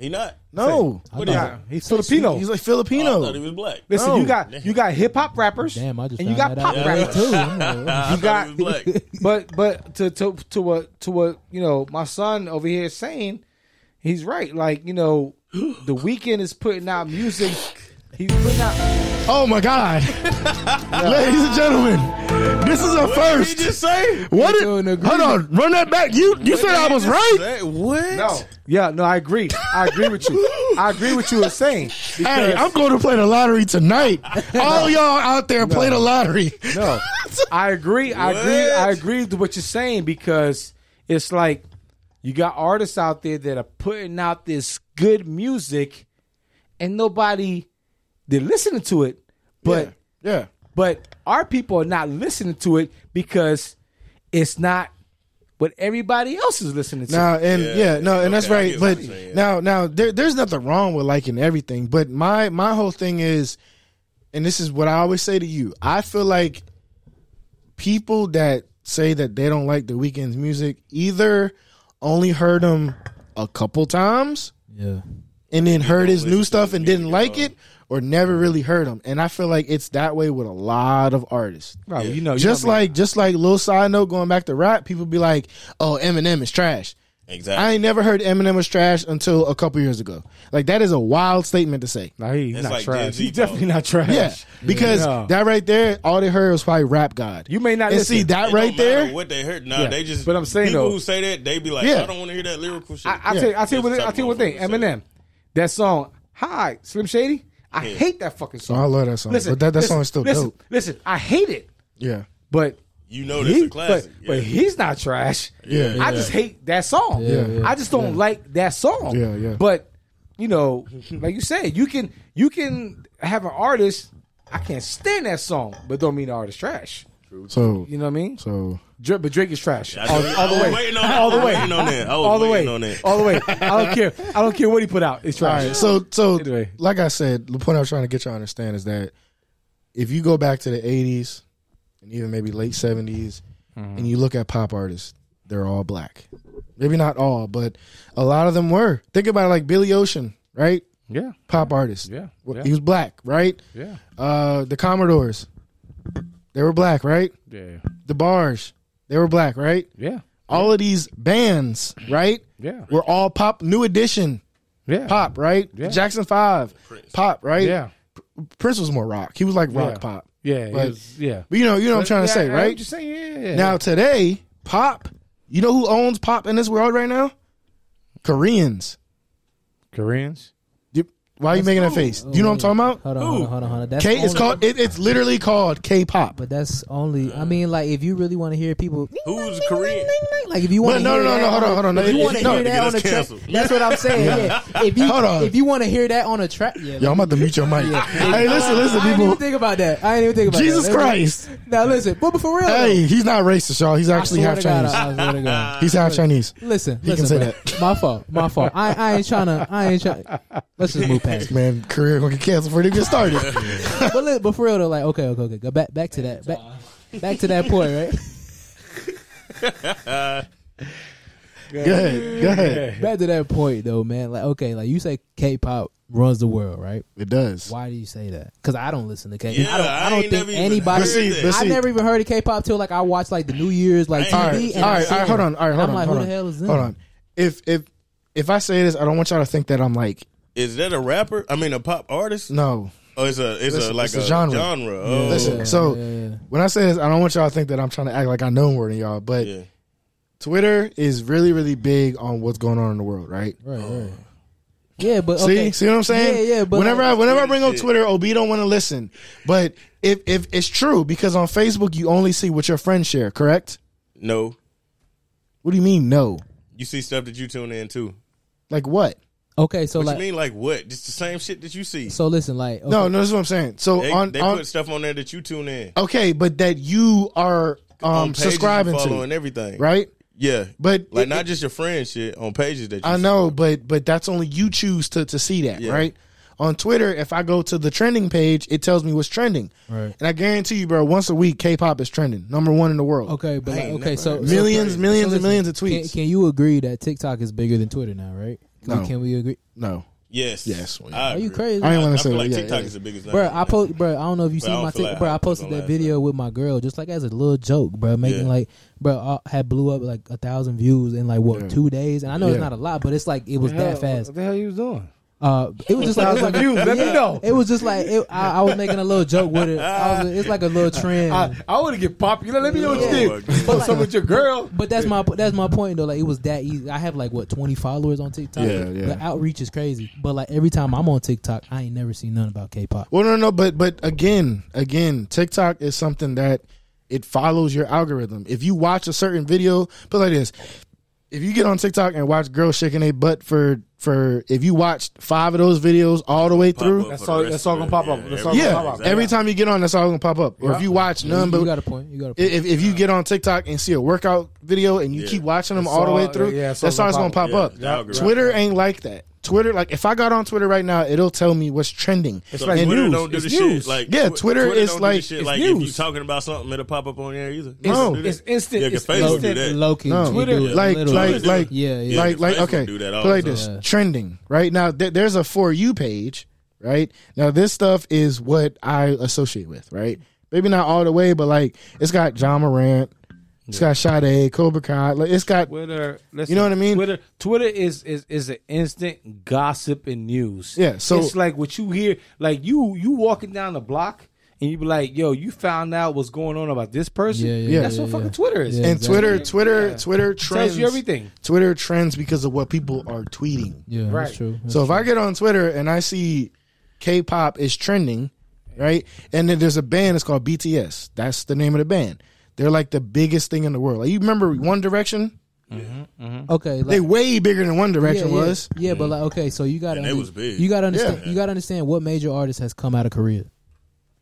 Speaker 1: He not.
Speaker 3: No,
Speaker 1: What is it?
Speaker 2: Yeah, he's Filipino.
Speaker 3: he's like
Speaker 1: I Oh, thought he
Speaker 3: Filipino.
Speaker 1: was black.
Speaker 2: Listen,
Speaker 3: No.
Speaker 2: you got you got hip hop rappers,
Speaker 5: damn, I just
Speaker 2: and you got
Speaker 5: found
Speaker 2: pop
Speaker 5: that out
Speaker 2: rappers.
Speaker 5: too. I'm like, oh, what?
Speaker 1: I thought he was
Speaker 2: got-
Speaker 1: black.
Speaker 2: But but to to to what to what you know, my son over here is saying, he's right. Like you know, the weekend is putting out music. He's putting out.
Speaker 3: Oh my God, ladies and gentlemen, this is a
Speaker 1: He
Speaker 3: first.
Speaker 1: just say.
Speaker 3: What did,
Speaker 5: Doing
Speaker 3: hold
Speaker 5: agree.
Speaker 3: on, run that back. You you said I was right.
Speaker 1: Say What?
Speaker 2: No, yeah, no, I agree. I agree with you. I agree with you. Is saying
Speaker 3: Hey, I'm going to play the lottery tonight. All y'all out there play the lottery.
Speaker 2: No, I agree. I agree. I agree with what you're saying because it's like you got artists out there that are putting out this good music, and nobody they're listening to it, but
Speaker 3: yeah.
Speaker 2: but our people are not listening to it because it's not what everybody else is listening to.
Speaker 3: Now and yeah, no, and that's
Speaker 1: okay, I
Speaker 3: right.
Speaker 1: get what
Speaker 3: But
Speaker 1: you're saying.
Speaker 3: now, now there, there's nothing wrong with liking everything. But my my whole thing is, and this is what I always say to you. I feel like people that say that they don't like the weekend's music either only heard him a couple times
Speaker 5: yeah.
Speaker 3: and then heard his new
Speaker 1: listen to
Speaker 3: stuff
Speaker 1: his
Speaker 3: and didn't
Speaker 1: music
Speaker 3: like
Speaker 1: at all.
Speaker 3: it or never really heard him. And I feel like it's that way with a lot of artists.
Speaker 2: Right, you know, Oh, you
Speaker 3: just
Speaker 2: know what I mean.
Speaker 3: like just like little side note going back to rap, people be like, "Oh, Eminem is trash."
Speaker 1: Exactly.
Speaker 3: I ain't never heard Eminem was trash until a couple years ago. Like that is a wild statement to say.
Speaker 2: Nah, he- he's
Speaker 1: It's
Speaker 2: not
Speaker 1: like Gen
Speaker 2: trash.
Speaker 1: Z
Speaker 2: He's definitely
Speaker 1: talk.
Speaker 2: not trash.
Speaker 3: Yeah, because
Speaker 2: Yeah.
Speaker 3: that right there, all they heard was probably Rap God.
Speaker 2: You may not
Speaker 3: and
Speaker 2: listen.
Speaker 3: see that
Speaker 1: It
Speaker 3: right
Speaker 1: don't matter
Speaker 3: there.
Speaker 1: What they heard? Nah,
Speaker 2: Yeah.
Speaker 1: they just.
Speaker 2: But I'm saying,
Speaker 1: people
Speaker 2: though-
Speaker 1: who say that they be like,
Speaker 3: Yeah.
Speaker 1: I don't want to hear that lyrical shit.
Speaker 2: I, I tell you, I tell you,
Speaker 1: That's
Speaker 2: one,
Speaker 1: the
Speaker 2: I
Speaker 1: type
Speaker 2: tell you
Speaker 1: of
Speaker 2: one thing.
Speaker 1: motherfucker that
Speaker 2: Eminem, that song, "Hi, Slim Shady." I
Speaker 1: Yeah.
Speaker 2: hate that fucking song.
Speaker 3: I love that song, Oh, but that, that
Speaker 2: listen,
Speaker 3: song is still
Speaker 2: listen,
Speaker 3: dope.
Speaker 2: Listen, I hate it,
Speaker 3: Yeah,
Speaker 2: but
Speaker 1: you know Oh, that's
Speaker 2: he,
Speaker 1: a classic.
Speaker 2: but, but
Speaker 1: Yeah.
Speaker 2: he's not trash.
Speaker 1: Yeah.
Speaker 2: I just hate that song.
Speaker 5: Yeah, yeah,
Speaker 2: I just don't like that song.
Speaker 3: Yeah, yeah.
Speaker 2: But you know, like you said, you can you can have an artist. I can't stand that song, but don't mean the artist trash.
Speaker 3: so
Speaker 2: You know what I mean?
Speaker 3: so
Speaker 2: Drake, but Drake is trash.
Speaker 1: I
Speaker 2: all,
Speaker 1: know-
Speaker 2: all
Speaker 1: I
Speaker 2: the
Speaker 1: was
Speaker 2: way.
Speaker 1: waiting on that.
Speaker 2: all the
Speaker 1: I was
Speaker 2: way.
Speaker 1: waiting on that. I was
Speaker 2: all the way.
Speaker 1: waiting on that.
Speaker 2: All the way. I don't care. I don't care what he put out. It's
Speaker 3: all
Speaker 2: trash.
Speaker 3: right. So so
Speaker 2: Anyway.
Speaker 3: like I said, the point I was trying to get y'all to understand is that if you go back to the '80s and even maybe late '70s,
Speaker 2: Mm-hmm.
Speaker 3: and you look at pop artists, they're all black. Maybe not all, but a lot of them were. Think about it, like Billy Ocean, right?
Speaker 2: Yeah.
Speaker 3: pop artist.
Speaker 2: Mm-hmm. Yeah,
Speaker 3: Well,
Speaker 2: yeah.
Speaker 3: He was black, right?
Speaker 2: Yeah.
Speaker 3: Uh, the Commodores, they were black, right?
Speaker 2: Yeah.
Speaker 3: The Barge, they were black, right?
Speaker 2: Yeah.
Speaker 3: All of these bands, right?
Speaker 2: Yeah.
Speaker 3: Were all pop, New Edition,
Speaker 2: Yeah.
Speaker 3: pop, right?
Speaker 2: Yeah.
Speaker 3: Jackson 5, pop, right?
Speaker 2: Yeah.
Speaker 3: Prince was more rock. He was like rock
Speaker 2: Yeah.
Speaker 3: pop.
Speaker 2: Yeah. it
Speaker 3: But-
Speaker 2: was- yeah.
Speaker 3: But you know, you know what I'm trying to
Speaker 2: Yeah,
Speaker 3: say,
Speaker 2: I heard
Speaker 3: right?
Speaker 2: what you're saying. Yeah.
Speaker 3: Now today, pop, you know who owns pop in this world right now? Koreans.
Speaker 2: Koreans.
Speaker 3: You- Why are you making that face? Do you know what I'm talking about?
Speaker 5: Hold on, hold on, hold on, hold on. That's
Speaker 3: K, it's
Speaker 5: only-
Speaker 3: called. It, it's literally called K-pop.
Speaker 5: But that's only.
Speaker 3: Uh.
Speaker 5: I mean, like if you really want to hear people,
Speaker 1: Who's Korean?
Speaker 5: like if you
Speaker 3: But
Speaker 5: want.
Speaker 3: no, no, no, no. Hold on, hold on. No,
Speaker 5: If you
Speaker 3: it-
Speaker 5: want to
Speaker 3: no,
Speaker 5: hear
Speaker 1: Get
Speaker 5: that
Speaker 1: us
Speaker 5: on a track,
Speaker 1: canceled.
Speaker 5: that's what I'm saying. Yeah. If you
Speaker 3: Hold on.
Speaker 5: if you want to hear that on a track, yeah.
Speaker 3: Yo, I'm about to mute your mic. Hey, listen, listen,
Speaker 5: I didn't even
Speaker 3: people.
Speaker 5: think about that. I didn't even think about
Speaker 3: Jesus
Speaker 5: that.
Speaker 3: Christ.
Speaker 5: Now listen, but, but for real,
Speaker 3: Hey, he's not racist, y'all. He's
Speaker 5: though, I
Speaker 3: actually
Speaker 5: swear
Speaker 3: half
Speaker 5: to God,
Speaker 3: Chinese.
Speaker 5: I- I swear to God.
Speaker 3: He's half Chinese.
Speaker 5: Listen,
Speaker 3: He can
Speaker 5: listen,
Speaker 3: say
Speaker 5: bro. My fault, my fault. I, I ain't trying to. I ain't trying. Let's just move past. it.
Speaker 3: Man, career gonna get canceled before they get started.
Speaker 5: but, li- but for real though, like okay, okay, okay. Go back back to that back back to that point, right?
Speaker 3: Go ahead. Go ahead.
Speaker 5: Back to that point though, man. Like, okay, like you say, K-pop runs the world, right?
Speaker 3: It does.
Speaker 5: Why do you say that? Because I don't listen to K.
Speaker 1: Yeah,
Speaker 5: I don't,
Speaker 1: I
Speaker 5: I don't
Speaker 1: ain't
Speaker 5: think
Speaker 1: never even
Speaker 5: anybody.
Speaker 1: heard
Speaker 3: But see,
Speaker 1: that.
Speaker 3: but
Speaker 5: I
Speaker 3: see-
Speaker 5: never even heard of K-pop till like I watched like the New Year's like TV.
Speaker 1: All right,
Speaker 5: and
Speaker 3: all
Speaker 5: I
Speaker 3: right,
Speaker 5: seen
Speaker 3: all right, hold
Speaker 5: it.
Speaker 3: on, all right, hold
Speaker 5: I'm
Speaker 3: on,
Speaker 5: like,
Speaker 3: hold
Speaker 5: who
Speaker 3: on,
Speaker 5: the hell is them?
Speaker 3: hold on. If if if I say this, I don't want y'all to think that I'm like
Speaker 1: Is that a rapper? I mean, a pop artist?
Speaker 3: no.
Speaker 1: Oh, it's a it's
Speaker 3: Listen,
Speaker 1: a like
Speaker 3: it's
Speaker 1: a,
Speaker 3: a genre.
Speaker 1: genre. Oh,
Speaker 3: Listen,
Speaker 5: Yeah,
Speaker 3: so
Speaker 5: yeah, yeah.
Speaker 3: when I say this, I don't want y'all to think that I'm trying to act like I know more than y'all. But
Speaker 1: yeah.
Speaker 3: Twitter is really, really big on what's going on in the world, right?
Speaker 5: Right, right. Yeah, but
Speaker 3: See,
Speaker 5: okay.
Speaker 3: see what I'm saying?
Speaker 5: Yeah, yeah. But
Speaker 3: whenever
Speaker 5: like,
Speaker 3: I whenever I bring up
Speaker 1: Shit.
Speaker 3: Twitter, Ob don't want to listen. But if if it's true, because on Facebook you only see what your friends share, correct?
Speaker 1: No,
Speaker 3: What do you mean no?
Speaker 1: you see stuff that you tune in to.
Speaker 3: Like what?
Speaker 5: okay, so
Speaker 1: What
Speaker 5: like,
Speaker 1: you mean? Like what? Just the same shit that you see.
Speaker 5: so listen, like, okay,
Speaker 3: No, no, this is what I'm saying. So
Speaker 1: They,
Speaker 3: on
Speaker 1: they
Speaker 3: on
Speaker 1: put stuff on there that you tune in.
Speaker 3: okay, but that you are
Speaker 1: on
Speaker 3: um
Speaker 1: pages you
Speaker 3: subscribing
Speaker 1: follow and
Speaker 3: to,
Speaker 1: everything.
Speaker 3: right?
Speaker 1: Yeah,
Speaker 3: But
Speaker 1: like
Speaker 3: it-
Speaker 1: not just your friend shit on pages that you
Speaker 3: I know, but but that's only you choose to to see that,
Speaker 1: Yeah.
Speaker 3: right? On Twitter, if I go to the trending page, it tells me what's trending,
Speaker 5: Right.
Speaker 3: and I guarantee you, bro, once a week, K-pop is trending, number one in the world.
Speaker 5: okay, but
Speaker 1: I
Speaker 5: like,
Speaker 1: ain't
Speaker 5: okay,
Speaker 1: never
Speaker 5: so
Speaker 1: heard of
Speaker 5: so-
Speaker 3: Millions, millions, and millions of
Speaker 5: Can,
Speaker 3: tweets.
Speaker 5: can you agree that TikTok is bigger than Twitter now, right? Can-
Speaker 3: No.
Speaker 5: Can we agree?
Speaker 3: No,
Speaker 1: Yes.
Speaker 3: Yes.
Speaker 1: I
Speaker 5: Are you
Speaker 1: agree.
Speaker 5: crazy?
Speaker 3: I ain't
Speaker 1: I
Speaker 3: want to say
Speaker 1: feel
Speaker 3: that.
Speaker 1: like
Speaker 3: yeah,
Speaker 1: TikTok
Speaker 3: yeah.
Speaker 1: is the biggest.
Speaker 5: Bro,
Speaker 1: thing.
Speaker 5: I post, bro. I don't know if you
Speaker 1: Bro, I
Speaker 5: seen
Speaker 1: don't
Speaker 5: my
Speaker 1: feel
Speaker 5: TikTok.
Speaker 1: like
Speaker 5: bro,
Speaker 1: I
Speaker 5: I
Speaker 1: was
Speaker 5: posted
Speaker 1: gonna
Speaker 5: that
Speaker 1: laugh,
Speaker 5: video with my girl, just like as a little joke, bro. Making
Speaker 1: Yeah.
Speaker 5: like, bro, I had blew up like a thousand views in like what
Speaker 3: Yeah.
Speaker 5: two days, and I know it's
Speaker 3: Yeah.
Speaker 5: not a lot, but it's like it was that fast.
Speaker 2: What the hell you was doing?
Speaker 5: Uh, it was just like, it was like
Speaker 2: views, let me
Speaker 5: yeah,
Speaker 2: know.
Speaker 5: It was just like it, I, I was making a little joke with it. I was, it's like a little trend.
Speaker 2: I, I want to get popular. Let me know what
Speaker 1: Oh,
Speaker 2: you
Speaker 1: my
Speaker 2: did.
Speaker 1: goodness.
Speaker 2: Put some with your girl.
Speaker 5: But that's my that's my point though. Like it was that easy. I have like what twenty followers on TikTok.
Speaker 3: Yeah, yeah.
Speaker 5: The outreach is crazy. But like every time I'm on TikTok, I ain't never seen nothing about K-pop.
Speaker 3: Well, no, no, but but again, again, TikTok is something that it follows your algorithm. If you watch a certain video, put it like this: if you get on TikTok and watch girls shaking their butt for for, if you watched five of those videos all the way through,
Speaker 2: That's all- that's all gonna pop up. That's all gonna
Speaker 3: yeah,
Speaker 2: pop up.
Speaker 3: every time you get on, that's all gonna pop up. Or if you watch none,
Speaker 5: you
Speaker 3: but
Speaker 5: got a point. You got a point.
Speaker 3: if, if you get on TikTok and see a workout video and you
Speaker 1: Yeah.
Speaker 3: keep watching them
Speaker 2: That's
Speaker 3: all the way
Speaker 2: all-
Speaker 3: through,
Speaker 2: yeah, that's all
Speaker 3: that's all that's gonna pop
Speaker 1: Yeah,
Speaker 3: up.
Speaker 1: the algorithm.
Speaker 3: Twitter ain't like that. Twitter, like if I got on Twitter right now, it'll tell me what's trending.
Speaker 2: It's
Speaker 1: So
Speaker 2: like
Speaker 1: Twitter
Speaker 2: news.
Speaker 1: don't do
Speaker 2: It's
Speaker 1: the
Speaker 2: news.
Speaker 1: shit. Like
Speaker 3: Yeah,
Speaker 1: Twi-
Speaker 3: Twitter is
Speaker 1: don't do the
Speaker 3: like-
Speaker 1: shit.
Speaker 2: it's
Speaker 1: like if you
Speaker 2: news.
Speaker 1: talking about something, it'll pop up on there either.
Speaker 3: It's-
Speaker 1: Don't do that.
Speaker 2: It's instant.
Speaker 1: Yeah, 'cause
Speaker 2: it's
Speaker 1: Facebook
Speaker 2: instant.
Speaker 1: do that.
Speaker 5: low key,
Speaker 3: No.
Speaker 2: Twitter-
Speaker 3: like
Speaker 5: literally.
Speaker 3: like like
Speaker 5: yeah, yeah.
Speaker 3: like like
Speaker 1: Facebook
Speaker 3: okay
Speaker 1: do that all
Speaker 3: But like
Speaker 1: the
Speaker 3: this
Speaker 5: time.
Speaker 3: trending right now th- there's a for you page right now this stuff is what i associate with right maybe not all the way but like it's got john morant it's got Sade, cobra kai like it's got
Speaker 2: Twitter, listen,
Speaker 3: You know what I mean?
Speaker 2: Twitter, Twitter is is is an instant gossip and news.
Speaker 3: Yeah, so-
Speaker 2: it's like what you hear, like you you walking down the block and you be like, "Yo, you found out what's going on about this person."
Speaker 5: Yeah, yeah,
Speaker 2: that's
Speaker 5: yeah,
Speaker 2: what
Speaker 5: yeah.
Speaker 2: fucking Twitter is.
Speaker 5: Yeah.
Speaker 3: and
Speaker 5: exactly.
Speaker 3: twitter twitter twitter trends
Speaker 2: Tells you everything.
Speaker 3: twitter trends because of what people are tweeting
Speaker 5: yeah,
Speaker 2: Right.
Speaker 5: that's true.
Speaker 3: so if i get on twitter and i see k-pop is trending right and then there's a band it's called bts that's the name of the band they're like the biggest thing in the world like you remember one direction
Speaker 1: Mm-hmm.
Speaker 5: okay, like,
Speaker 3: they way bigger than One Direction
Speaker 5: yeah,
Speaker 3: was.
Speaker 5: Yeah, but like okay, so you got to
Speaker 1: And they was big.
Speaker 5: You got to understand.
Speaker 3: Yeah.
Speaker 5: You got to understand what major artist has come out of Korea.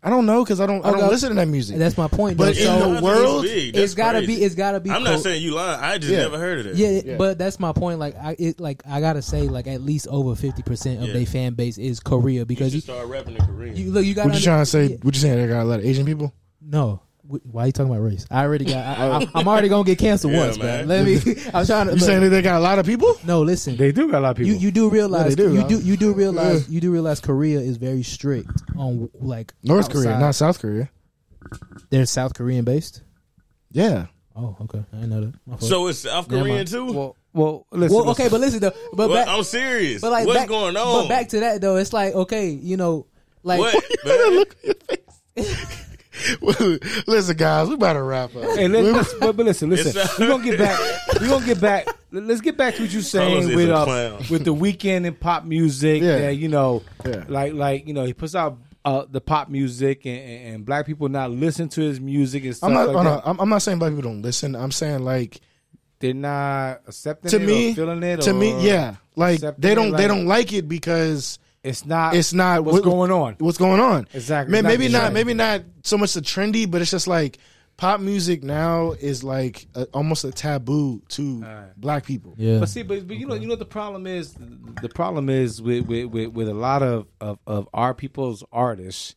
Speaker 3: I don't know because I don't I don't
Speaker 5: Okay.
Speaker 3: listen to that music.
Speaker 5: And Oh, that's my point.
Speaker 3: But
Speaker 5: though.
Speaker 3: in
Speaker 5: so
Speaker 3: the world,
Speaker 5: it's gotta be. It's gotta be.
Speaker 1: I'm
Speaker 5: Ko-
Speaker 1: not saying you lying. I just
Speaker 3: Yeah.
Speaker 1: never heard of that.
Speaker 5: Yeah, but that's my point. Like I, it, like I gotta say, like at least over fifty percent of
Speaker 1: Yeah.
Speaker 5: their fan base is Korea
Speaker 1: You
Speaker 5: because you,
Speaker 1: should start rapping in Korean.
Speaker 5: you- look, you got
Speaker 3: what you trying to say? What you saying? They got a lot of Asian people.
Speaker 5: No. Wh- Why you talking about race? I already got. I, I, I'm already gonna get canceled
Speaker 1: Yeah,
Speaker 5: once, man.
Speaker 1: man.
Speaker 5: Let me. I'm trying to.
Speaker 3: You saying that they got a lot of people?
Speaker 5: no, listen.
Speaker 2: They do got a lot of people.
Speaker 5: you you do realize
Speaker 3: do,
Speaker 5: you
Speaker 3: huh?
Speaker 5: do you do realize you do realize Korea is very strict on like
Speaker 3: North Korea,
Speaker 5: outside-
Speaker 3: not South Korea.
Speaker 5: they're South Korean based.
Speaker 3: Yeah,
Speaker 5: Oh, okay. I didn't know that. My fault.
Speaker 1: so it's South
Speaker 5: Never
Speaker 1: Korean
Speaker 5: mind.
Speaker 1: too.
Speaker 2: well, well, listen.
Speaker 5: well,
Speaker 2: listen.
Speaker 5: okay, but listen though. But
Speaker 1: What?
Speaker 5: back,
Speaker 1: I'm serious.
Speaker 5: but like
Speaker 1: what's
Speaker 5: back,
Speaker 1: going on?
Speaker 5: But back to that though, it's like okay, you know, like
Speaker 1: what? man?
Speaker 3: listen, guys, we about to wrap up.
Speaker 2: Hey, let, let's, but, but listen, listen.
Speaker 1: It's-
Speaker 2: We're gonna get back. We're gonna get back. let- Let's get back to what you're
Speaker 1: Carlos
Speaker 2: saying
Speaker 1: is
Speaker 2: with
Speaker 1: a
Speaker 2: uh,
Speaker 1: clown.
Speaker 2: with the weekend and pop music.
Speaker 3: Yeah.
Speaker 2: Yeah, you know,
Speaker 3: Yeah.
Speaker 2: like like you know, he puts out uh, the pop music, and, and, and black people not listen to his music and stuff
Speaker 3: I'm not.
Speaker 2: like
Speaker 3: oh, no,
Speaker 2: that.
Speaker 3: I'm, I'm not saying black people don't listen. I'm saying like
Speaker 2: They're not accepting
Speaker 3: to
Speaker 2: it
Speaker 3: me,
Speaker 2: or feeling it.
Speaker 3: to
Speaker 2: or
Speaker 3: me, yeah, like
Speaker 2: accepting
Speaker 3: they
Speaker 2: it,
Speaker 3: don't. they
Speaker 2: like-
Speaker 3: don't like it because
Speaker 2: it's not.
Speaker 3: it's not
Speaker 2: what's
Speaker 3: what-
Speaker 2: going on.
Speaker 3: What's going on?
Speaker 2: Exactly.
Speaker 3: Man,
Speaker 2: It's not
Speaker 3: maybe not.
Speaker 2: trendy.
Speaker 3: Maybe not so much the trendy, but it's just like pop music now is like a, almost a taboo to black people.
Speaker 5: yeah.
Speaker 2: But see, but, but you know, you know what the problem is. The problem is with with, with, with a lot of, of of our people's artists,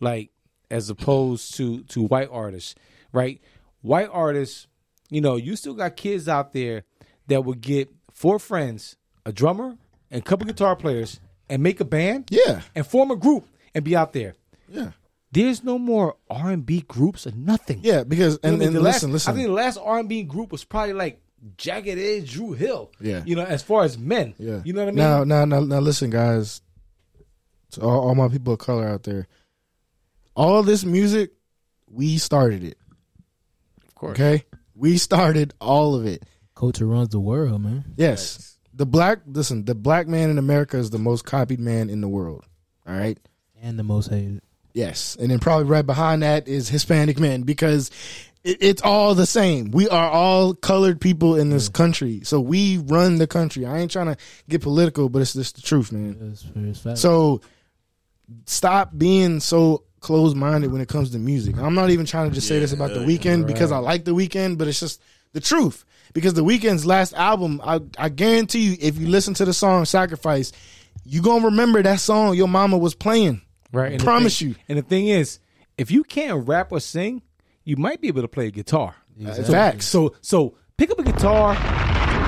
Speaker 2: like as opposed to to white artists, right? White artists, you know, you still got kids out there that would get four friends, a drummer, and a couple guitar players, and make a band
Speaker 3: Yeah.
Speaker 2: and form a group and be out there.
Speaker 3: Yeah.
Speaker 2: There's no more R and B groups or nothing.
Speaker 3: Yeah, because
Speaker 2: You know what I
Speaker 3: and,
Speaker 2: mean?
Speaker 3: and
Speaker 2: The
Speaker 3: listen,
Speaker 2: last,
Speaker 3: listen.
Speaker 2: I think the last R and B group was probably like Jagged Edge, Drew Hill.
Speaker 3: Yeah.
Speaker 2: you know, as far as men.
Speaker 3: yeah.
Speaker 2: you know what I mean.
Speaker 3: Now, now, now, now listen, guys. To all, all my people of color out there, all this music, we started it. Of
Speaker 7: course.
Speaker 3: Okay? We started all of it.
Speaker 5: Culture runs the world, man.
Speaker 3: Yes. The black listen, the black man in America is the most copied man in the world. All right?
Speaker 5: And the most hated.
Speaker 3: Yes, and then probably right behind that is Hispanic men because it, it's all the same. We are all colored people in this country, so we run the country. I ain't trying to get political, but it's just the truth, man.
Speaker 5: That's for his fact.
Speaker 3: So stop being so closed minded when it comes to music. I'm not even trying to just say this about the weekend because I like the weekend, but it's just the truth. Because the weekend's last album, I, I guarantee you, if you listen to the song "Sacrifice," you gonna remember that song your mama was playing.
Speaker 2: right? and the
Speaker 3: promise
Speaker 2: thing-
Speaker 3: you.
Speaker 2: And the thing is, if you can't rap or sing, you might be able to play guitar.
Speaker 3: Facts.
Speaker 2: So so pick up a guitar,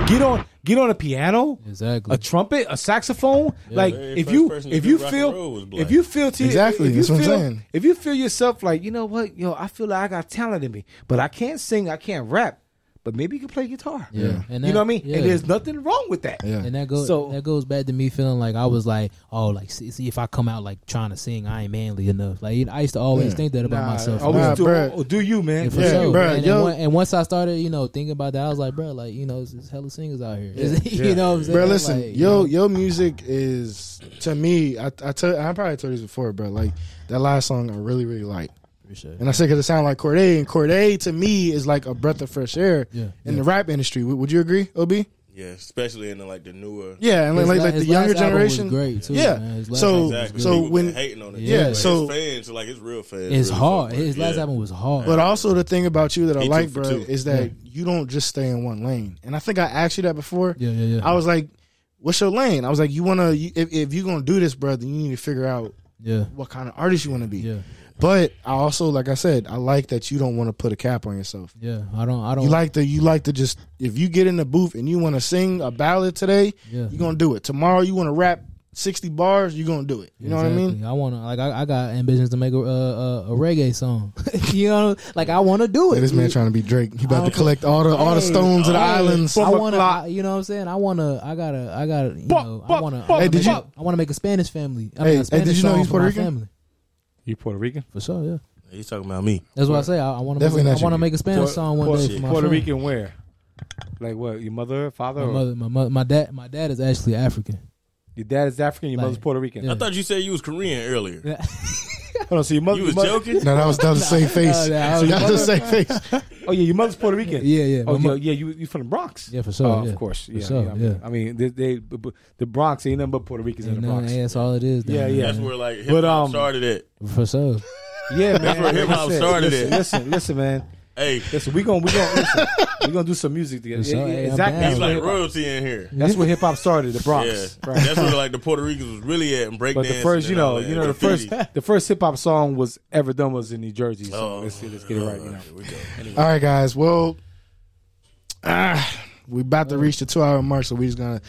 Speaker 2: get on get on a piano,
Speaker 5: Exactly.
Speaker 2: a trumpet, a saxophone. like
Speaker 1: Very
Speaker 2: if
Speaker 1: first
Speaker 2: you
Speaker 1: person to
Speaker 2: if
Speaker 1: do
Speaker 2: you
Speaker 1: rock and roll was
Speaker 2: feel
Speaker 1: black.
Speaker 2: if you feel to,
Speaker 3: Exactly,
Speaker 2: if you
Speaker 3: that's what I'm
Speaker 2: feel-
Speaker 3: saying.
Speaker 2: If you feel yourself like you know what yo I feel like I got talent in me, but I can't sing, I can't rap, but maybe you can play guitar.
Speaker 5: Yeah. And
Speaker 2: you
Speaker 5: that-
Speaker 2: know what I mean?
Speaker 5: yeah.
Speaker 2: And there's nothing wrong with that.
Speaker 3: Yeah.
Speaker 5: And that goes
Speaker 2: So-
Speaker 5: that goes back to me feeling like I was like, oh, like see, see if I come out like trying to sing, I ain't manly enough. Like you know, I used to always
Speaker 3: Yeah.
Speaker 5: think that about myself.
Speaker 2: I always
Speaker 3: Nah,
Speaker 2: do,
Speaker 3: bruh.
Speaker 2: oh, do you man?
Speaker 5: And for
Speaker 3: Yeah,
Speaker 5: sure,
Speaker 3: bruh,
Speaker 5: and,
Speaker 3: yo-
Speaker 5: and, one- and once I started, you know, thinking about that, I was like, bro, like you know, it's, it's hella singers out here. you know, what I'm saying?
Speaker 3: bro. Listen,
Speaker 5: Like,
Speaker 3: yo, your music is to me. I I, tell, I probably told you this before, bro. Like that last song, I really really like,
Speaker 5: for sure.
Speaker 3: and I say because it sound like Corday, and Corday to me is like a breath of fresh air
Speaker 5: Yeah,
Speaker 3: in the rap industry. Would, would you agree, Ob?
Speaker 1: Yeah, especially in the, like the newer.
Speaker 3: Yeah, and like
Speaker 5: His
Speaker 3: like,
Speaker 5: la-
Speaker 3: like the
Speaker 5: his last
Speaker 3: younger
Speaker 5: album was
Speaker 3: generation.
Speaker 5: great too.
Speaker 3: yeah.
Speaker 5: man. His last
Speaker 3: So-
Speaker 5: album was
Speaker 1: Exactly.
Speaker 5: good.
Speaker 3: so
Speaker 1: People been
Speaker 3: when-
Speaker 1: hating on it,
Speaker 5: Yeah,
Speaker 1: But
Speaker 3: so-
Speaker 1: his fans, like his real fans,
Speaker 5: it's
Speaker 1: really
Speaker 5: hard.
Speaker 1: fuck with
Speaker 5: His
Speaker 1: it.
Speaker 5: last
Speaker 1: Yeah.
Speaker 5: album was hard.
Speaker 3: But uh, also the thing about you that I
Speaker 1: He two
Speaker 3: like,
Speaker 1: for
Speaker 3: bro,
Speaker 1: two.
Speaker 3: is that you don't just stay in one lane. And I think I asked you that before.
Speaker 5: yeah, yeah, yeah.
Speaker 3: I was like, "What's your lane?" I was like, "You wanna you, if if you gonna do this, bro, then you need to figure out
Speaker 5: yeah,
Speaker 3: what kind of artist you want to be."
Speaker 5: yeah,
Speaker 3: But I also, like I said, I like that you don't want to put a cap on yourself.
Speaker 5: yeah. I don't, I don't.
Speaker 3: You like to, you like to just if you get in the booth and you want to sing a ballad today,
Speaker 5: Yeah.
Speaker 3: you're gonna do it. Tomorrow you want to rap sixty bars, you're gonna do it. You know what I mean?
Speaker 5: Exactly. I want to like I, I got ambitions to make a uh, a, a reggae song. you know, like I want to do it.
Speaker 3: this man trying to be Drake. He about to
Speaker 5: don't-
Speaker 3: collect all the all the stones of the islands.
Speaker 5: I
Speaker 2: Fuck
Speaker 5: want
Speaker 2: a lot.
Speaker 5: to, you know what I'm saying? I want to, I gotta, I gotta, you
Speaker 2: Fuck,
Speaker 5: know, I
Speaker 2: fuck,
Speaker 5: want to,
Speaker 2: fuck,
Speaker 5: I
Speaker 3: Hey, did you-
Speaker 5: want to make a Spanish family. I
Speaker 3: Hey,
Speaker 5: mean,
Speaker 3: hey,
Speaker 5: a Spanish
Speaker 3: did you know
Speaker 5: song
Speaker 3: he's
Speaker 5: for
Speaker 3: Puerto
Speaker 5: my
Speaker 3: Rican?
Speaker 5: Family.
Speaker 2: You Puerto Rican?
Speaker 5: For sure, yeah.
Speaker 1: He's talking about me.
Speaker 5: That's what I say. I, I want to,
Speaker 3: Definitely
Speaker 5: I
Speaker 3: not
Speaker 5: want to
Speaker 3: you.
Speaker 5: make a Spanish
Speaker 2: Puerto-
Speaker 5: song one
Speaker 1: Puerto-
Speaker 5: day for my
Speaker 2: Puerto
Speaker 5: family.
Speaker 2: Rican where? Like what? Your mother, father,
Speaker 5: My
Speaker 2: or
Speaker 5: mother, my mother, my dad, my dad is actually African.
Speaker 2: your dad is African, your
Speaker 5: Like,
Speaker 2: mother's Puerto Rican.
Speaker 5: yeah.
Speaker 1: I thought you said you was Korean earlier.
Speaker 2: Hold on, so your mother,
Speaker 1: You
Speaker 2: your
Speaker 1: was
Speaker 2: mother-
Speaker 1: joking.
Speaker 3: No, that was that was the same face.
Speaker 5: no, I
Speaker 3: that
Speaker 5: was-
Speaker 3: was the same face.
Speaker 2: Oh yeah, your mother's Puerto Rican.
Speaker 5: Yeah, yeah,
Speaker 2: Oh
Speaker 5: my
Speaker 2: yeah,
Speaker 5: mo-
Speaker 2: yeah. You you from the Bronx?
Speaker 5: Yeah, for sure,
Speaker 2: Oh,
Speaker 5: yeah.
Speaker 2: Of course.
Speaker 5: For
Speaker 2: Yeah.
Speaker 5: sure,
Speaker 2: yeah, I mean,
Speaker 5: yeah.
Speaker 2: I mean, they, they b- b- the Bronx ain't nothing but Puerto Ricans in
Speaker 5: You
Speaker 2: the
Speaker 5: know,
Speaker 2: Bronx.
Speaker 5: yeah, that's all it is. down
Speaker 2: Yeah,
Speaker 5: there,
Speaker 2: yeah.
Speaker 5: man.
Speaker 1: That's where like hip
Speaker 2: But,
Speaker 1: hop
Speaker 2: um,
Speaker 1: started it.
Speaker 5: For sure.
Speaker 2: Yeah, man.
Speaker 1: where hip
Speaker 2: Like I
Speaker 1: hop
Speaker 2: said,
Speaker 1: started
Speaker 2: listen,
Speaker 1: at.
Speaker 2: Listen, listen, man.
Speaker 1: Hey,
Speaker 2: Listen, we gonna we gonna listen, we gonna do some music together.
Speaker 5: For sure,
Speaker 2: Yeah, yeah,
Speaker 5: yeah, I'm
Speaker 2: exactly.
Speaker 5: down.
Speaker 2: That's
Speaker 1: he's
Speaker 2: where
Speaker 1: like
Speaker 2: hip-hop-
Speaker 1: royalty in here.
Speaker 2: That's where hip hop started, the
Speaker 1: Yeah,
Speaker 2: Bronx. Right.
Speaker 1: that's where like the Puerto Ricans was really at and breakdancing.
Speaker 2: But the first, you
Speaker 1: and all
Speaker 2: know,
Speaker 1: that.
Speaker 2: you know, the first,
Speaker 1: Graffiti.
Speaker 2: the first hip hop song was ever done was in New Jersey. So
Speaker 1: Oh,
Speaker 2: let's, let's get it right. You know,
Speaker 1: Here we go.
Speaker 3: All right, guys. Well, ah, we about to reach the two hour mark, so we're just gonna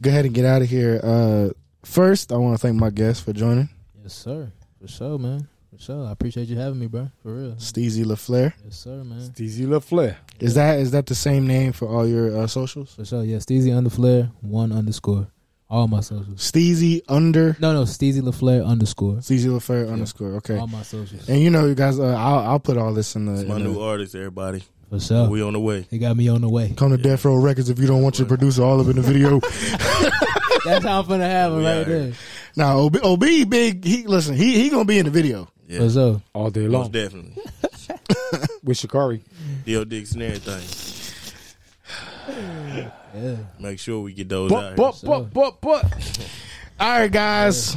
Speaker 3: go ahead and get out of here. Uh, first, I want to thank my guests for joining,
Speaker 5: Yes, sir. For sure, man. For sure. I appreciate you having me, bro. For real.
Speaker 3: Steezy LaFleur.
Speaker 5: Yes, sir, man.
Speaker 2: DZ LaFleur.
Speaker 3: Is that is that the same name for all your uh, socials?
Speaker 5: For sure. Yeah, Steezy underflare one underscore. All my socials.
Speaker 3: Steezy under
Speaker 5: No, no, Steezy LaFlare underscore.
Speaker 3: Steezy LaFleur underscore. Okay.
Speaker 5: All my socials.
Speaker 3: And you know, you guys, uh, I'll I'll put all this in the.
Speaker 1: Um, It's my
Speaker 3: in the-
Speaker 1: new artist, everybody.
Speaker 5: For sure.
Speaker 1: We on the way.
Speaker 5: They got me on the way.
Speaker 3: Come to Death Row Records if you don't want your producer all up in the video.
Speaker 5: That's how I'm finna have it
Speaker 1: We
Speaker 5: right
Speaker 1: out here.
Speaker 5: there.
Speaker 3: now, Ob, Ob big. He listen. He he gonna be in the video.
Speaker 1: Yeah.
Speaker 5: For sure.
Speaker 2: All day
Speaker 1: Most
Speaker 2: long
Speaker 1: definitely.
Speaker 2: with Shikari.
Speaker 1: D.O. Dix and everything.
Speaker 5: Yeah.
Speaker 1: Make sure we get those out
Speaker 2: But
Speaker 1: here.
Speaker 2: but but but but.
Speaker 3: All right, guys.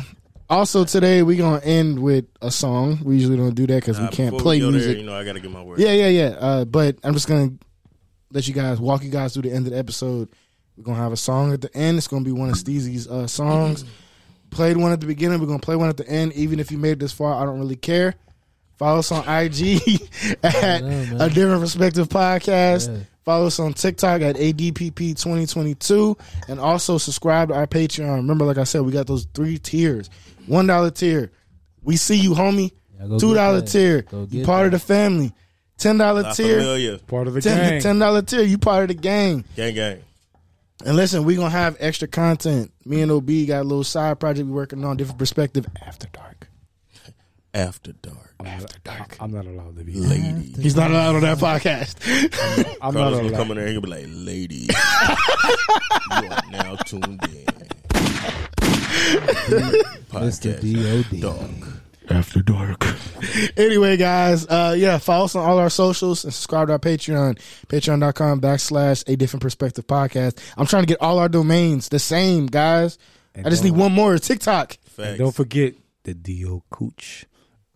Speaker 3: Also today we gonna end with a song. We usually don't do that because
Speaker 1: Nah,
Speaker 3: we can't
Speaker 1: before
Speaker 3: play
Speaker 1: go
Speaker 3: music.
Speaker 1: There, you know, I got to get my word.
Speaker 3: yeah, yeah, yeah. Uh, but I'm just gonna let you guys walk you guys through the end of the episode. We're gonna have a song at the end. It's gonna be one of Steezy's uh, songs.
Speaker 5: Mm-hmm.
Speaker 3: Played one at the beginning. We're gonna play one at the end. Even if you made it this far, I don't really care. Follow us on IG at
Speaker 5: know, man.
Speaker 3: a different perspective podcast.
Speaker 5: Yeah.
Speaker 3: Follow us on TikTok at ADPP2022 and also subscribe to our Patreon. Remember, like I said, we got those three tiers. $1 tier, we see you, homie.
Speaker 5: Yeah, go
Speaker 3: $2
Speaker 5: get that.
Speaker 3: tier,
Speaker 5: Go
Speaker 3: you
Speaker 5: get
Speaker 3: part of the
Speaker 5: that.
Speaker 3: family.
Speaker 1: La
Speaker 3: $10 tier,
Speaker 1: Familia.
Speaker 6: Part of the
Speaker 3: ten-
Speaker 6: game.
Speaker 3: $10 tier, you part of the gang.
Speaker 1: Gang, gang.
Speaker 3: And listen, we gonna have extra content. Me and OB got a little side project we working on, different perspective after dark.
Speaker 1: After dark.
Speaker 6: I'm not allowed to be.
Speaker 1: Lady.
Speaker 3: He's not allowed on that podcast.
Speaker 6: I'm not
Speaker 1: Carlos gonna
Speaker 6: allowed.
Speaker 1: come in there and he'll be like, lady. you are now tuned in.
Speaker 5: Mr.
Speaker 1: Podcast.
Speaker 5: DOD.
Speaker 1: Dark.
Speaker 3: After dark. anyway, guys, uh yeah, follow us on all our socials and subscribe to our Patreon. Patreon.com backslash a different perspective podcast. I'm trying to get all our domains the same, guys. I just need one more TikTok.
Speaker 1: Facts.
Speaker 6: Don't forget the D.O. Cooch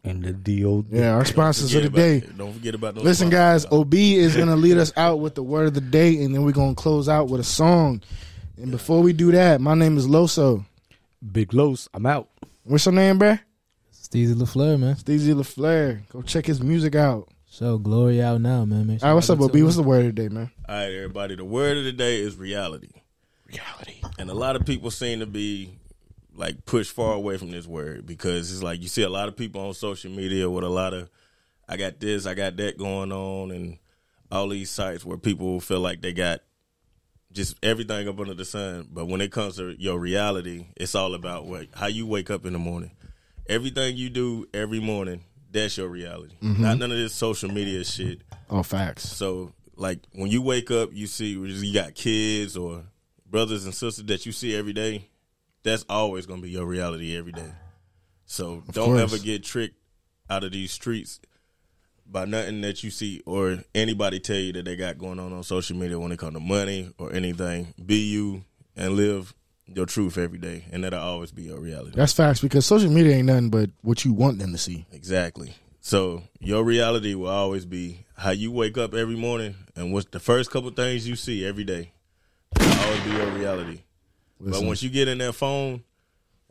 Speaker 6: and the D.O.
Speaker 3: Yeah, our sponsors of
Speaker 1: Forget
Speaker 3: the
Speaker 1: about
Speaker 3: day.
Speaker 1: it. Don't forget about those.
Speaker 3: Listen,
Speaker 1: sponsors.
Speaker 3: guys, OB is going to lead us out with the word of the day, and then we're going to close out with a song. And before we do that, my name is Loso.
Speaker 6: Big Los. I'm out.
Speaker 3: What's your name, bruh?
Speaker 5: Steezy LaFleur, man.
Speaker 3: Steezy LaFleur. Go check his music out.
Speaker 5: So glory out now, man. Make sure
Speaker 3: All right, what's
Speaker 5: y'all
Speaker 3: up,
Speaker 5: get
Speaker 3: OB?
Speaker 5: to
Speaker 3: What's
Speaker 5: it.
Speaker 3: the word of the day, man?
Speaker 1: All right, everybody. The word of the day is reality.
Speaker 3: Reality.
Speaker 1: And a lot of people seem to be like pushed far away from this word because it's like you see a lot of people on social media with a lot of I got this, I got that going on and all these sites where people feel like they got just everything up under the sun. But when it comes to your reality, it's all about what how you wake up in the morning. Everything you do every morning, that's your reality. Not none of this social media shit.
Speaker 3: Oh, facts.
Speaker 1: So like when you wake up, you see you got kids or brothers and sisters that you see every day. That's always going to be your reality every day. So don't
Speaker 3: course.
Speaker 1: ever get tricked out of these streets by nothing that you see or anybody tell you that they got going on on social media when it comes to money or anything. Be you and live your truth every day, and that'll always be your reality.
Speaker 3: That's facts because social media ain't nothing but what you want them to see.
Speaker 1: Exactly. So your reality will always be how you wake up every morning and what's the first couple things you see every day. That'll always be your reality. But
Speaker 3: Listen.
Speaker 1: once you get in that phone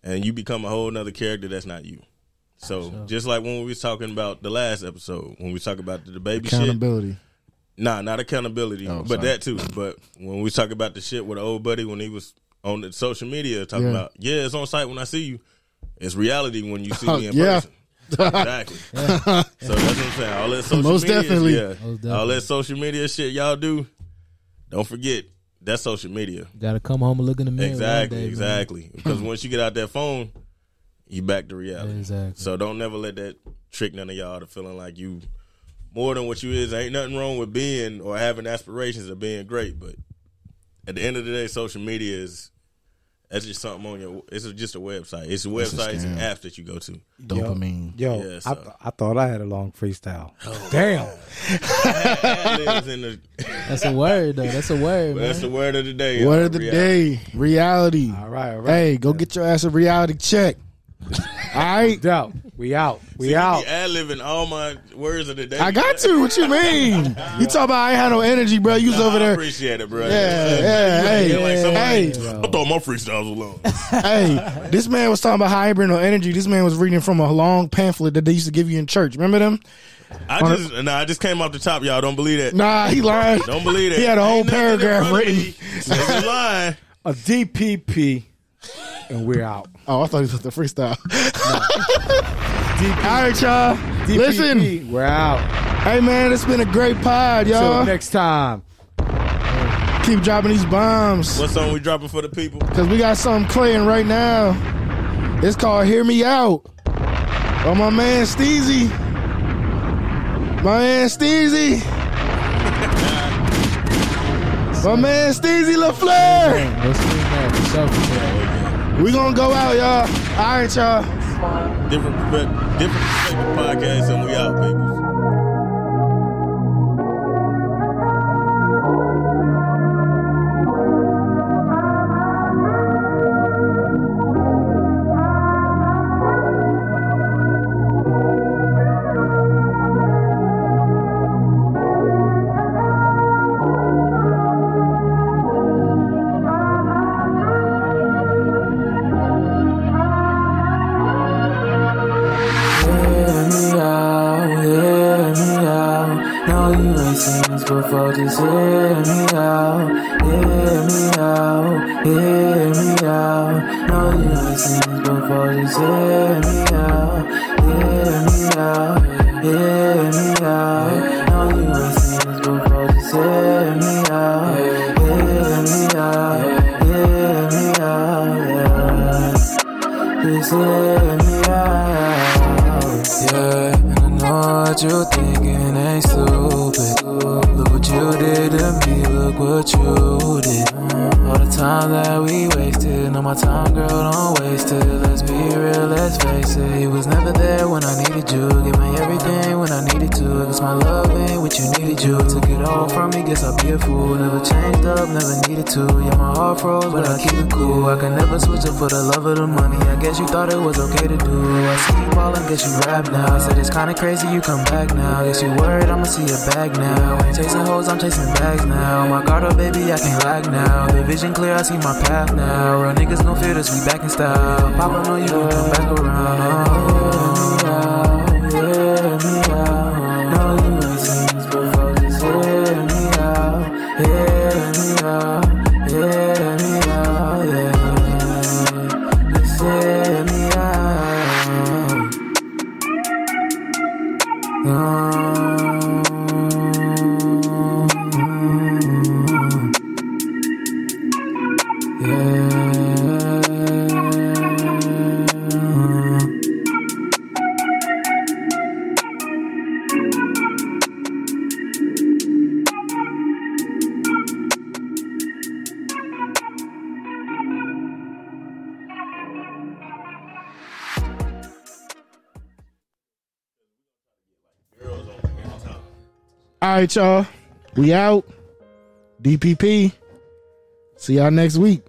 Speaker 1: and you become a whole nother character, that's not you. So just like when we was talking about the last episode, when we talk about the, the baby shit.
Speaker 3: Accountability.
Speaker 1: Nah, not accountability,
Speaker 3: Oh,
Speaker 1: but
Speaker 3: sorry.
Speaker 1: that too. But when we talk about the shit with the old buddy when he was on the social media talking
Speaker 3: Yeah.
Speaker 1: about, yeah, it's on site when I see you. It's reality when you see me in
Speaker 3: Yeah.
Speaker 1: person. Exactly. so that's what I'm saying. All that social
Speaker 3: Most
Speaker 1: media,
Speaker 3: definitely.
Speaker 1: yeah.
Speaker 5: definitely.
Speaker 1: all that social media shit y'all do. Don't forget that's social media.
Speaker 5: Gotta come home and look in the mirror. one
Speaker 1: exactly,
Speaker 5: day, man.
Speaker 1: exactly. Because once you get out that phone, you back to reality.
Speaker 5: Exactly.
Speaker 1: So don't never let that trick none of y'all to feeling like you more than what you is. Ain't nothing wrong with being or having aspirations of being great, but at the end of the day, social media is that's just something on your. It's just a website. It's websites and
Speaker 3: scam.
Speaker 1: apps that you go to.
Speaker 3: Dopamine.
Speaker 6: Yo,
Speaker 1: Yeah,
Speaker 6: I,
Speaker 1: so- Oh,
Speaker 6: th- I thought I had a long freestyle. Damn.
Speaker 1: Ad-libs in the-
Speaker 5: That's a word, though. That's a word,
Speaker 1: But that's
Speaker 5: man.
Speaker 1: the word of the day.
Speaker 3: Word
Speaker 1: y'all.
Speaker 3: of the
Speaker 1: Reality.
Speaker 3: day. Reality.
Speaker 6: All right, all right.
Speaker 3: Hey, go get your ass a reality check. all right.
Speaker 6: Doubt. We out. We
Speaker 1: See, you
Speaker 6: out.
Speaker 1: be ad-libbing all my words of the day.
Speaker 3: I got to. What you mean? You talk about I ain't had no energy, bro. You was
Speaker 1: Nah,
Speaker 3: over
Speaker 1: I
Speaker 3: there.
Speaker 1: appreciate it, bro.
Speaker 3: Yeah, yeah, hey,
Speaker 1: Like somebody-
Speaker 3: hey,
Speaker 1: I thought my freestyles were long.
Speaker 3: hey. This man was talking about hybrid or energy. This man was reading from a long pamphlet that they used to give you in church. Remember them?
Speaker 1: I
Speaker 3: On a-
Speaker 1: just, nah, I just came off the top, y'all. Don't believe that.
Speaker 3: Nah, he lying.
Speaker 1: Don't believe that.
Speaker 3: He had a whole
Speaker 1: Ain't nothing
Speaker 3: paragraph
Speaker 1: in front of
Speaker 3: written.
Speaker 1: me. Nigga lying.
Speaker 6: A DPP, and we're out.
Speaker 3: Oh, I thought he was the freestyle. All right, y'all.
Speaker 1: E.
Speaker 3: Listen,
Speaker 6: DPP, we're out.
Speaker 3: hey man, it's been a great pod,
Speaker 6: Till
Speaker 3: y'all.
Speaker 6: next time.
Speaker 3: Keep dropping these bombs
Speaker 1: What song we dropping for the people?
Speaker 3: because we got something playing right now. It's called "Hear Me Out" by my man Steezy. My man Steezy. My man Steezy LaFleur.
Speaker 5: What's in there? For sure, for sure.
Speaker 3: We gonna go out, y'all. All right, y'all.
Speaker 1: Different, different perspective podcast, and we out, people.
Speaker 4: Hear me out, hear me out. No, you ain't seen this before, just hear Hear me out, hear me out. Know you ain't seen this before, just hear me out, hear me out, hear me out. Know you ain't seen this before, just hear me out, hear me out, hear me out. Yeah. This is me out. Yeah, and I know what you're thinking ain't stupid. Look what you did to me, look what you did. All the time that we wasted, no, my time, girl, don't waste it. Let's be real, let's face it. You was never there when I needed you. Give me everything when I needed to. Cause my love ain't what you needed you. Took it all from me, guess I'll be a fool. Never changed up, never needed to. Yeah, my heart froze, but I keep it cool. I can never switch up for the love of the money. I guess you thought it was okay to do. I see you all and guess you rap now. I said it's kinda crazy you come back now. Guess you worried I'ma see your back now. Ain't chasing hoes, I'm chasing bags now. My guard up, baby, I can't lack now. The vision clear, I see my path now. Real niggas gon' feel this, we back in style. Papa know you gon' come back around. No, you ain't seen this before. Just hear me out, hear me out, hear me out, yeah. Just hear me out. Mm. Yeah.
Speaker 3: All right, y'all. We out. DPP. See y'all next week.